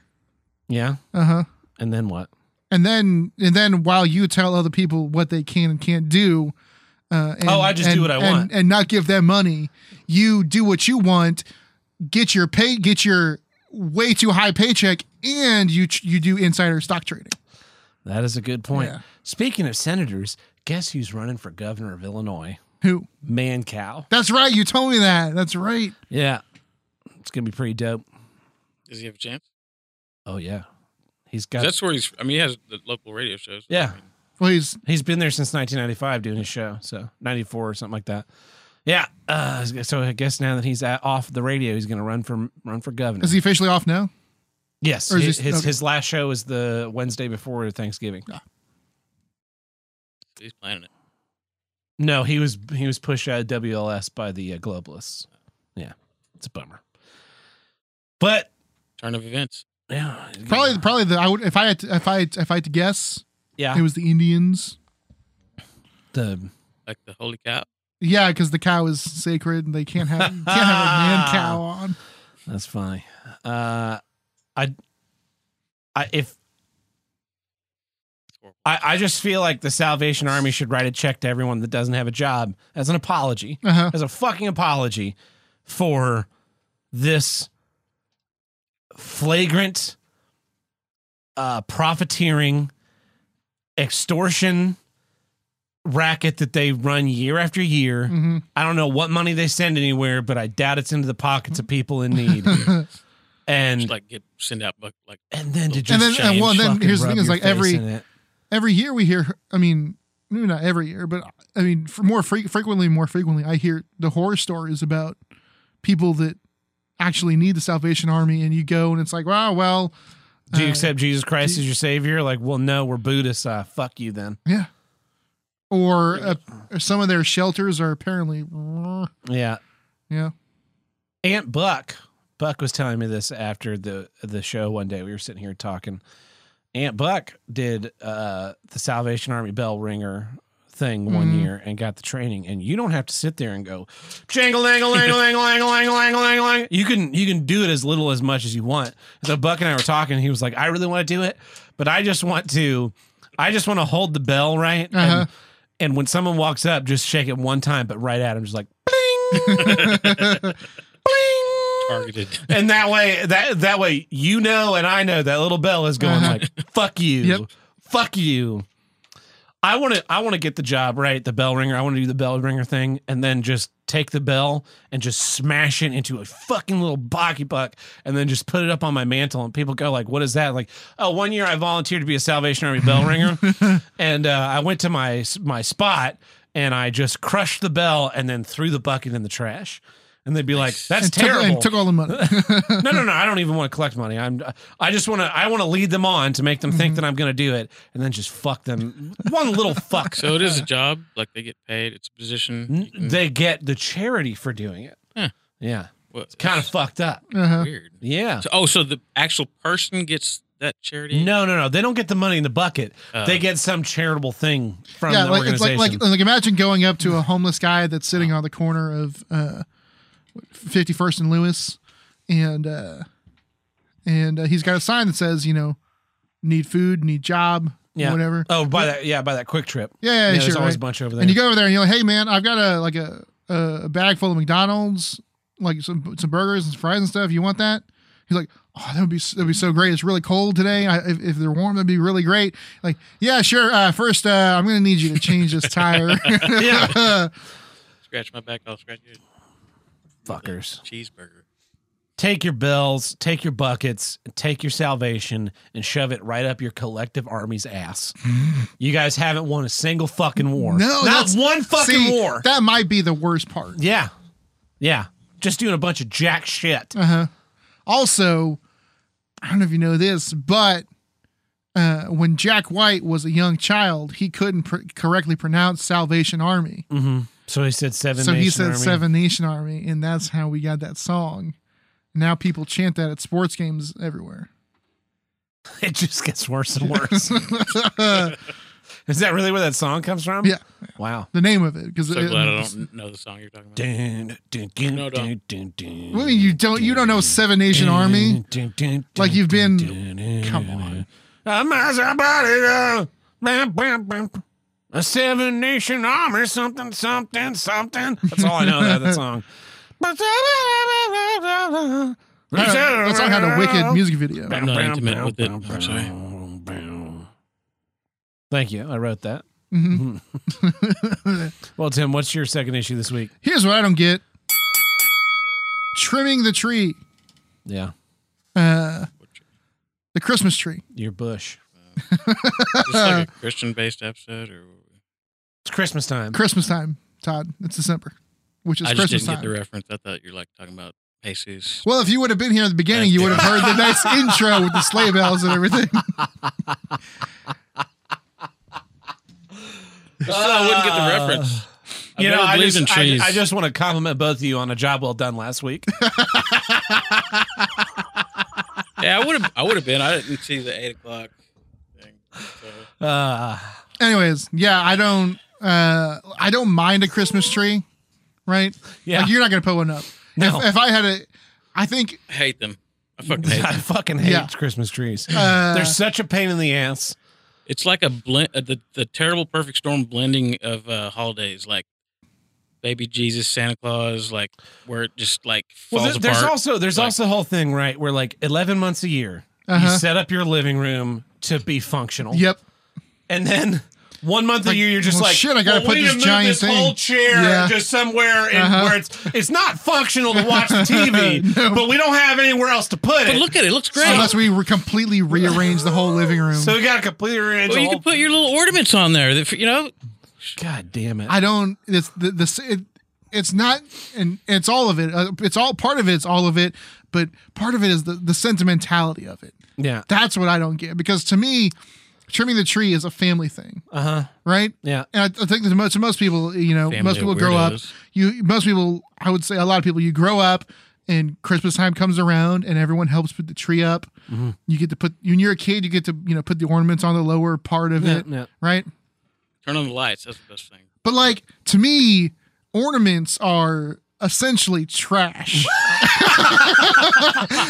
Speaker 1: Yeah. Uh
Speaker 2: Uh-huh.
Speaker 1: And then what?
Speaker 2: And then and then while you tell other people what they can and can't do, uh, and,
Speaker 1: Oh, I just do
Speaker 2: and-
Speaker 1: what I
Speaker 2: and-
Speaker 1: want.
Speaker 2: and not give them money. You do what you want, get your pay, get your way too high paycheck, and you ch- you do insider stock trading.
Speaker 1: That is a good point.
Speaker 2: Yeah.
Speaker 1: Speaking of senators, guess who's running for governor of Illinois?
Speaker 2: Who?
Speaker 1: Man cow.
Speaker 2: That's right. You told me that. That's right.
Speaker 1: Yeah. It's going to be pretty dope.
Speaker 3: does he have a chance?
Speaker 1: Oh, yeah. He's
Speaker 3: 'Cause
Speaker 1: got.
Speaker 3: That's where he's. I mean, he has the local radio shows.
Speaker 1: Yeah.
Speaker 3: I mean,
Speaker 2: Well, he's
Speaker 1: he's been there since 1995 doing his show. So 94 or something like that. Yeah. Uh, so I guess now that he's at, off the radio, he's going to run for run for governor.
Speaker 2: is he officially off now?
Speaker 1: yes.
Speaker 2: or is
Speaker 1: his,
Speaker 2: he-
Speaker 1: his,
Speaker 2: okay.
Speaker 1: his last show is the Wednesday before Thanksgiving.
Speaker 3: he's planning it.
Speaker 1: No, he was he was pushed out of WLS by the uh, globalists. Yeah, it's a bummer. But
Speaker 3: Turn of events.
Speaker 1: yeah,
Speaker 2: Probably, probably the I would if I had to, if I had, if I had to guess,
Speaker 1: yeah.
Speaker 2: it was the Indians.
Speaker 1: the
Speaker 3: Like the holy cow.
Speaker 2: Yeah, because the cow is sacred and they can't have you can't have a man cow on.
Speaker 1: that's funny. Uh, I, I if I, I just feel like the Salvation Army should write a check to everyone that doesn't have a job as an apology,
Speaker 2: Uh huh.
Speaker 1: as a fucking apology for this flagrant uh, profiteering, extortion racket that they run year after year.
Speaker 2: hmm
Speaker 1: I don't know what money they send anywhere, but I doubt it's into the pockets of people in need.
Speaker 3: Just
Speaker 1: and
Speaker 3: like get send out buck like
Speaker 1: and then to
Speaker 3: And
Speaker 1: just
Speaker 2: then- and
Speaker 1: change
Speaker 2: well, then
Speaker 1: fucking
Speaker 2: here's the thing
Speaker 1: rub
Speaker 2: is,
Speaker 1: your
Speaker 2: like,
Speaker 1: face
Speaker 2: every-
Speaker 1: in it.
Speaker 2: Every year we hear. I mean, maybe not every year, but I mean, for more fre- frequently, more frequently, I hear the horror stories about people that actually need the Salvation Army, and you go and it's like, wow, well,
Speaker 1: do you
Speaker 2: uh,
Speaker 1: accept Jesus Christ
Speaker 2: do-
Speaker 1: as your savior? Like, well, no, we're Buddhists. Uh, fuck you then.
Speaker 2: yeah. Or, uh, or some of their shelters are apparently, uh,
Speaker 1: Yeah.
Speaker 2: yeah.
Speaker 1: Aunt Buck, Buck was telling me this after the the show one day. We were sitting here talking. Aunt Buck did uh, the Salvation Army bell ringer thing one
Speaker 2: Mhm.
Speaker 1: year and got the training, and you don't have to sit there and go jingle dangle dangle dangle dangle dangle dangle dangle. dangle." You can you can do it as little as much as you want. So Buck and I were talking. He was like, "I really want to do it, but I just want to, I just want to hold the bell right." And-
Speaker 2: Uh-huh.
Speaker 1: and when someone walks up, just shake it one time, but right at him, just like
Speaker 3: targeted.
Speaker 1: and that way that that way you know and I know that little bell is going
Speaker 2: Uh-huh.
Speaker 1: like fuck you.
Speaker 2: Yep.
Speaker 1: Fuck you. I want to I want to get the job right, the bell ringer. I want to do the bell ringer thing and then just take the bell and just smash it into a fucking little bocky buck and then just put it up on my mantle and people go like what is that? Like, oh, one year I volunteered to be a Salvation Army bell ringer and uh, I went to my my spot and I just crushed the bell and then threw the bucket in the trash. And they'd be like, "That's
Speaker 2: and
Speaker 1: terrible."
Speaker 2: Took, and took all the money.
Speaker 1: no, no, no. I don't even want to collect money. I'm. I just want to. I want to lead them on to make them think
Speaker 2: Mm-hmm.
Speaker 1: that I'm going to do it, and then just fuck them. One little fuck.
Speaker 3: So it is a job. Like they get paid. It's a position.
Speaker 1: N-
Speaker 3: you can-
Speaker 1: they get the charity for doing it.
Speaker 3: Huh.
Speaker 1: Yeah,
Speaker 3: well,
Speaker 1: it's kind of
Speaker 3: that's
Speaker 1: fucked up.
Speaker 2: uh-huh.
Speaker 3: weird.
Speaker 1: Yeah.
Speaker 3: So, oh, so the actual person gets that charity?
Speaker 1: No, no, no. They don't get the money in the bucket.
Speaker 3: Uh,
Speaker 1: they get some charitable thing from
Speaker 2: Oh. yeah,
Speaker 1: the
Speaker 2: like it's like
Speaker 1: organization.
Speaker 2: like uh, like imagine going up to a homeless guy that's sitting on the corner of uh, 51st and Lewis, and uh, and uh, he's got a sign that says, you know, need food, need job,
Speaker 1: yeah.
Speaker 2: whatever.
Speaker 1: Oh, by that. Yeah, by that quick trip.
Speaker 2: Yeah, yeah,
Speaker 1: there's
Speaker 2: sure,
Speaker 1: always
Speaker 2: right.
Speaker 1: a bunch over there.
Speaker 2: And you go over there and you're like, hey man, I've got a like a a bag full of McDonald's, like some some burgers and fries and stuff. You want that? He's like, oh, that would be that'd be so great. It's really cold today. I, if, if they're warm, that'd be really great. Like, yeah, sure. Uh, first, uh, I'm gonna need you to change this tire.
Speaker 1: Yeah.
Speaker 3: Scratch my back. I'll scratch your
Speaker 1: Fuckers.
Speaker 3: cheeseburger.
Speaker 1: Take your bells, take your buckets, take your salvation, and shove it right up your collective army's ass. you guys haven't won a single fucking war.
Speaker 2: No,
Speaker 1: not
Speaker 2: that's-
Speaker 1: one fucking
Speaker 2: See,
Speaker 1: war.
Speaker 2: That might be the worst part.
Speaker 1: yeah, yeah, just doing a bunch of jack shit.
Speaker 2: Uh, Also, I don't know if you know this, but uh, when Jack White was a young child, he couldn't pr- correctly pronounce Salvation Army,
Speaker 1: So he said seven.
Speaker 2: so he
Speaker 1: Nation
Speaker 2: said
Speaker 1: Army.
Speaker 2: Seven Nation Army, and that's how we got that song. Now people chant that at sports games everywhere.
Speaker 1: It just gets worse and worse. Is that really where that song comes from?
Speaker 2: Yeah.
Speaker 1: Wow.
Speaker 2: The name of it, because
Speaker 3: So glad I don't know the song you're talking about.
Speaker 1: Dun, dun, dun,
Speaker 3: No, don't.
Speaker 1: dun, dun,
Speaker 2: I mean, you don't you don't know Seven Nation
Speaker 1: Mm.
Speaker 2: Army. Like, you've been- Come on.
Speaker 1: I'm uh, as about it. A seven nation army, something, something, something. That's all I know about that song.
Speaker 2: I don't know, That song had a wicked music video.
Speaker 3: I'm not intimate with it. I'm sorry.
Speaker 1: Thank you. I wrote that.
Speaker 2: Mhm.
Speaker 1: Well, Tim, what's your second issue this week?
Speaker 2: Here's what I don't get: trimming the tree,
Speaker 1: Yeah,
Speaker 2: uh, the Christmas tree.
Speaker 1: your bush.
Speaker 3: It's like a Christian-based episode, or
Speaker 1: It's Christmas time.
Speaker 2: Christmas time, Todd. It's December, which is
Speaker 3: I just
Speaker 2: Christmas
Speaker 3: didn't
Speaker 2: time.
Speaker 3: get the reference. I thought you were like talking about Jesus.
Speaker 2: well, if you would have been here at the beginning, you would have heard the nice intro with the sleigh bells and everything.
Speaker 3: So I wouldn't Oh, get the reference.
Speaker 1: You
Speaker 3: I've
Speaker 1: know,
Speaker 3: never
Speaker 1: I
Speaker 3: believed
Speaker 1: just,
Speaker 3: in trees.
Speaker 1: I, I just want to compliment both of you on a job well done last week.
Speaker 3: yeah, I would have. I would have been. I didn't see the eight o'clock thing. So,
Speaker 1: Uh,
Speaker 2: Anyways, yeah, I don't uh I don't mind a Christmas tree, right?
Speaker 1: Yeah.
Speaker 2: Like you're not gonna put one up.
Speaker 1: No.
Speaker 2: If, if I had a I think
Speaker 3: I hate them. I fucking hate
Speaker 1: I
Speaker 3: them.
Speaker 1: fucking hate
Speaker 2: Yeah.
Speaker 1: Christmas trees.
Speaker 2: Uh,
Speaker 1: They're such a pain in the ass.
Speaker 3: It's like a blend. Uh, the the terrible perfect storm blending of uh, holidays, like baby Jesus, Santa Claus, like where it just like falls
Speaker 1: Well, there- there's
Speaker 3: apart.
Speaker 1: also there's
Speaker 3: Like-
Speaker 1: also the whole thing right where like 11 months a year
Speaker 2: Uh-huh.
Speaker 1: you set up your living room to be functional.
Speaker 2: Yep.
Speaker 1: And then one month
Speaker 2: Like,
Speaker 1: a year, you're just
Speaker 2: well,
Speaker 1: like,
Speaker 2: shit, I gotta
Speaker 1: well,
Speaker 2: put
Speaker 1: we need
Speaker 2: this
Speaker 1: to move
Speaker 2: giant
Speaker 1: this
Speaker 2: thing."
Speaker 1: whole chair
Speaker 2: Yeah.
Speaker 1: just somewhere in,
Speaker 2: Uh-huh.
Speaker 1: where it's it's not functional to watch TV,
Speaker 2: No.
Speaker 1: but we don't have anywhere else to put
Speaker 3: But
Speaker 1: it.
Speaker 3: look at it; it looks great.
Speaker 2: Unless we re- completely rearrange the whole living room.
Speaker 1: so we got to completely rearrange
Speaker 3: well,
Speaker 1: the
Speaker 3: you
Speaker 1: whole.
Speaker 3: can put your little ornaments on there. That, you know,
Speaker 1: God damn it!
Speaker 2: I don't. It's the the it, it's not, and it's all of it. Uh, It's all part of it. It's all of it, but part of it is the the sentimentality of it.
Speaker 1: yeah,
Speaker 2: That's what I don't get because to me, trimming the tree is a family thing,
Speaker 1: uh huh,
Speaker 2: right?
Speaker 1: yeah.
Speaker 2: And I, I think that most most people, you know,
Speaker 3: Family
Speaker 2: most
Speaker 3: of
Speaker 2: people grow up.
Speaker 3: weirdos.
Speaker 2: You most people, I would say, a lot of people, you grow up. And Christmas time comes around, and everyone helps put the tree up.
Speaker 1: Mm-hmm.
Speaker 2: You get to put when you're a kid, you get to you know put the ornaments on the lower part of
Speaker 1: Yeah,
Speaker 2: it,
Speaker 1: yeah.
Speaker 2: right?
Speaker 3: turn on the lights. That's the best thing.
Speaker 2: But like to me, ornaments are essentially trash.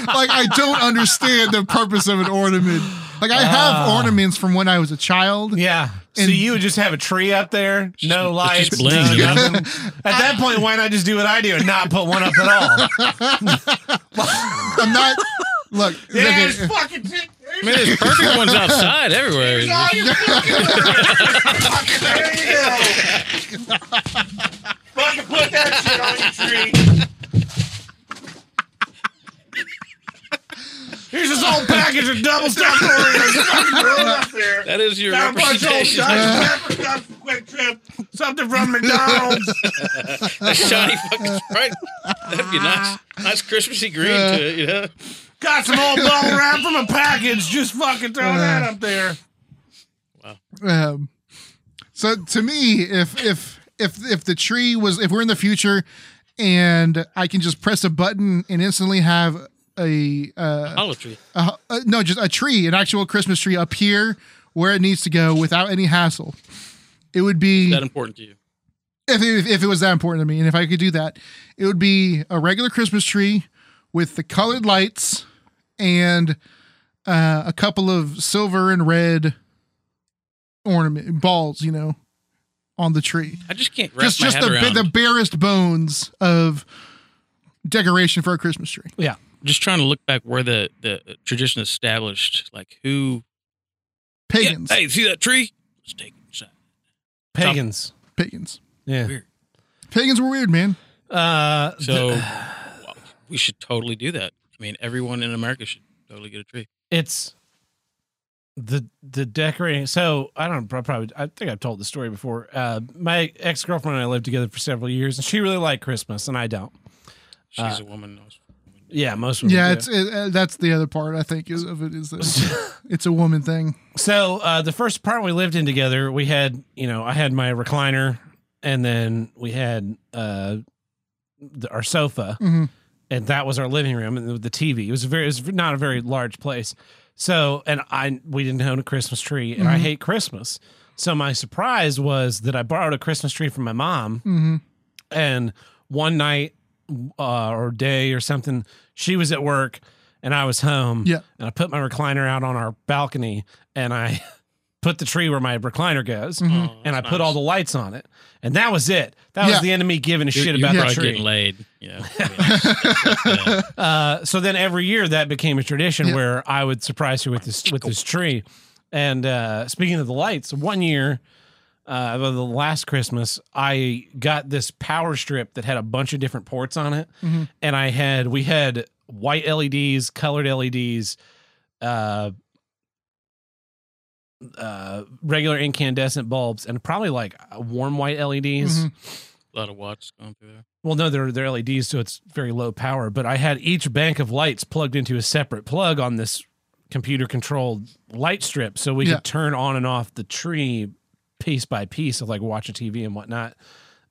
Speaker 2: like I don't understand the purpose of an ornament. Like I have ornaments from when I was a child.
Speaker 1: Ah. Yeah. So
Speaker 2: And-
Speaker 1: you would just have a tree up there, no
Speaker 3: it's
Speaker 1: lights,
Speaker 3: just
Speaker 1: no
Speaker 3: bling, you know?
Speaker 1: nothing. At that point, why not just do what I do and not put one up at all?
Speaker 2: I'm not look,
Speaker 1: Yeah,
Speaker 2: look,
Speaker 1: it's fucking. T-
Speaker 3: I mean, there's perfect ones outside everywhere.
Speaker 1: Oh, you fucking Fucking- there you go. Fucking put that shit on your tree. Here's this whole package of double stuffed Oreos. Fucking throw it up there.
Speaker 3: That is your
Speaker 1: Got a bunch of old
Speaker 3: representation.
Speaker 1: Dr. Pepper stuff from Quick Trip. Something from McDonald's.
Speaker 3: That's shiny fucking sprite. That'd be nice. Nice Christmassy green to it, you know.
Speaker 1: Got some old bubble wrap from a package. Just fucking throw that up there.
Speaker 2: um, so to me, if if if if the tree was if we're in the future and I can just press a button and instantly have a uh
Speaker 3: Olive tree.
Speaker 2: a, uh, no, just a tree, an actual Christmas tree up here where it needs to go without any hassle. It would be
Speaker 3: That important to you?
Speaker 2: if it, if it was that important to me, and if I could do that, it would be a regular Christmas tree with the colored lights and uh, a couple of silver and red ornament balls, you know, on the tree.
Speaker 3: I just can't wrap
Speaker 2: Just
Speaker 3: my
Speaker 2: just
Speaker 3: head
Speaker 2: the
Speaker 3: around.
Speaker 2: the barest bones of decoration for a Christmas tree.
Speaker 1: Yeah.
Speaker 3: just trying to look back where the the tradition established, like who. Yeah,
Speaker 2: Pagans,
Speaker 3: hey, see that tree? Let's take it inside.
Speaker 1: Pagans.
Speaker 2: pagans,
Speaker 1: Yeah.
Speaker 3: Weird.
Speaker 2: pagans were weird, man.
Speaker 1: Uh,
Speaker 3: So wow, we should totally do that. I mean, everyone in America should totally get a tree.
Speaker 1: it's the the decorating so i don't I probably i think i've told the story before uh my ex-girlfriend and i lived together for several years and she really liked christmas and i don't Uh,
Speaker 3: She's a woman. knows.
Speaker 1: Oh, yeah most women
Speaker 2: Yeah,
Speaker 1: do.
Speaker 2: it's it, uh, that's the other part I think is of it is that it's a woman thing.
Speaker 1: so uh the first part we lived in together we had you know i had my recliner and then we had uh the, our sofa
Speaker 2: Mhm.
Speaker 1: and that was our living room and the TV. It was a very, it was not a very large place. So, and I, we didn't own a Christmas tree, and I
Speaker 2: Mhm.
Speaker 1: hate Christmas. So my surprise was that I borrowed a Christmas tree from my mom,
Speaker 2: Mhm.
Speaker 1: and one night uh, or day or something, she was at work and I was home.
Speaker 2: Yeah.
Speaker 1: and I put my recliner out on our balcony, and I put the tree where my recliner goes.
Speaker 2: Mhm.
Speaker 3: Oh,
Speaker 1: And I
Speaker 3: that's
Speaker 1: put
Speaker 3: nice.
Speaker 1: all the lights on it, and that was it. That
Speaker 2: Yeah.
Speaker 1: was the end of me giving a
Speaker 3: You're-
Speaker 1: shit
Speaker 3: you're
Speaker 1: about the
Speaker 3: probably
Speaker 1: tree.
Speaker 3: getting laid. You know, I mean, that's- that's- yeah.
Speaker 1: Uh, so then every year that became a tradition
Speaker 2: Yeah.
Speaker 1: where I would surprise her with this with this tree. And uh, speaking of the lights, one year, uh, well, the last Christmas, I got this power strip that had a bunch of different ports on it,
Speaker 2: Mhm.
Speaker 1: and I had we had white LEDs, colored LEDs, uh, uh, regular incandescent bulbs, and probably like uh, warm white LEDs.
Speaker 2: Mhm.
Speaker 3: A lot of watts going through there.
Speaker 1: Well, no, they're they're LEDs, E so it's very low power. But I had each bank of lights plugged into a separate plug on this computer controlled light strip, so we
Speaker 2: Yeah.
Speaker 1: could turn on and off the tree piece by piece of like watch a TV and whatnot.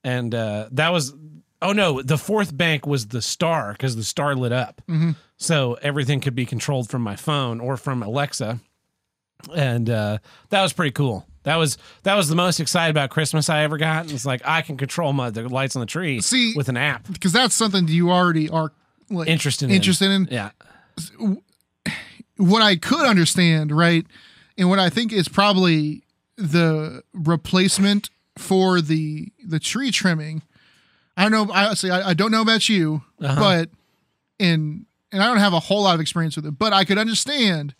Speaker 1: and uh, that was oh no, the fourth bank was the star because the star lit up,
Speaker 2: Mhm.
Speaker 1: so everything could be controlled from my phone or from Alexa, and uh, that was pretty cool. That was that was the most excited about Christmas I ever got. It's like I can control my the lights on the tree
Speaker 2: See-
Speaker 1: with an app.
Speaker 2: because that's something that you already are like,
Speaker 1: Interested in.
Speaker 2: interested in.
Speaker 1: Yeah,
Speaker 2: What I could understand, right, and what I think is probably the replacement for the the tree trimming. I don't know. I see. I, I don't know about you,
Speaker 1: Uh-huh.
Speaker 2: but in and I don't have a whole lot of experience with it, but I could understand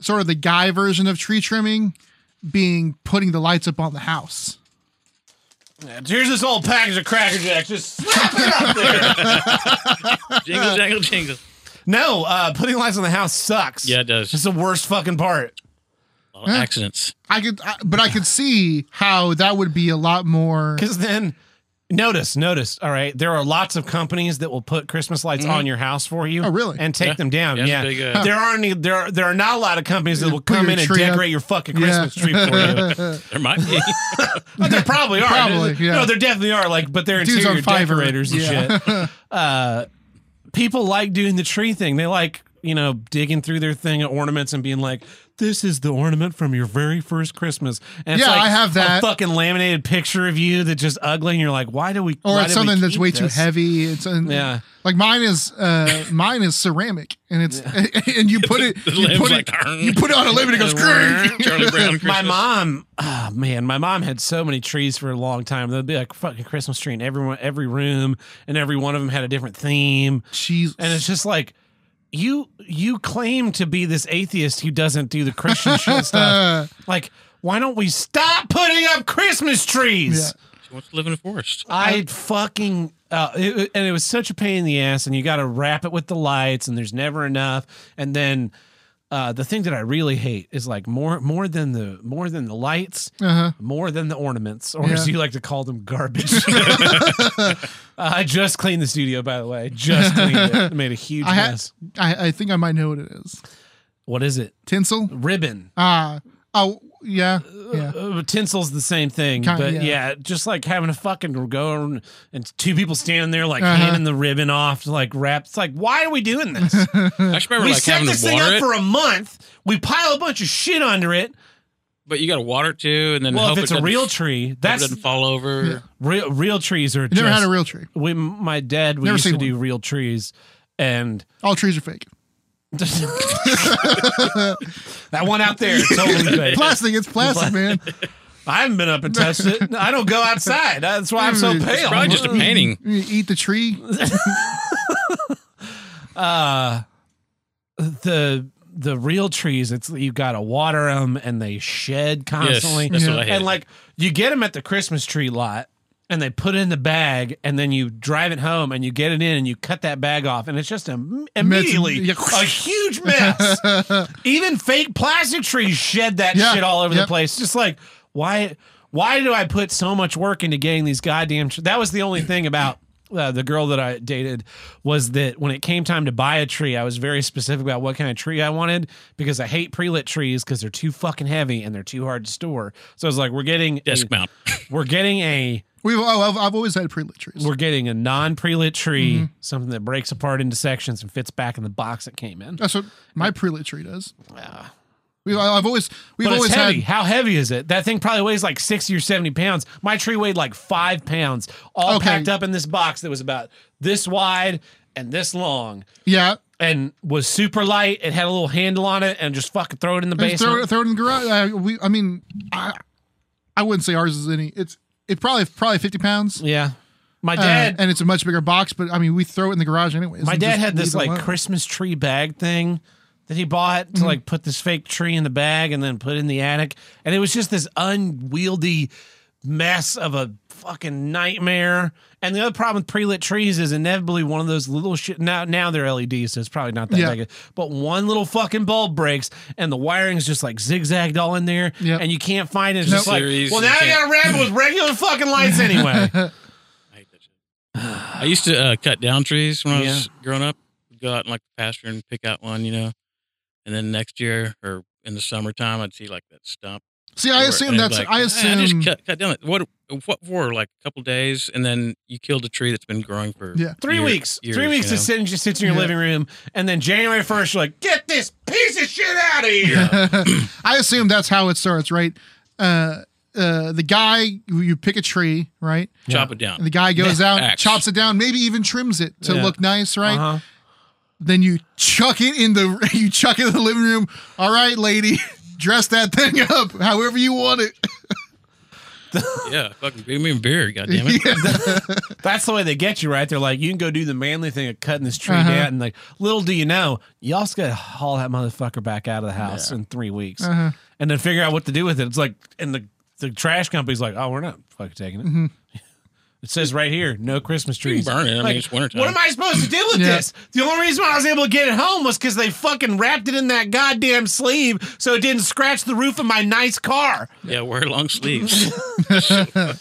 Speaker 2: sort of the guy version of tree trimming being putting the lights up on the house.
Speaker 1: here's this old package of Cracker Jacks. Just Uh.
Speaker 3: Jingle, jangle, jingle.
Speaker 1: no, uh, putting lights on the house sucks.
Speaker 3: Yeah, it does.
Speaker 1: It's the worst fucking part.
Speaker 3: Well, Accidents.
Speaker 2: I could, I, but I could see how that would be a lot more.
Speaker 1: Because then, notice, notice. All right, there are lots of companies that will put Christmas lights on your house for you.
Speaker 2: Mm-hmm. Oh, really?
Speaker 1: And take
Speaker 3: Yeah.
Speaker 1: them down.
Speaker 3: Yeah, it's uh,
Speaker 1: Yeah,
Speaker 3: pretty good.
Speaker 1: there aren't any. There are, there are not a lot of companies that will
Speaker 2: Put
Speaker 1: come
Speaker 2: your
Speaker 1: in and
Speaker 2: tree up.
Speaker 1: decorate your fucking Christmas tree for you.
Speaker 3: There might be.
Speaker 1: But there probably are.
Speaker 2: Probably, yeah.
Speaker 1: No, there definitely are. Like, but they're
Speaker 2: Dudes on
Speaker 1: interior
Speaker 2: Fiverr.
Speaker 1: decorators and
Speaker 2: Yeah.
Speaker 1: shit. Uh, people like doing the tree thing. They like you know digging through their thing of ornaments and being like, "This is the ornament from your very first Christmas." And it's
Speaker 2: Yeah,
Speaker 1: like
Speaker 2: I have that.
Speaker 1: a fucking laminated picture of you that's just ugly, and you're like, "Why do we?"
Speaker 2: or
Speaker 1: why
Speaker 2: it's
Speaker 1: did we
Speaker 2: something that's
Speaker 1: keep
Speaker 2: way too
Speaker 1: this?
Speaker 2: heavy. It's an,
Speaker 1: Yeah.
Speaker 2: Like mine is uh mine is ceramic and it's and you put it
Speaker 3: The
Speaker 2: you
Speaker 3: lamp's
Speaker 2: put
Speaker 3: like,
Speaker 2: it you put it on a limb and it goes
Speaker 3: Charlie Brown.
Speaker 1: My
Speaker 3: Christmas.
Speaker 1: mom, oh man, my mom had so many trees for a long time. There'd be like fucking Christmas tree in every every room, and every one of them had a different theme.
Speaker 2: Jesus.
Speaker 1: and it's just like you you claim to be this atheist who doesn't do the christian shit stuff like why don't we stop putting up christmas trees
Speaker 3: She wants to live in a forest.
Speaker 1: i fucking uh, it, and it was such a pain in the ass and you got to wrap it with the lights and there's never enough and then uh, the thing that I really hate is like more more than the more than the lights,
Speaker 2: Uh-huh.
Speaker 1: more than the ornaments, or as
Speaker 2: Yeah.
Speaker 1: you like to call them, garbage. I just cleaned the studio, by the way. Just cleaned it. Made a huge
Speaker 2: I, ha-
Speaker 1: mess.
Speaker 2: I I think I might know what it is.
Speaker 1: what is it?
Speaker 2: Tinsel?
Speaker 1: Ribbon.
Speaker 2: Ah. oh yeah. Yeah.
Speaker 1: Uh, tinsel's the same thing,
Speaker 2: Kind-
Speaker 1: but
Speaker 2: yeah.
Speaker 1: yeah. just like having a fucking go and, and two people standing there like
Speaker 2: Uh-huh.
Speaker 1: handing the ribbon off to like wrap. It's like, why are we doing this?
Speaker 3: I just
Speaker 1: Uh,
Speaker 3: remember
Speaker 1: we
Speaker 3: like
Speaker 1: set
Speaker 3: having
Speaker 1: this
Speaker 3: to
Speaker 1: thing
Speaker 3: water
Speaker 1: up
Speaker 3: it,
Speaker 1: for a month. We pile a bunch of shit under it.
Speaker 3: but you got to water it too, and then
Speaker 1: Well,
Speaker 3: hope
Speaker 1: if it's
Speaker 3: it
Speaker 1: a
Speaker 3: doesn't-
Speaker 1: real
Speaker 3: hope
Speaker 1: tree,
Speaker 3: it
Speaker 1: that's
Speaker 3: doesn't fall over.
Speaker 1: real. Real trees are
Speaker 2: I
Speaker 1: just.
Speaker 2: never had a real tree.
Speaker 1: we, my dad, we
Speaker 2: Never
Speaker 1: used to
Speaker 2: seen
Speaker 1: do real trees, and
Speaker 2: All trees are fake.
Speaker 1: that one out there totally fake.
Speaker 2: Plastic, it's plastic, man.
Speaker 1: I haven't been up and touched it. I don't go outside. That's why I'm so
Speaker 2: It's
Speaker 1: pale.
Speaker 3: It's probably just a painting.
Speaker 2: Mm. You eat the tree.
Speaker 1: uh the the real trees it's you got to water them and they shed constantly
Speaker 3: Yes, that's what I hate.
Speaker 1: and like you get them at the christmas tree lot and they put it in the bag and then you drive it home and you get it in and you cut that bag off and it's just a, immediately
Speaker 2: yeah.
Speaker 1: a huge mess even fake plastic trees shed that
Speaker 2: Yeah,
Speaker 1: shit all over the
Speaker 2: yep.
Speaker 1: place just like why why do i put so much work into getting these goddamn tr- that was the only thing about uh, the girl that i dated was that when it came time to buy a tree i was very specific about what kind of tree i wanted because i hate pre-lit trees because they're too fucking heavy and they're too hard to store so i was like we're getting a,
Speaker 2: Mm.
Speaker 3: Desk mount.
Speaker 1: we're getting a
Speaker 2: We've oh, I've, I've always had pre-lit trees.
Speaker 1: we're getting a non-pre-lit tree something that breaks apart into sections and fits back in the box it came in
Speaker 2: That's what my pre-lit tree does. We, I've always we've
Speaker 1: but
Speaker 2: always
Speaker 1: it's heavy.
Speaker 2: had
Speaker 1: How heavy is it? That thing probably weighs like 60 or 70 pounds. My tree weighed like five pounds, all
Speaker 2: Okay.
Speaker 1: packed up in this box that was about this wide and this long
Speaker 2: yeah.
Speaker 1: and was super light. It had a little handle on it and just fucking throw it in the
Speaker 2: Just Throw,
Speaker 1: basement.
Speaker 2: it- throw it in the garage. Uh, we, I mean, I, I wouldn't say ours is any. It's it probably probably fifty pounds.
Speaker 1: yeah. My
Speaker 2: Uh,
Speaker 1: dad.
Speaker 2: and it's a much bigger box, but I mean, we throw it in the garage anyways.
Speaker 1: my
Speaker 2: and
Speaker 1: dad
Speaker 2: just
Speaker 1: had this
Speaker 2: leave it
Speaker 1: like
Speaker 2: alone. Mm-hmm.
Speaker 1: Christmas tree bag thing that he bought to like put this fake tree in the bag and then put it in the attic. And it was just this unwieldy mess of a fucking nightmare. And the other problem with pre-lit trees is inevitably one of those little shit now now they're LEDs, so it's probably not that
Speaker 2: Yeah.
Speaker 1: big. But one little fucking bulb breaks and the wiring's just like zigzagged all in there
Speaker 2: Yep.
Speaker 1: and you can't find it. It's
Speaker 2: Nope.
Speaker 1: just like
Speaker 3: Series,
Speaker 1: well
Speaker 3: you
Speaker 1: now you gotta
Speaker 3: can't-
Speaker 1: wrap it with regular fucking lights anyway.
Speaker 3: I hate that shit. I used to uh, cut down trees when I was growing up. Go out in like the pasture and pick out one, you know. And then next year or in the summertime, I'd see like that stump
Speaker 2: See, I
Speaker 3: were-
Speaker 2: assume
Speaker 3: and
Speaker 2: that's
Speaker 3: like,
Speaker 2: I
Speaker 3: "Ah,
Speaker 2: assume
Speaker 3: just cut, cut down it. What what for? Like a couple days, and then you killed a tree that's been growing for
Speaker 2: Yeah.
Speaker 1: Three
Speaker 3: year-
Speaker 1: weeks.
Speaker 3: years,
Speaker 1: Three
Speaker 3: you
Speaker 1: weeks
Speaker 3: know?
Speaker 1: to sit and just sit in your
Speaker 2: Yeah.
Speaker 1: living room, and then January first, you're like, get this piece of shit out of here.
Speaker 2: I assume that's how it starts, right? Uh, uh, the guy you pick a tree, right?
Speaker 3: chop it
Speaker 2: And
Speaker 3: down.
Speaker 2: the guy goes out,
Speaker 3: Axe.
Speaker 2: chops it down, maybe even trims it to
Speaker 1: Yeah.
Speaker 2: look nice, right?
Speaker 1: Uh-huh.
Speaker 2: Then you chuck it in the you chuck it in the living room. All right, lady, dress that thing up however you want it.
Speaker 3: yeah, fucking give me a beer, goddamn it.
Speaker 1: That's the way they get you, right? They're like, you can go do the manly thing of cutting this tree
Speaker 2: Uh-huh.
Speaker 1: down, and like, little do you know, you also got to haul that motherfucker back out of the house in three weeks,
Speaker 2: Uh-huh.
Speaker 1: and then figure out what to do with it. It's like, and the the trash company's like, oh, we're not fucking taking it.
Speaker 2: Mm-hmm.
Speaker 1: It says right here, no Christmas trees.
Speaker 3: burn it. I mean,
Speaker 1: Like,
Speaker 3: it's wintertime.
Speaker 1: What am I supposed to do with
Speaker 2: Yeah.
Speaker 1: this? The only reason why I was able to get it home was because they fucking wrapped it in that goddamn sleeve so it didn't scratch the roof of my nice car.
Speaker 3: Yeah, wear long sleeves.
Speaker 1: Uh,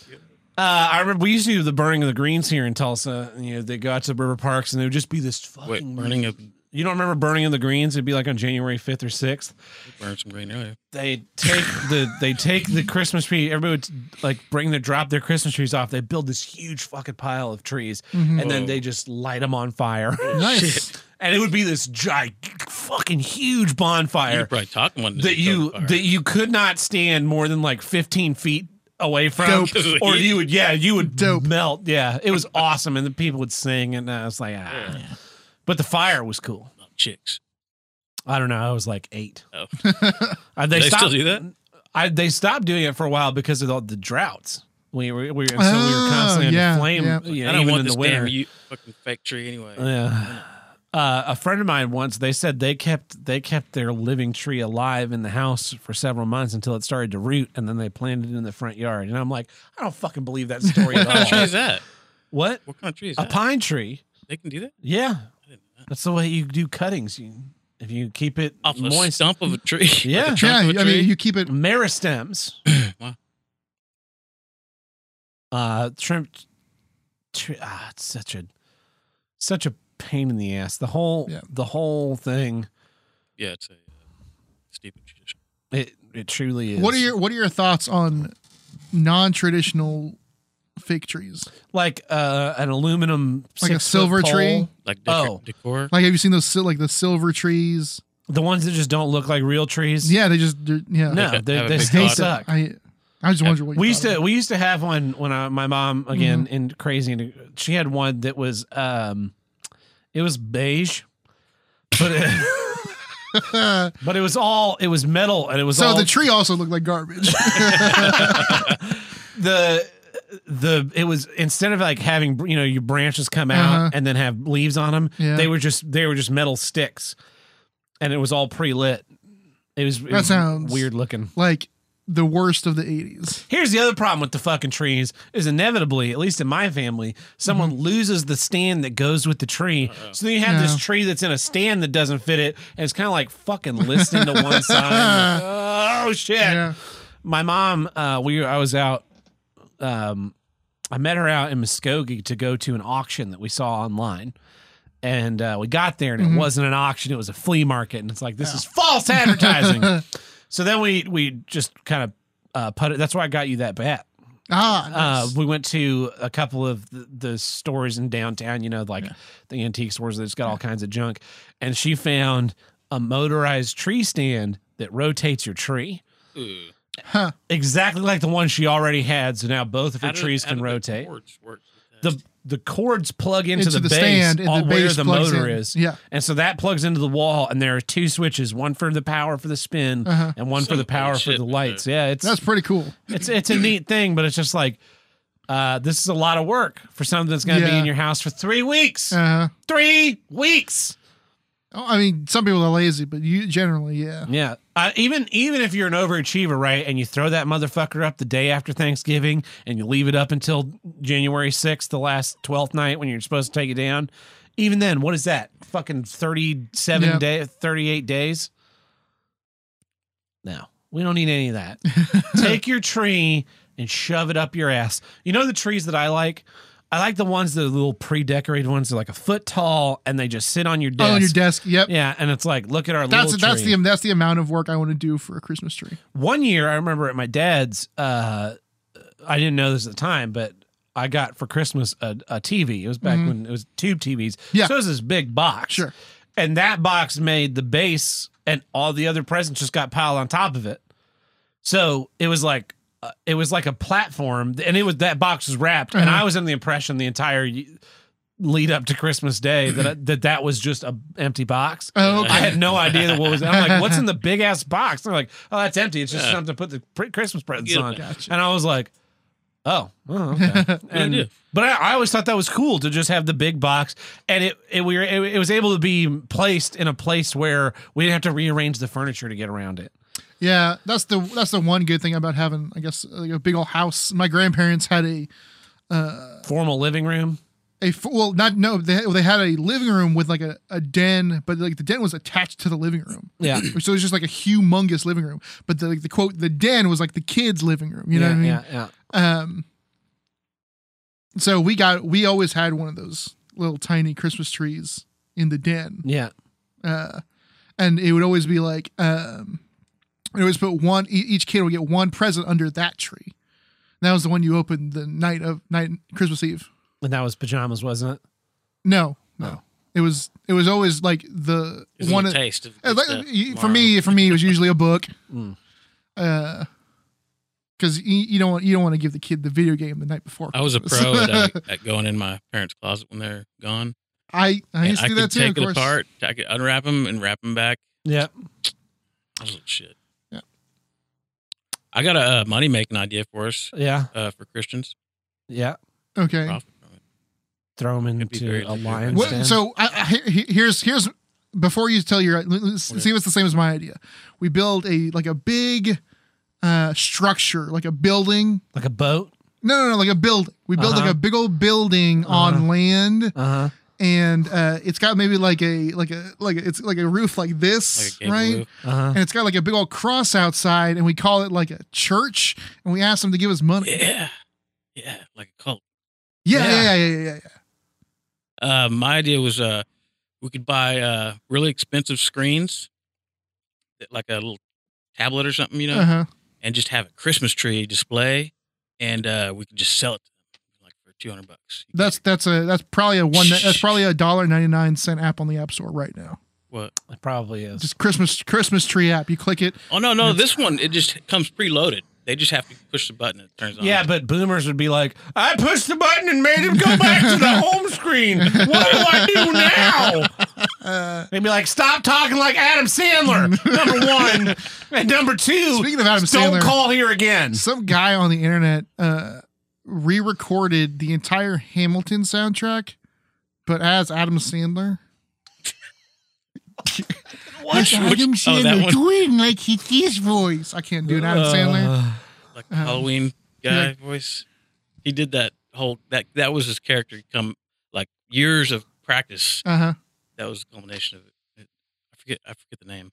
Speaker 1: I remember we used to do the burning of the greens here in Tulsa. and, You know, they go out to river parks and they would just be this fucking.
Speaker 3: Wait, burning a
Speaker 1: You don't remember burning of the greens? It'd be like on January fifth or sixth.
Speaker 3: burn some green earlier.
Speaker 1: They take the they take the Christmas tree. Everybody would like bring their drop their Christmas trees off. They build this huge fucking pile of trees, and then
Speaker 3: Whoa.
Speaker 1: they just light them on fire.
Speaker 2: Nice.
Speaker 1: and it would be this gigantic, fucking huge bonfire
Speaker 3: You probably talk one to
Speaker 1: that
Speaker 3: the
Speaker 1: you
Speaker 3: fire.
Speaker 1: that you could not stand more than like 15 feet away from
Speaker 3: Dope.
Speaker 1: or you would yeah you would
Speaker 2: Dope.
Speaker 1: melt yeah it was awesome and the people would sing and i was like ah but the fire was cool
Speaker 3: Oh, chicks.
Speaker 1: i don't know i was like eight
Speaker 3: Oh.
Speaker 1: Uh,
Speaker 3: They,
Speaker 1: they, stopped,
Speaker 3: still do that?
Speaker 1: I, they stopped doing it for a while because of the, the droughts we were, we were, so we were
Speaker 2: Oh,
Speaker 1: constantly
Speaker 2: yeah,
Speaker 1: under flame
Speaker 2: yeah.
Speaker 1: you know,
Speaker 3: I don't
Speaker 1: even
Speaker 3: want
Speaker 1: in
Speaker 3: this
Speaker 1: the winter
Speaker 3: damn you fucking fake tree anyway.
Speaker 1: yeah. Uh, a friend of mine once they said they kept they kept their living tree alive in the house for several months until it started to root and then they planted it in the front yard. And I'm like, I don't fucking believe that story at
Speaker 3: What kind of tree
Speaker 1: all.
Speaker 3: is that?
Speaker 1: what?
Speaker 3: What kind of tree is
Speaker 1: A
Speaker 3: that?
Speaker 1: pine tree.
Speaker 3: They can do that
Speaker 1: Yeah. That's the way you do cuttings. You if you keep it
Speaker 3: off a
Speaker 1: moist.
Speaker 3: stump of a tree. like a
Speaker 1: Yeah.
Speaker 3: trunk
Speaker 2: yeah,
Speaker 3: of a
Speaker 2: I
Speaker 3: tree?
Speaker 2: mean, you keep it.
Speaker 1: Meristems.
Speaker 3: Wow.
Speaker 1: Uh trim tr- ah, it's such a such a pain in the ass. The whole
Speaker 2: Yeah.
Speaker 1: the whole thing.
Speaker 3: yeah, it's a uh, stupid tradition.
Speaker 1: It it truly is.
Speaker 2: What are your What are your thoughts on non traditional fake trees?
Speaker 1: like uh, an aluminum,
Speaker 2: Like a
Speaker 1: six-foot
Speaker 2: silver
Speaker 1: pole.
Speaker 2: tree?
Speaker 3: Like decor.
Speaker 1: Oh.
Speaker 3: decor.
Speaker 2: Like, have you seen those sil- like the silver trees?
Speaker 1: the ones that just don't look like real trees.
Speaker 2: Yeah, they just they're, yeah.
Speaker 1: no, Oh,
Speaker 3: Like a- have
Speaker 1: they,
Speaker 3: a
Speaker 1: they
Speaker 3: big
Speaker 1: still
Speaker 3: pot.
Speaker 1: suck.
Speaker 2: I I just wondered what you
Speaker 1: we used
Speaker 2: thought
Speaker 1: to
Speaker 2: of
Speaker 1: we used to have one when I, my mom
Speaker 2: Mm-hmm.
Speaker 1: again in crazy. and- She had one that was um, it was beige, but it,
Speaker 2: it.
Speaker 1: but it was all it was metal and it was
Speaker 2: so
Speaker 1: all
Speaker 2: the tree also looked like garbage.
Speaker 1: the the it was instead of like having you know your branches come out
Speaker 2: Uh-huh.
Speaker 1: and then have leaves on them
Speaker 2: Yeah.
Speaker 1: they were just they were just metal sticks and it was all pre-lit it was, it
Speaker 2: That
Speaker 1: was
Speaker 2: sounds-
Speaker 1: weird looking
Speaker 2: like the worst of the 80s.
Speaker 1: here's the other problem with the fucking trees is inevitably at least in my family someone
Speaker 2: Mm-hmm.
Speaker 1: loses the stand that goes with the tree so then you have this
Speaker 2: No.
Speaker 1: tree that's in a stand that doesn't fit it and it's kind of like fucking listing to one side Like, oh shit
Speaker 2: Yeah.
Speaker 1: my mom uh we i was out um i met her out in muskogee to go to an auction that we saw online and uh, we got there and it wasn't an auction it was a flea market and it's like this is false advertising so then we we just kind of uh put it that's why i got you that bat
Speaker 2: Ah,
Speaker 1: uh,
Speaker 2: nice.
Speaker 1: we went to a couple of the, the stores in downtown, you know, like the antique stores that's got all kinds of junk. And she found a motorized tree stand that rotates your tree.
Speaker 3: Ooh.
Speaker 2: Huh.
Speaker 1: Exactly like the one she already had. So now both of her
Speaker 3: How do-
Speaker 1: trees
Speaker 3: how
Speaker 1: can
Speaker 3: do the
Speaker 1: rotate.
Speaker 3: cords work with that?
Speaker 1: The the cords plug into,
Speaker 2: Into
Speaker 1: the,
Speaker 2: the
Speaker 1: base
Speaker 2: stand and
Speaker 1: all-
Speaker 2: the
Speaker 1: where
Speaker 2: base
Speaker 1: the
Speaker 2: plugs
Speaker 1: motor
Speaker 2: in.
Speaker 1: is.
Speaker 2: Yeah.
Speaker 1: And so that plugs into the wall and there are two switches, one for the power for the spin
Speaker 2: Uh-huh.
Speaker 1: and one for
Speaker 3: Some
Speaker 1: the power
Speaker 3: weird
Speaker 1: for
Speaker 3: shit
Speaker 1: the
Speaker 3: with
Speaker 1: lights. Yeah, it's
Speaker 2: That's pretty cool.
Speaker 1: it's it's a neat thing, but it's just like uh, this is a lot of work for something that's going to be
Speaker 2: Yeah.
Speaker 1: in your house for three weeks.
Speaker 2: Uh,
Speaker 1: three weeks.
Speaker 2: oh, I mean, some people are lazy, but you generally, yeah.
Speaker 1: Yeah. Uh, even even if you're an overachiever, right, and you throw that motherfucker up the day after Thanksgiving, and you leave it up until January sixth, the last twelfth night when you're supposed to take it down. Even then, what is that? Fucking thirty-seven
Speaker 2: Yeah.
Speaker 1: day, thirty-eight days. No, we don't need any of that. Take your tree and shove it up your ass. You know the trees that I like I like the ones that are the little pre-decorated ones. They're like a foot tall, and they just sit on your desk.
Speaker 2: Oh, on your desk. Yep.
Speaker 1: Yeah, and it's like, look at our
Speaker 2: That's
Speaker 1: little
Speaker 2: that's
Speaker 1: tree.
Speaker 2: the that's the amount of work I want to do for a Christmas tree.
Speaker 1: One year, I remember at my dad's. Uh, I didn't know this at the time, but I got for Christmas a, a TV. It was back when it was tube TVs.
Speaker 2: Mm-hmm. Yeah.
Speaker 1: So it was this big box.
Speaker 2: Sure.
Speaker 1: And that box made the base, and all the other presents just got piled on top of it. So it was like uh, it was like a platform, and it was that box was wrapped, and
Speaker 2: Uh-huh.
Speaker 1: I was under the impression the entire y- lead up to Christmas Day that I, that that was just a empty box.
Speaker 2: Oh, okay.
Speaker 1: I had no idea that what was. I'm like, what's in the big ass box? And they're like, oh, that's empty. It's just
Speaker 3: Yeah.
Speaker 1: something to put the pre- Christmas presents
Speaker 3: Yeah.
Speaker 1: on.
Speaker 2: Gotcha.
Speaker 1: And I was like, oh, oh, okay.
Speaker 3: idea.
Speaker 1: and, but I, I always thought that was cool to just have the big box, and it it we were it, it was able to be placed in a place where we didn't have to rearrange the furniture to get around it.
Speaker 2: Yeah, that's the that's the one good thing about having I guess like a big old house. My grandparents had a
Speaker 1: Formal living room.
Speaker 2: a f- well not no they well, they had a living room with like a, a den, but like the den was attached to the living room.
Speaker 1: Yeah.
Speaker 2: So it was just like a humongous living room, but the like the quote the den was like the kids' living room. You know
Speaker 1: yeah,
Speaker 2: what I mean?
Speaker 1: yeah, yeah.
Speaker 2: Um, so we got we always had one of those little tiny Christmas trees in the den,
Speaker 1: Yeah.
Speaker 2: uh, and it would always be like um, it always put one e- each kid would get one present under that tree. And that was the one you opened the night of night Christmas Eve.
Speaker 1: And that was pajamas, wasn't it?
Speaker 2: No, no, it was it was always like the
Speaker 3: It's
Speaker 2: one
Speaker 3: a
Speaker 2: of-
Speaker 3: taste of
Speaker 2: uh,
Speaker 3: good
Speaker 2: like,
Speaker 3: stuff.
Speaker 2: y- for
Speaker 3: Marvel.
Speaker 2: me, for me, it was usually a book.
Speaker 1: Mm.
Speaker 2: Uh, because you, you don't want you don't want to give the kid the video game the night before.
Speaker 3: I was a
Speaker 2: Christmas.
Speaker 3: pro at, uh, at going in my parents' closet when they're gone.
Speaker 2: I I
Speaker 3: And
Speaker 2: used to
Speaker 3: I
Speaker 2: do
Speaker 3: could
Speaker 2: that too.
Speaker 3: take
Speaker 2: of
Speaker 3: it
Speaker 2: course.
Speaker 3: apart. I could unwrap them and wrap them back.
Speaker 1: Yeah.
Speaker 3: I was like, shit.
Speaker 2: Yeah.
Speaker 3: I got a uh, money making idea for us
Speaker 1: Yeah.
Speaker 3: uh, for Christians.
Speaker 1: Yeah.
Speaker 2: Okay.
Speaker 3: Profit from it.
Speaker 1: Throw them
Speaker 3: It'd be
Speaker 1: into
Speaker 3: very
Speaker 1: a
Speaker 3: different.
Speaker 1: lion
Speaker 2: What-
Speaker 1: stand.
Speaker 2: so I, I, he- he- here's here's before you tell your l- l- see what's the same as my idea. We build a like a big uh structure, like a building.
Speaker 1: like a boat.
Speaker 2: No, no, no, like a building. We build like
Speaker 1: Uh-huh.
Speaker 2: a big old building
Speaker 3: Uh-huh.
Speaker 2: on land,
Speaker 1: Uh huh.
Speaker 2: and uh, it's got maybe like a like a like a, it's like a roof like
Speaker 3: Like
Speaker 2: this,
Speaker 3: a gable
Speaker 2: right?
Speaker 3: roof.
Speaker 1: Uh
Speaker 2: And it's got like a big old cross outside, and we call it like a church, and we ask them to give us money.
Speaker 3: Yeah. Yeah. Like a cult.
Speaker 2: Yeah, yeah,
Speaker 1: Yeah.
Speaker 2: yeah, yeah, yeah. yeah,
Speaker 3: Uh, my idea was uh, we could buy uh, really expensive screens, that- like a little tablet or something, you know,
Speaker 2: Uh huh.
Speaker 3: and just have a Christmas tree display, and uh, we could just sell it like for two hundred bucks.
Speaker 2: That's that's a that's probably a one that's probably a dollar ninety nine cent app on the app store right now.
Speaker 3: what?
Speaker 1: huh. It probably is.
Speaker 2: Just Christmas Christmas tree app. You click it.
Speaker 3: Oh no, no, this one it just comes preloaded. They just have to push the button. and It turns on.
Speaker 1: Yeah, but boomers would be like, I pushed the button and made him go back to the home screen. What do I do now? They'd be like, stop talking like Adam Sandler, number one. And number two,
Speaker 2: Speaking of Adam Sandler-
Speaker 1: don't call here again.
Speaker 2: Some guy on the internet uh re-recorded the entire Hamilton soundtrack, but as Adam Sandler.
Speaker 3: Which- which- oh, that one,
Speaker 2: doing like his, his voice. I can't do an Adam Sandler.
Speaker 1: Uh,
Speaker 3: like Halloween guy voice. He did that whole that that was his character. Come like years of practice.
Speaker 2: Uh huh.
Speaker 3: That was the culmination of it. It- I forget. I forget the name.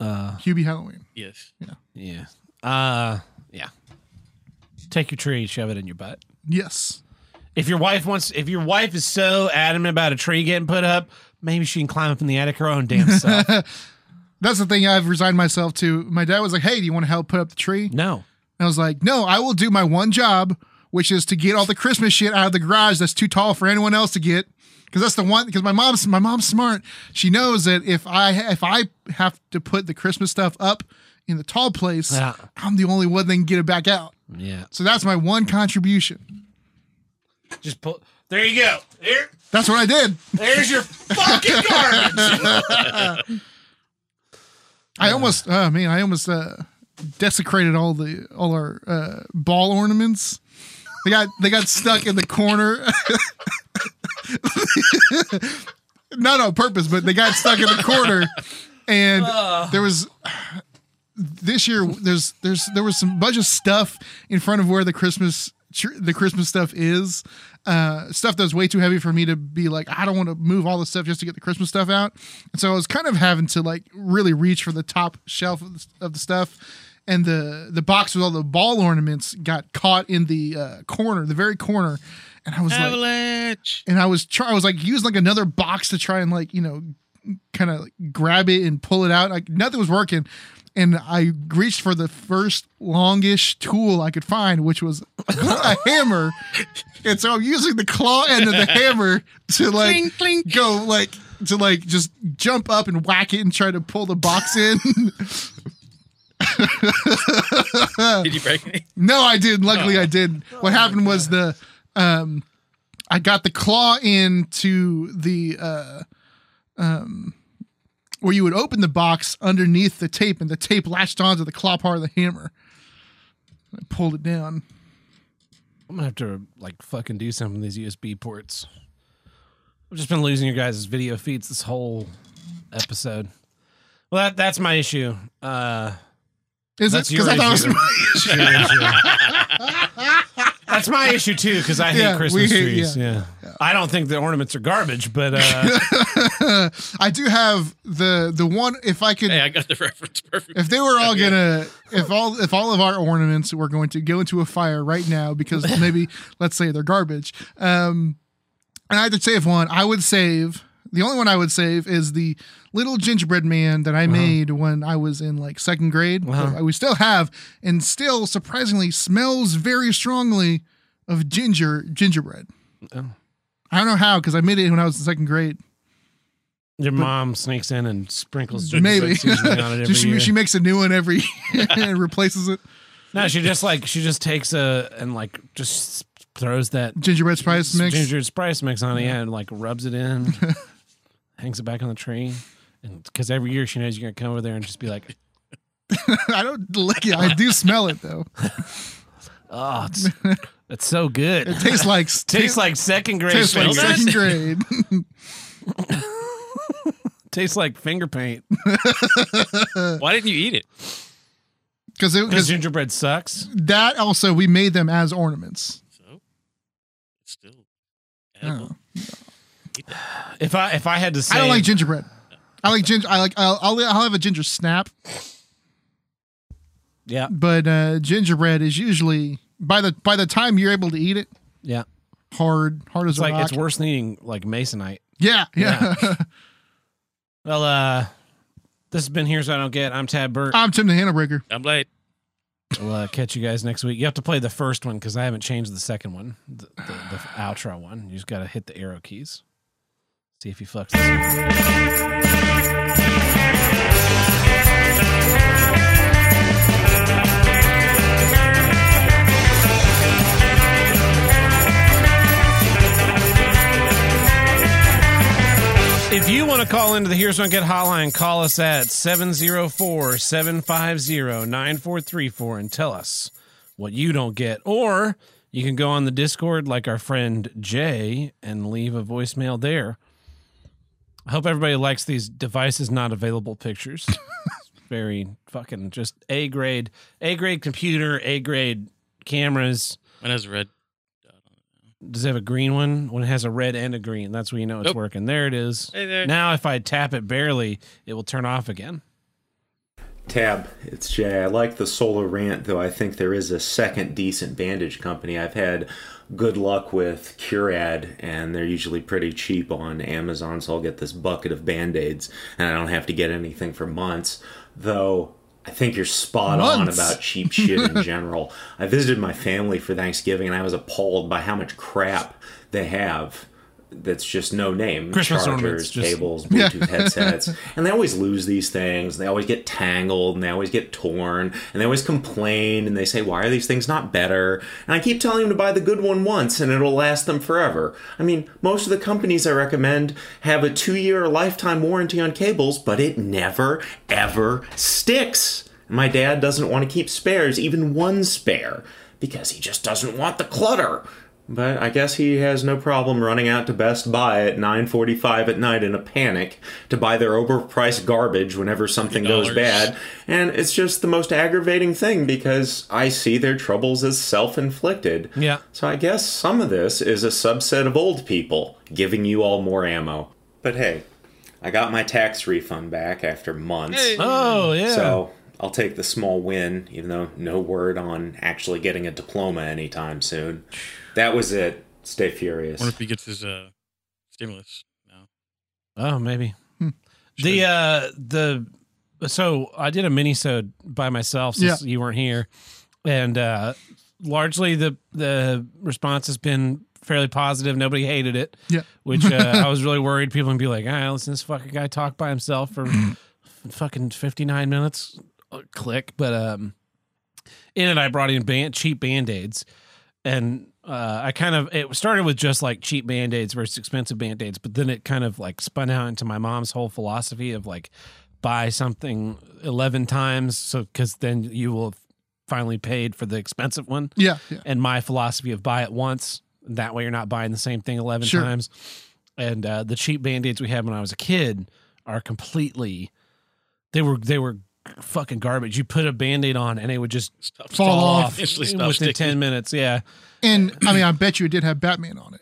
Speaker 1: uh,
Speaker 2: Hubie Halloween.
Speaker 3: Yes.
Speaker 1: yeah. Uh, yeah. Take your tree, shove it in your butt.
Speaker 2: Yes.
Speaker 1: If your wife wants, if your wife is so adamant about a tree getting put up, maybe she can climb up in the attic her own damn self.
Speaker 2: That's the thing I've resigned myself to. My dad was like, "Hey, do you want to help put up the tree?"
Speaker 1: no.
Speaker 2: And I was like, no, I will do my one job, which is to get all the Christmas shit out of the garage that's too tall for anyone else to get. Because that's the one. Because my mom's my mom's smart. She knows that if I if I have to put the Christmas stuff up in the tall place,
Speaker 1: Yeah.
Speaker 2: I'm the only one that can get it back out.
Speaker 1: Yeah.
Speaker 2: So that's my one contribution.
Speaker 1: Just pull. There you go. There.
Speaker 2: That's what I did.
Speaker 1: There's your fucking garbage.
Speaker 2: I almost, oh man, I almost uh, desecrated all the all our uh, ball ornaments. They got they got stuck in the corner. Not on purpose, but they got stuck in the corner, and there was this year. There's there's there was some bunch of stuff in front of where the Christmas tr- the Christmas stuff is. Uh, stuff that was way too heavy for me to be like, I don't want to move all this stuff just to get the Christmas stuff out. And so I was kind of having to like really reach for the top shelf of the, of the stuff. And the the box with all the ball ornaments got caught in the uh, corner, the very corner. and I was like,
Speaker 3: Avalanche.
Speaker 2: and I was try I was like using like another box to try and like you know kind of like, grab it and pull it out like nothing was working and I reached for the first longish tool I could find which was a hammer and so I'm using the claw end of the hammer to like
Speaker 3: Clink, clink.
Speaker 2: go like to like just jump up and whack it and try to pull the box in
Speaker 3: Did you break Oh. any?
Speaker 2: No, I did. Luckily, I did. What happened was the, um, I got the claw into the, uh, um, where you would open the box underneath the tape, and the tape latched onto the claw part of the hammer. I pulled it down.
Speaker 1: I'm gonna have to like fucking do something with these USB ports. I've just been losing your guys' video feeds this whole episode. Well, that that's my issue. Uh,
Speaker 2: Is
Speaker 1: That's
Speaker 2: it? Because
Speaker 1: your
Speaker 2: I thought it
Speaker 1: issue.
Speaker 2: was.
Speaker 1: that's my issue too because I hate
Speaker 2: Yeah, we
Speaker 1: Christmas
Speaker 2: hate-
Speaker 1: trees.
Speaker 2: yeah.
Speaker 1: Yeah. I don't think the ornaments are garbage, but uh,
Speaker 2: I do have the the one. If I could,
Speaker 3: Hey, I got the reference perfect.
Speaker 2: if they were all gonna, if all if all of our ornaments were going to go into a fire right now because maybe let's say they're garbage, um, and I had to save one, I would save the only one I would save is the little gingerbread man that I
Speaker 3: Uh-huh.
Speaker 2: made when I was in like second grade.
Speaker 1: Wow.
Speaker 2: that We still have and still surprisingly smells very strongly of ginger gingerbread.
Speaker 1: Oh.
Speaker 2: I don't know how because I made it when I was in second grade.
Speaker 1: your mom sneaks in and sprinkles
Speaker 2: Maybe
Speaker 1: seasoning on it every
Speaker 2: she,
Speaker 1: year.
Speaker 2: she makes a new one every year and replaces it.
Speaker 1: no, she just like she just takes a and like just throws that
Speaker 2: Gingerbread spice mix.
Speaker 1: ginger spice mix on it yeah, and like rubs it in, hangs it back on the tree, and because every year she knows you're gonna come over there and just be like,
Speaker 2: I don't lick it. I do smell it though.
Speaker 1: oh, it's, it's so good.
Speaker 2: It tastes like
Speaker 1: tastes like second grade.
Speaker 2: tastes like
Speaker 1: finger-
Speaker 3: finger.
Speaker 2: second grade.
Speaker 1: tastes like finger paint
Speaker 3: Why didn't you eat it?
Speaker 2: Because
Speaker 1: because
Speaker 2: because
Speaker 1: gingerbread sucks.
Speaker 2: that also we made them as ornaments.
Speaker 3: So it's still edible.
Speaker 2: Oh.
Speaker 1: If I if I had to say,
Speaker 2: I don't like gingerbread. I like ginger. I like. I'll, I'll I'll have a ginger snap,
Speaker 1: yeah,
Speaker 2: but uh, gingerbread is usually by the by the time you're able to eat it,
Speaker 1: yeah.
Speaker 2: hard hard as
Speaker 1: It's
Speaker 2: a
Speaker 1: like
Speaker 2: rock.
Speaker 1: it's worse than eating like masonite.
Speaker 2: yeah, yeah.
Speaker 1: Well, uh, this has been here so I don't get. I'm Tad Burt.
Speaker 2: I'm Tim the Handle Breaker.
Speaker 3: I'm late.
Speaker 1: We'll uh, catch you guys next week. You have to play the first one because I haven't changed the second one, the, the, the outro one. You just got to hit the arrow keys. See if he fucks. This. up. If you want to call into the Here's One Get hotline, call us at 704 750 9434 and tell us what you don't get. Or you can go on the Discord like our friend Jay and leave a voicemail there. I hope everybody likes these devices not available pictures. It's very fucking just A grade, A grade computer, A grade cameras.
Speaker 3: Mine has red.
Speaker 1: Does it have a green one? When it has a red and a green, that's when you know it's
Speaker 3: Nope.
Speaker 1: working. There it is.
Speaker 3: Hey there.
Speaker 1: Now, if I tap it barely, it will turn off again.
Speaker 6: Tab, it's Jay. I like the solar rant, though I think there is a second decent bandage company. I've had good luck with Curad, and they're usually pretty cheap on Amazon, so I'll get this bucket of band aids, and I don't have to get anything for months. Though I think you're spot on
Speaker 2: Months?
Speaker 6: about cheap shit in general. I visited my family for Thanksgiving, and I was appalled by how much crap they have. That's just no name.
Speaker 1: Christmas ornaments,
Speaker 6: Chargers,
Speaker 1: just-
Speaker 6: cables, cables, Bluetooth headsets, and they always lose these things. They always get tangled, and they always get torn, and they always complain, and they say, "Why are these things not better?" And I keep telling them to buy the good one once, and it'll last them forever. I mean, most of the companies I recommend have a two-year or lifetime warranty on cables, but it never ever sticks. My dad doesn't want to keep spares, even one spare, because he just doesn't want the clutter. But I guess he has no problem running out to Best Buy at 9:45 at night in a panic to buy their overpriced garbage whenever something goes
Speaker 3: $50.
Speaker 6: bad. And it's just the most aggravating thing because I see their troubles as self-inflicted.
Speaker 1: Yeah.
Speaker 6: So I guess some of this is a subset of old people giving you all more ammo. But hey, I got my tax refund back after months.
Speaker 1: Oh yeah.
Speaker 6: So I'll take the small win, even though no word on actually getting a diploma anytime soon. That was it. Stay furious.
Speaker 3: wonder if he gets his uh, stimulus now.
Speaker 1: Oh, maybe.
Speaker 2: Hmm.
Speaker 1: The uh the so I did a mini sode by myself since you weren't here. And uh largely the the response has been fairly positive. Nobody hated it.
Speaker 2: Yeah.
Speaker 1: Which uh, I was really worried people would be like, I listen to this fucking guy talk by himself for fucking fifty nine minutes. Uh, Click. But um in it I brought in band cheap band-aids and uh, I kind of it started with just like cheap band aids versus expensive band aids, but then it kind of like spun out into my mom's whole philosophy of like buy something eleven times, so because then you will have finally paid for the expensive one.
Speaker 2: Yeah, yeah.
Speaker 1: And my philosophy of buy it once, that way you're not buying the same thing eleven
Speaker 2: Sure.
Speaker 1: times. And uh, the cheap band aids we had when I was a kid are completely they were they were fucking garbage. You put a band aid on and it would just
Speaker 3: Stop.
Speaker 2: Fall off.
Speaker 3: Eventually stop
Speaker 1: within
Speaker 3: sticking.
Speaker 1: ten minutes. Yeah.
Speaker 2: And I mean, I bet you it did have Batman on it.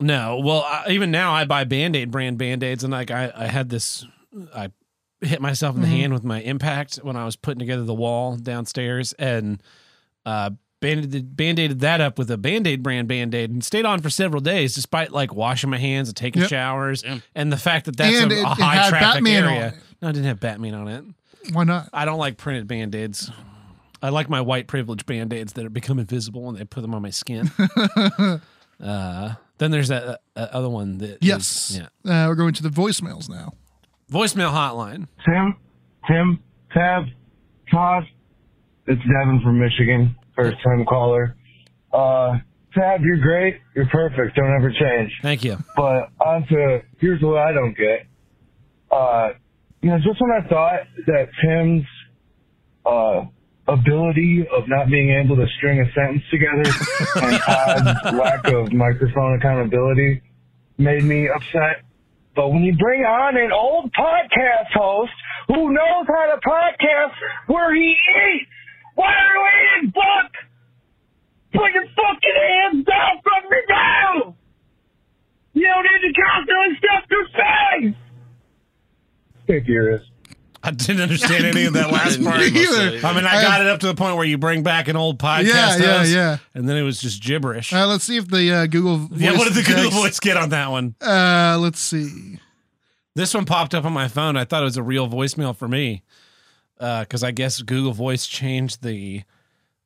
Speaker 1: No, well, I, even now I buy Band Aid brand Band Aids, and like I, I had this, I hit myself in
Speaker 2: Mm-hmm.
Speaker 1: the hand with my impact when I was putting together the wall downstairs, and uh, banded band-aided that up with a Band-Aid brand Band-Aid, and stayed on for several days, despite like washing my hands and taking
Speaker 2: Yep.
Speaker 1: showers,
Speaker 3: Damn.
Speaker 1: and the fact that that's
Speaker 2: And
Speaker 1: a,
Speaker 2: it-
Speaker 1: a
Speaker 2: it
Speaker 1: high
Speaker 2: had
Speaker 1: traffic
Speaker 2: Batman on
Speaker 1: area.
Speaker 2: it.
Speaker 1: No, it didn't have Batman on it.
Speaker 2: Why not?
Speaker 1: I don't like printed Band Aids. I like my white privilege band aids that become invisible when they put them on my skin. uh, then there's that uh, uh, other one that is-
Speaker 2: Yes.
Speaker 1: yeah.
Speaker 2: Uh, we're going to the voicemails now.
Speaker 1: Voicemail hotline.
Speaker 7: Tim, Tim, Tab, Todd. It's Devin from Michigan, first time caller. Uh, Tab, you're great. You're perfect. Don't ever change.
Speaker 1: Thank you.
Speaker 7: But on to here's what I don't get. Uh, you know, just when I thought that Tim's uh, ability of not being able to string a sentence together and Todd's lack of microphone accountability made me upset. But when you bring on an old podcast host who knows how to podcast where he eats, why are we in fuck? Put your fucking hands down from your mouth! You don't need to constantly stuff your face! Stick yours.
Speaker 1: I didn't understand any of that last part.
Speaker 3: I didn't
Speaker 2: either.
Speaker 3: say it.
Speaker 1: I mean, I got it up to the point where you bring back an old podcast,
Speaker 2: Yeah, yeah,
Speaker 1: host,
Speaker 2: yeah.
Speaker 1: and then it was just gibberish.
Speaker 2: Uh, let's see if the uh, Google voice.
Speaker 1: yeah, what did the Google
Speaker 2: text-
Speaker 1: voice get on that one?
Speaker 2: Uh, let's see.
Speaker 1: This one popped up on my phone. I thought it was a real voicemail for me because I guess Google Voice changed the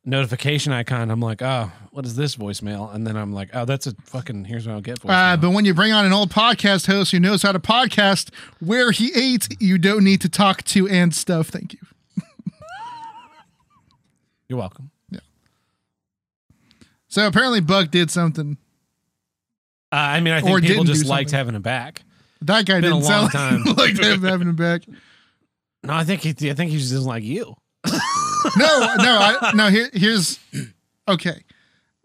Speaker 1: notification icon. I'm like, oh, what is this voicemail? And then I'm like, oh, that's a fucking here's what I'll get voicemail.
Speaker 2: Uh, but when you bring on an old podcast host who knows how to podcast where he ate, you don't need to talk to and stuff. Thank you.
Speaker 1: You're welcome.
Speaker 2: So apparently, Buck did something.
Speaker 1: Uh, I mean, I think
Speaker 2: Or
Speaker 1: people
Speaker 2: didn't do
Speaker 1: just liked
Speaker 2: something.
Speaker 1: having him back.
Speaker 2: That guy
Speaker 1: Been a
Speaker 2: didn't
Speaker 1: long time.
Speaker 2: sound like them having him back.
Speaker 1: No, I think he, I think he just doesn't like you.
Speaker 2: no, no, I, no. Here, here's okay.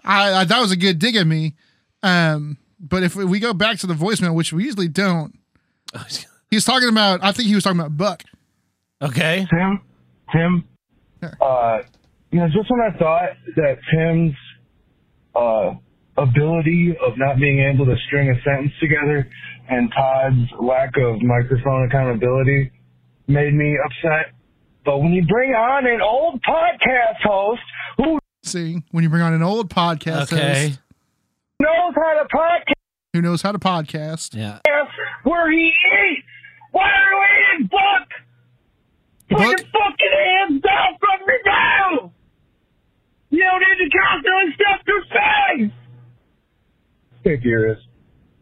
Speaker 2: I, I that was a good dig at me, um, but if we go back to the voicemail, which we usually don't, he's talking about. I think he was talking about Buck.
Speaker 1: okay.
Speaker 7: Tim, Tim, uh, you know, just when I thought that Tim's uh, ability of not being able to string a sentence together and Todd's lack of microphone accountability made me upset. But when you bring on an old podcast host who
Speaker 2: See, when you bring on an old podcast
Speaker 1: Okay.
Speaker 2: host
Speaker 7: knows how to podcast
Speaker 2: who knows how to podcast,
Speaker 1: Yeah.
Speaker 7: where he eats, why are we in book? Put
Speaker 2: Buck-
Speaker 7: your fucking hands down from your mouth! You don't need to constantly stuff your face! Stick yours.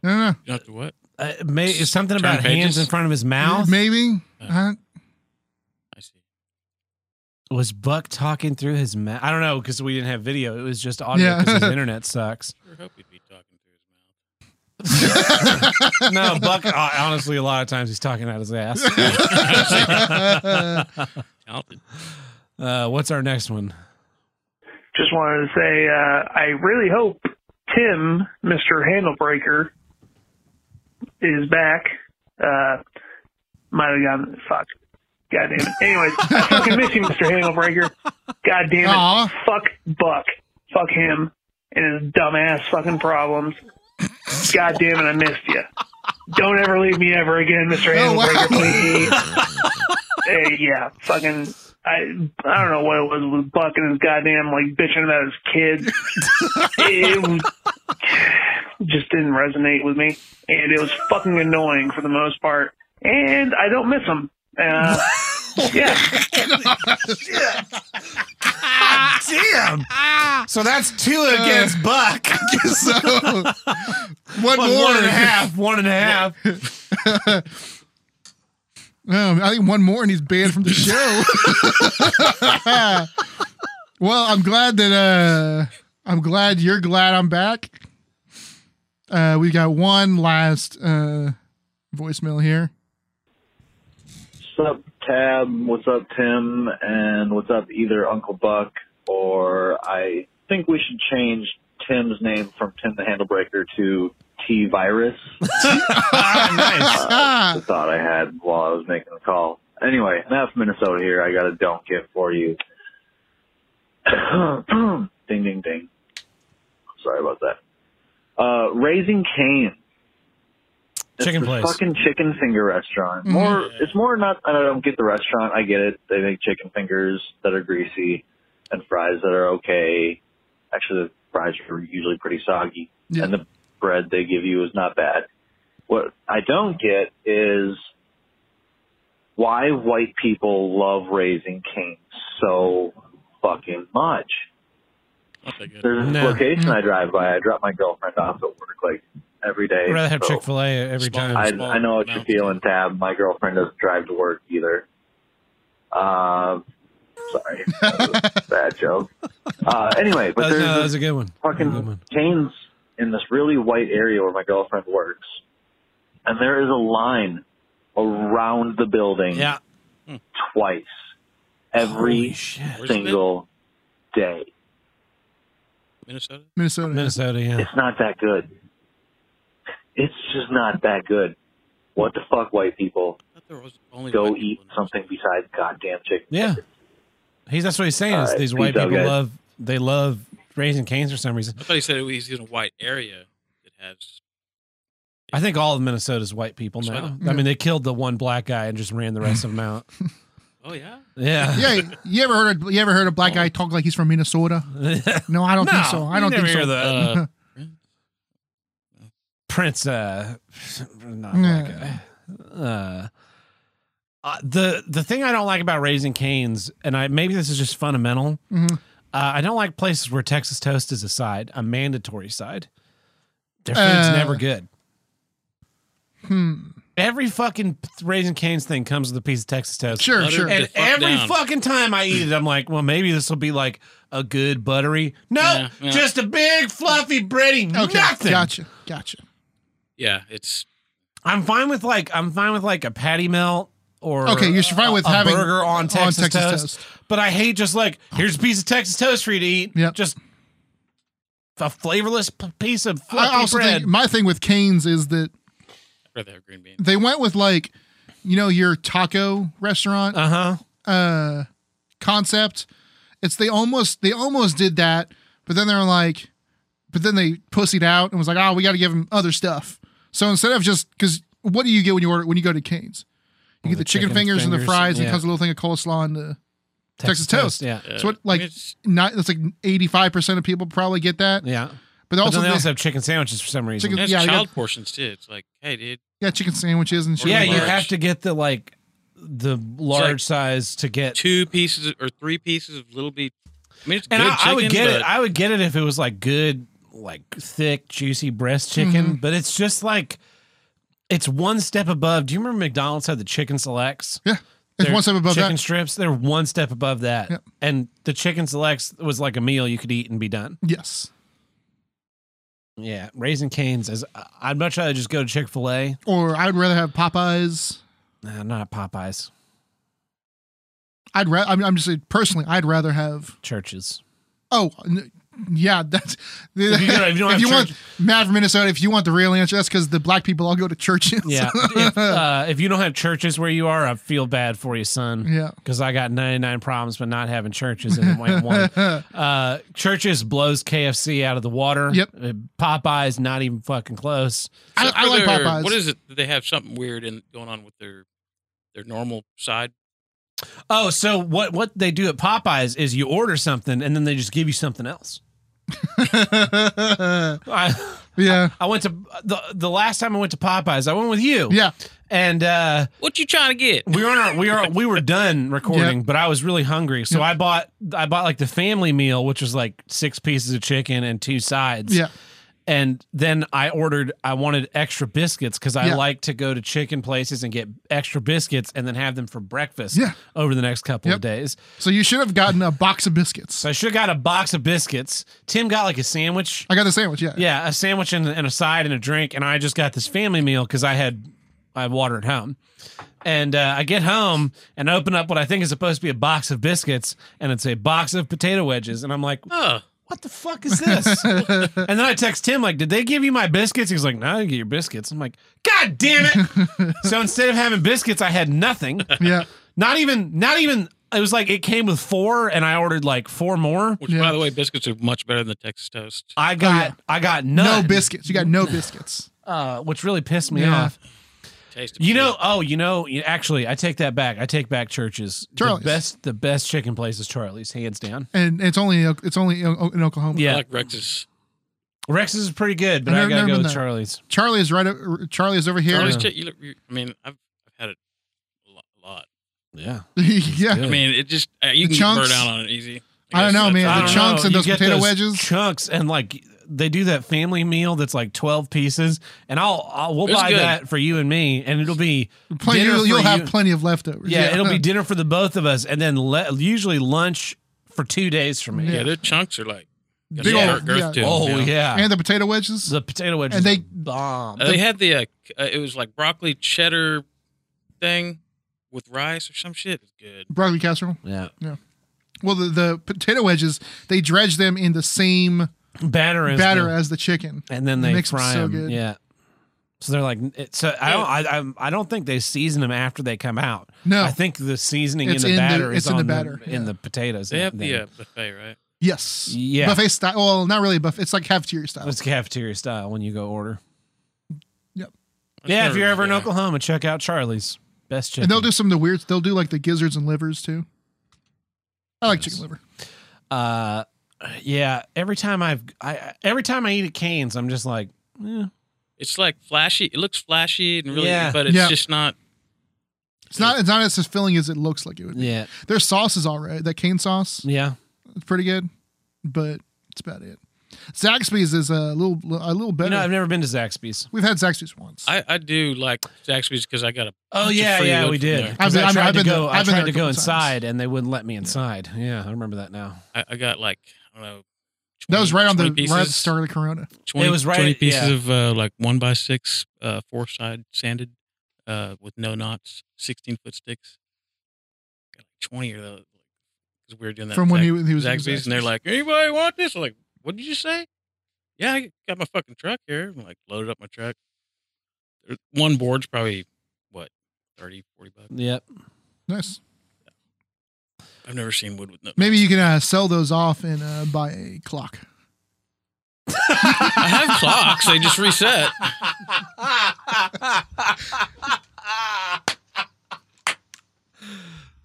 Speaker 2: I don't know,
Speaker 3: You don't have to what?
Speaker 1: Uh, may, it's something
Speaker 3: Turn
Speaker 1: about hands
Speaker 3: pages?
Speaker 1: in front of his mouth.
Speaker 2: maybe. Uh,
Speaker 3: I see.
Speaker 1: Was Buck talking through his mouth? I don't know because we didn't have video. It was just audio
Speaker 2: Yeah.
Speaker 1: because his internet sucks.
Speaker 3: Sure hope he'd be talking through his mouth.
Speaker 1: No, Buck. uh, honestly, a lot of times he's talking out his ass.
Speaker 3: Talented.
Speaker 1: Uh, what's our next one?
Speaker 8: just wanted to say uh, I really hope Tim, Mr. Handlebreaker, is back. Uh, might have gotten fuck. God damn it. Anyways, I fucking miss you, Mr. Handlebreaker. God damn it.
Speaker 2: Aw.
Speaker 8: Fuck Buck. Fuck him and his dumbass fucking problems. God damn it, I missed you. Don't ever leave me ever again, Mr.
Speaker 2: Oh, wow.
Speaker 8: Handlebreaker, please. Hey, yeah, fucking. I I don't know what it was with Buck and his goddamn like bitching about his kids. it, was- just didn't resonate with me, and it was fucking annoying for the most part. And I don't miss them. Uh, yeah,
Speaker 9: Damn. So that's two
Speaker 2: Uh,
Speaker 9: against Buck.
Speaker 2: so what
Speaker 1: One,
Speaker 2: more?
Speaker 1: one and a half. One and a half.
Speaker 2: Um, I think one more and he's banned from the show. well, I'm glad that uh, I'm glad you're glad I'm back. Uh, we got one last uh, voicemail here.
Speaker 7: What's up, Tab? What's up, Tim? And what's up, either Uncle Buck or I think we should change Tim's name from Tim the Handlebreaker to T Virus. Uh,
Speaker 2: Ah,
Speaker 7: the thought I had while I was making the call. Anyway, enough Minnesota here. I got a don't give for you. ding, ding, ding. Sorry about that. Uh, Raising Cain. It's
Speaker 1: Chicken
Speaker 7: this
Speaker 1: place. Mm-hmm.
Speaker 7: Fucking chicken finger restaurant. More, it's more not. I don't get the restaurant. I get it. They make chicken fingers that are greasy, and fries that are okay. Actually, the fries are usually pretty soggy,
Speaker 2: Yeah.
Speaker 7: and the bread they give you is not bad. What I don't get is why white people love raising canes so fucking much.
Speaker 3: Not that good.
Speaker 7: There's this
Speaker 1: No. Mm.
Speaker 7: location I drive by. I drop my girlfriend off at work like every day.
Speaker 1: I'd rather have
Speaker 7: so-
Speaker 1: Chick Fil A every
Speaker 3: Small.
Speaker 1: time.
Speaker 7: I,
Speaker 3: small
Speaker 7: I know what you're
Speaker 3: amount.
Speaker 7: feeling, Tab. My girlfriend doesn't drive to work either. Uh, sorry, that was a bad joke. Uh, anyway, but
Speaker 1: That,
Speaker 7: there's
Speaker 1: no, that
Speaker 7: this
Speaker 1: was a good one. That was a good
Speaker 7: fucking
Speaker 1: one.
Speaker 7: chains in this really white area where my girlfriend works, and there is a line around the building
Speaker 1: Yeah.
Speaker 7: twice
Speaker 1: Holy
Speaker 7: every
Speaker 1: shit.
Speaker 3: Where's it been?
Speaker 7: single day.
Speaker 3: Minnesota.
Speaker 2: Minnesota.
Speaker 1: Minnesota, yeah.
Speaker 7: It's not that good. It's just not that good. What the fuck, white people?
Speaker 3: I thought there was only
Speaker 7: go
Speaker 3: white people
Speaker 7: eat
Speaker 3: in
Speaker 7: something besides goddamn chicken.
Speaker 1: Yeah. He's that's what he's saying. Is
Speaker 7: Alright,
Speaker 1: these white
Speaker 7: peace out,
Speaker 1: people
Speaker 7: guys.
Speaker 1: love they love raising canes for some reason.
Speaker 3: I thought he said it was in a white area that has.
Speaker 1: I think all of Minnesota's white people now. I
Speaker 7: Mm-hmm.
Speaker 1: mean, they killed the one black guy and just ran the rest of them out.
Speaker 3: Oh yeah,
Speaker 1: Yeah.
Speaker 2: Yeah, you ever heard of, you ever heard a black guy talk like he's from Minnesota? No, I don't think so. I
Speaker 1: you
Speaker 2: don't
Speaker 1: never
Speaker 2: think so.
Speaker 1: hear that.
Speaker 3: uh,
Speaker 1: Prince, uh, not
Speaker 2: Yeah.
Speaker 1: that guy. Uh, uh, the the thing I don't like about raising canes, and I maybe this is just fundamental.
Speaker 2: Mhm.
Speaker 1: Uh, I don't like places where Texas toast is a side, a mandatory side. Their food's
Speaker 2: Uh.
Speaker 1: never good.
Speaker 2: Hmm.
Speaker 1: Every fucking raising canes thing comes with a piece of Texas toast.
Speaker 2: Sure,
Speaker 3: Butter
Speaker 2: sure.
Speaker 3: and-
Speaker 1: And
Speaker 3: Fuck
Speaker 1: every
Speaker 3: down.
Speaker 1: fucking time I eat it, I'm like, well, maybe this will be like a good buttery. No,
Speaker 3: Yeah, yeah.
Speaker 1: just a big fluffy bready.
Speaker 2: okay,
Speaker 1: uh, nothing.
Speaker 2: gotcha, gotcha.
Speaker 3: yeah. It's
Speaker 1: I'm fine with like I'm fine with like a patty melt or
Speaker 2: Okay, you're fine
Speaker 1: a-
Speaker 2: with
Speaker 1: a
Speaker 2: having-
Speaker 1: burger on
Speaker 2: on
Speaker 1: Texas,
Speaker 2: Texas
Speaker 1: toast,
Speaker 2: toast.
Speaker 1: But I hate just like here's a piece of Texas toast for you to eat.
Speaker 2: Yep.
Speaker 1: just a flavorless p- piece of fluffy
Speaker 2: I also
Speaker 1: bread.
Speaker 2: think my thing with canes is that
Speaker 3: I'd rather have green bean.
Speaker 2: they went with like, you know, your taco restaurant.
Speaker 1: uh huh.
Speaker 2: uh concept. It's they almost they almost did that, but then they're like, but then they pussied out and was like, oh, we got to give them other stuff. So instead of just because what do you get when you order when you go to Canes? You get the, chicken,
Speaker 1: chicken
Speaker 2: fingers, and the
Speaker 1: fingers,
Speaker 2: fries, and
Speaker 1: yeah.
Speaker 2: it comes with a little thing of coleslaw and the Texas, toast.
Speaker 1: Yeah.
Speaker 3: Uh,
Speaker 2: So what like
Speaker 3: it's-
Speaker 2: not that's like eighty five percent of people probably get that,
Speaker 1: Yeah.
Speaker 2: but
Speaker 1: But
Speaker 2: also
Speaker 1: then they
Speaker 2: they-
Speaker 1: also have chicken sandwiches for some reason.
Speaker 2: Chicken-
Speaker 3: That's
Speaker 2: yeah, I
Speaker 3: child portions too. It's like, hey, dude,
Speaker 2: yeah chicken sandwiches and shit.
Speaker 1: yeah,
Speaker 2: like
Speaker 1: you
Speaker 2: that.
Speaker 3: large.
Speaker 1: have to get the like the large size to get
Speaker 3: two pieces or three pieces of little bee. I mean, it's
Speaker 1: And
Speaker 3: good
Speaker 1: I, I would
Speaker 3: chicken,
Speaker 1: get it.
Speaker 3: but
Speaker 1: I would get it if it was like good, like thick, juicy breast
Speaker 2: Mm-hmm.
Speaker 1: chicken. But it's just like it's one step above. Do you remember McDonald's had the chicken selects?
Speaker 2: Yeah, it's
Speaker 1: They're
Speaker 2: one step above
Speaker 1: chicken
Speaker 2: that.
Speaker 1: strips. They're one step above that.
Speaker 2: Yeah.
Speaker 1: And the chicken selects was like a meal you could eat and be done.
Speaker 2: Yes,
Speaker 1: Yeah, raisin canes. As I'd much rather just go to Chick Fil A.
Speaker 2: or I would rather have Popeyes.
Speaker 1: Nah, not Popeyes.
Speaker 2: I'd rather. I'm, I'm just saying, personally, I'd rather have
Speaker 1: Churches.
Speaker 2: Oh, n- yeah. That's
Speaker 1: you don't- if you don't have
Speaker 2: want
Speaker 1: church-
Speaker 2: Matt from Minnesota, if you want the real answer, that's because the black people all go to churches.
Speaker 1: Yeah. if, uh, if you don't have churches where you are, I feel bad for you, son.
Speaker 2: Yeah.
Speaker 1: Because I got 99 problems, but not having churches in one. Uh, churches blows KFC out of the water.
Speaker 2: Yep.
Speaker 1: Uh, Popeyes not even fucking close.
Speaker 2: I,
Speaker 3: Except
Speaker 2: I
Speaker 3: for
Speaker 2: like
Speaker 3: their-
Speaker 2: Popeyes.
Speaker 3: What is it? that They have something weird in, going on with their their normal side.
Speaker 1: Oh, so what? What they do at Popeyes is you order something and then they just give you something else. I,
Speaker 2: Yeah.
Speaker 1: I went to the the last time I went to Popeyes. I went with you.
Speaker 2: Yeah.
Speaker 1: And uh,
Speaker 3: What you trying to get?
Speaker 1: we were on our, we are we were done recording,
Speaker 2: Yep.
Speaker 1: but I was really hungry, so I bought I bought like the family meal, which was like six pieces of chicken and two sides.
Speaker 2: Yeah.
Speaker 1: And then I ordered I wanted extra biscuits because I
Speaker 2: Yeah.
Speaker 1: like to go to chicken places and get extra biscuits and then have them for breakfast
Speaker 2: Yeah.
Speaker 1: over the next couple of
Speaker 2: Yep.
Speaker 1: days.
Speaker 2: So you should have gotten a box of biscuits.
Speaker 1: So I should have got a box of biscuits. Tim got like a sandwich.
Speaker 2: I got the sandwich. Yeah.
Speaker 1: Yeah, a sandwich and, and a side and a drink, and I just got this family meal because I had I had water at home, and uh, I get home and open up what I think is supposed to be a box of biscuits, and it's a box of potato wedges, and I'm like,
Speaker 3: Oh,
Speaker 1: what the fuck is this? and then I text Tim like, did they give you my biscuits? He's like, no, I didn't get your biscuits. I'm like, god damn it! so instead of having biscuits, I had nothing.
Speaker 2: Yeah.
Speaker 1: Not even, not even. It was like it came with four, and I ordered like four more.
Speaker 3: which
Speaker 2: Yeah. Uh,
Speaker 3: by the way, biscuits are much better than the Texas toast.
Speaker 1: I got, I got none,
Speaker 2: No biscuits. You got no biscuits.
Speaker 1: uh, which really pissed me
Speaker 2: Yeah.
Speaker 1: off.
Speaker 3: Taste it.
Speaker 1: You know, oh, you know, you- actually, I take that back. I take back churches.
Speaker 2: Charlie's.
Speaker 1: The best, the best chicken place is Charlie's, hands down.
Speaker 2: And it's only it's only in Oklahoma.
Speaker 3: I
Speaker 1: Yeah.
Speaker 3: like Rex's.
Speaker 1: Rex's is pretty good, but
Speaker 2: I've
Speaker 1: I
Speaker 2: never-
Speaker 1: gotta
Speaker 2: never
Speaker 1: go
Speaker 2: been
Speaker 1: with
Speaker 2: there.
Speaker 1: Charlie's.
Speaker 2: Charlie is right. o- Charlie is over here.
Speaker 3: Charlie's chi- you look- you- I mean, I've, I've had it a lot. A lot.
Speaker 1: Yeah.
Speaker 2: yeah.
Speaker 3: I mean, it just uh, you
Speaker 2: The
Speaker 3: can
Speaker 2: chunks-
Speaker 3: burn out on it easy.
Speaker 2: I don't
Speaker 3: guess
Speaker 2: know,
Speaker 3: that's-
Speaker 2: man.
Speaker 3: I
Speaker 2: The
Speaker 3: don't know.
Speaker 2: chunks and
Speaker 1: You
Speaker 2: those
Speaker 1: get
Speaker 2: potato wedges.
Speaker 1: Chunks and like they do that family meal that's like twelve pieces, and I'll, I'll we'll
Speaker 3: It's
Speaker 1: buy
Speaker 3: good.
Speaker 1: that for you and me, and it'll be
Speaker 2: Plenty,
Speaker 1: dinner
Speaker 2: you'll
Speaker 1: for
Speaker 2: you'll have
Speaker 1: you-
Speaker 2: plenty of leftovers.
Speaker 1: yeah, it'll be dinner for the both of us, and then le- usually lunch for two days for me.
Speaker 3: Yeah, their chunks are like got
Speaker 2: Big
Speaker 3: a
Speaker 2: ol'
Speaker 3: girth- girth
Speaker 2: yeah.
Speaker 3: to them,
Speaker 1: Oh
Speaker 3: you know?
Speaker 1: yeah,
Speaker 2: and the potato wedges.
Speaker 1: the potato wedges
Speaker 2: and they-
Speaker 1: are bomb.
Speaker 3: Uh, they had the uh, c- uh, it was like broccoli cheddar thing with rice or some shit. It was good.
Speaker 2: broccoli casserole.
Speaker 1: yeah,
Speaker 2: Well, the, the potato wedges they dredge them in the same
Speaker 1: batter is
Speaker 2: batter
Speaker 1: the-
Speaker 2: as the chicken.
Speaker 1: and then they
Speaker 2: makes them
Speaker 1: fry
Speaker 2: so
Speaker 1: them.
Speaker 2: good.
Speaker 1: Yeah. So they're like, it, so I don't, I, I'm- I, don't think they season them after they come out.
Speaker 2: No.
Speaker 1: I think the seasoning
Speaker 2: It's
Speaker 1: in the
Speaker 2: in the-
Speaker 1: batter is
Speaker 2: it's in the
Speaker 1: on
Speaker 2: batter,
Speaker 1: in
Speaker 2: yeah.
Speaker 1: the potatoes.
Speaker 3: They have
Speaker 1: then.
Speaker 3: the uh, buffet, right?
Speaker 2: Yes.
Speaker 1: Yeah.
Speaker 2: Buffet style. Well, not really buffet. It's like cafeteria style.
Speaker 1: it's cafeteria style when you go order.
Speaker 3: I've
Speaker 1: Yeah, if
Speaker 3: never-
Speaker 1: you're ever in
Speaker 3: yeah.
Speaker 1: Oklahoma, check out Charlie's best chicken.
Speaker 2: and they'll do some of the weird. They'll do like the gizzards and livers too. I like chicken liver.
Speaker 1: uh, yeah. Every time I've, I- I every time I eat at Canes, I'm just like, eh.
Speaker 3: It's like flashy. It looks flashy and really,
Speaker 1: Yeah.
Speaker 3: but it's
Speaker 2: Yeah.
Speaker 3: just not.
Speaker 2: It's not. It's not as fulfilling as it looks like it would. be.
Speaker 1: yeah,
Speaker 2: Their sauce is all right. That cane sauce,
Speaker 1: yeah.
Speaker 2: it's pretty good, but it's about it. Zaxby's is a little a little
Speaker 1: You
Speaker 2: better.
Speaker 1: know, I've never been to Zaxby's.
Speaker 2: We've had Zaxby's once.
Speaker 3: I, I do like Zaxby's because I got a.
Speaker 1: Oh
Speaker 3: bunch of
Speaker 1: yeah,
Speaker 3: free
Speaker 1: yeah,
Speaker 3: wood
Speaker 1: we
Speaker 3: from
Speaker 1: did.
Speaker 3: there.
Speaker 1: 'Cause
Speaker 2: I've been-
Speaker 1: I
Speaker 2: I've
Speaker 1: tried to
Speaker 2: been
Speaker 1: go.
Speaker 2: there-
Speaker 1: I
Speaker 2: I've been
Speaker 1: tried
Speaker 2: there
Speaker 1: to
Speaker 2: a
Speaker 1: go
Speaker 2: couple times.
Speaker 1: inside, and they wouldn't let me inside. Yeah, I remember that now.
Speaker 3: I, I got like I don't know. 20,
Speaker 2: that was right on the
Speaker 3: 20 pieces,
Speaker 2: right at the start of the Corona.
Speaker 3: 20,
Speaker 1: It was right-
Speaker 3: 20 pieces
Speaker 1: yeah.
Speaker 3: of uh, like one by six, uh, four side sanded, uh, with no knots, sixteen foot sticks. Got like twenty of those. Because we were doing that
Speaker 2: From
Speaker 3: at
Speaker 2: when
Speaker 3: Zax-
Speaker 2: he was- he was in
Speaker 3: Zaxby's, and they're
Speaker 2: Zaxby's.
Speaker 3: like, anybody want this? I'm like, what did you just say? Yeah, I got my fucking truck here. I'm like, loaded up my truck. There- One board's probably what 30, 40 bucks.
Speaker 1: Yep.
Speaker 2: Nice.
Speaker 3: I've never seen wood with no.
Speaker 2: Maybe you can uh, sell those off and uh, buy a clock.
Speaker 3: I have clocks. They just reset.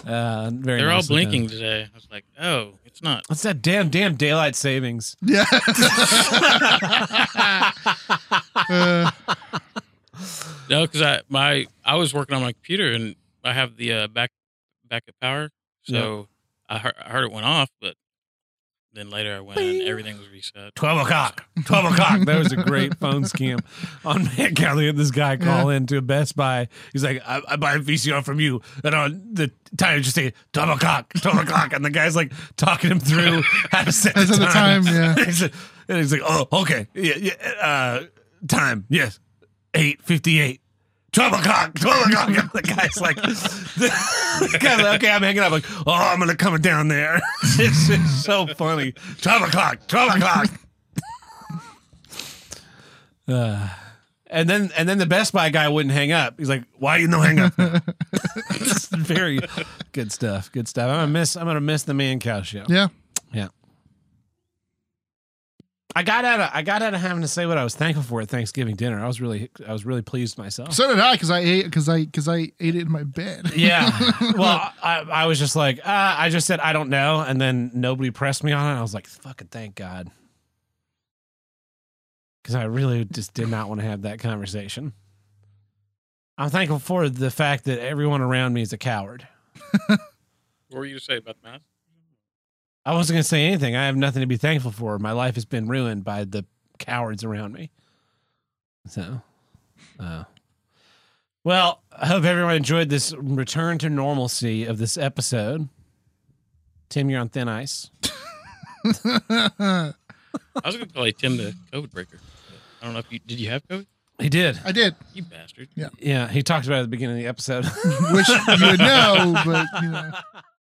Speaker 1: Uh, very
Speaker 3: They're all
Speaker 1: nicely done.
Speaker 3: blinking today. I was like, oh, it's not.
Speaker 1: What's that damn damn daylight savings?
Speaker 2: Yeah. uh,
Speaker 3: No, because I my I was working on my computer and I have the uh, back backup power, so I, heard, I heard it went off, but then later I went and everything was reset.
Speaker 1: 12 o'clock. 12 o'clock. That was a great phone scam on Man County. Had this guy call in to a Best Buy. He's like, I, I buy a VCR from you. And on the time, it just say 12 o'clock, 12 o'clock. And the guy's like talking him through how to set the
Speaker 2: Set the
Speaker 1: time.
Speaker 2: time, yeah.
Speaker 1: and, he's like, and he's like, oh, okay. Yeah, yeah. Uh, time. Yes. 8.58. 12 o'clock, 12 o'clock. And the guy's like, the guy's like, okay, I'm hanging up. Like, oh, I'm going to come down there. it's just so funny. 12 o'clock, 12 o'clock. Uh, and then and then the Best Buy guy wouldn't hang up. He's like, "Why you no hang up?" It's very good stuff. Good stuff. I'm gonna miss. I'm gonna miss the man cow show.
Speaker 2: yeah.
Speaker 1: I got out. Of, I got out of having to say what I was thankful for at Thanksgiving dinner. I was really. I was really pleased with myself.
Speaker 2: So did I because I ate because I because I ate it in my bed.
Speaker 1: Yeah. Well, I, I was just like, uh, I just said I don't know, and then nobody pressed me on it. I was like, fucking thank God. because I really just did not want to have that conversation. I'm thankful for the fact that everyone around me is a coward.
Speaker 3: What were you to say about the mask?
Speaker 1: I wasn't going to say anything. I have nothing to be thankful for. My life has been ruined by the cowards around me. So, uh, well, I hope everyone enjoyed this return to normalcy of this episode. Tim, you're on thin ice.
Speaker 3: I was going to call you Tim the COVID breaker. I don't know if you did. You have COVID?
Speaker 1: He did.
Speaker 2: I did.
Speaker 3: You bastard.
Speaker 2: Yeah.
Speaker 1: Yeah, he talked about it at the beginning of the episode.
Speaker 2: Wish you would know, but you know.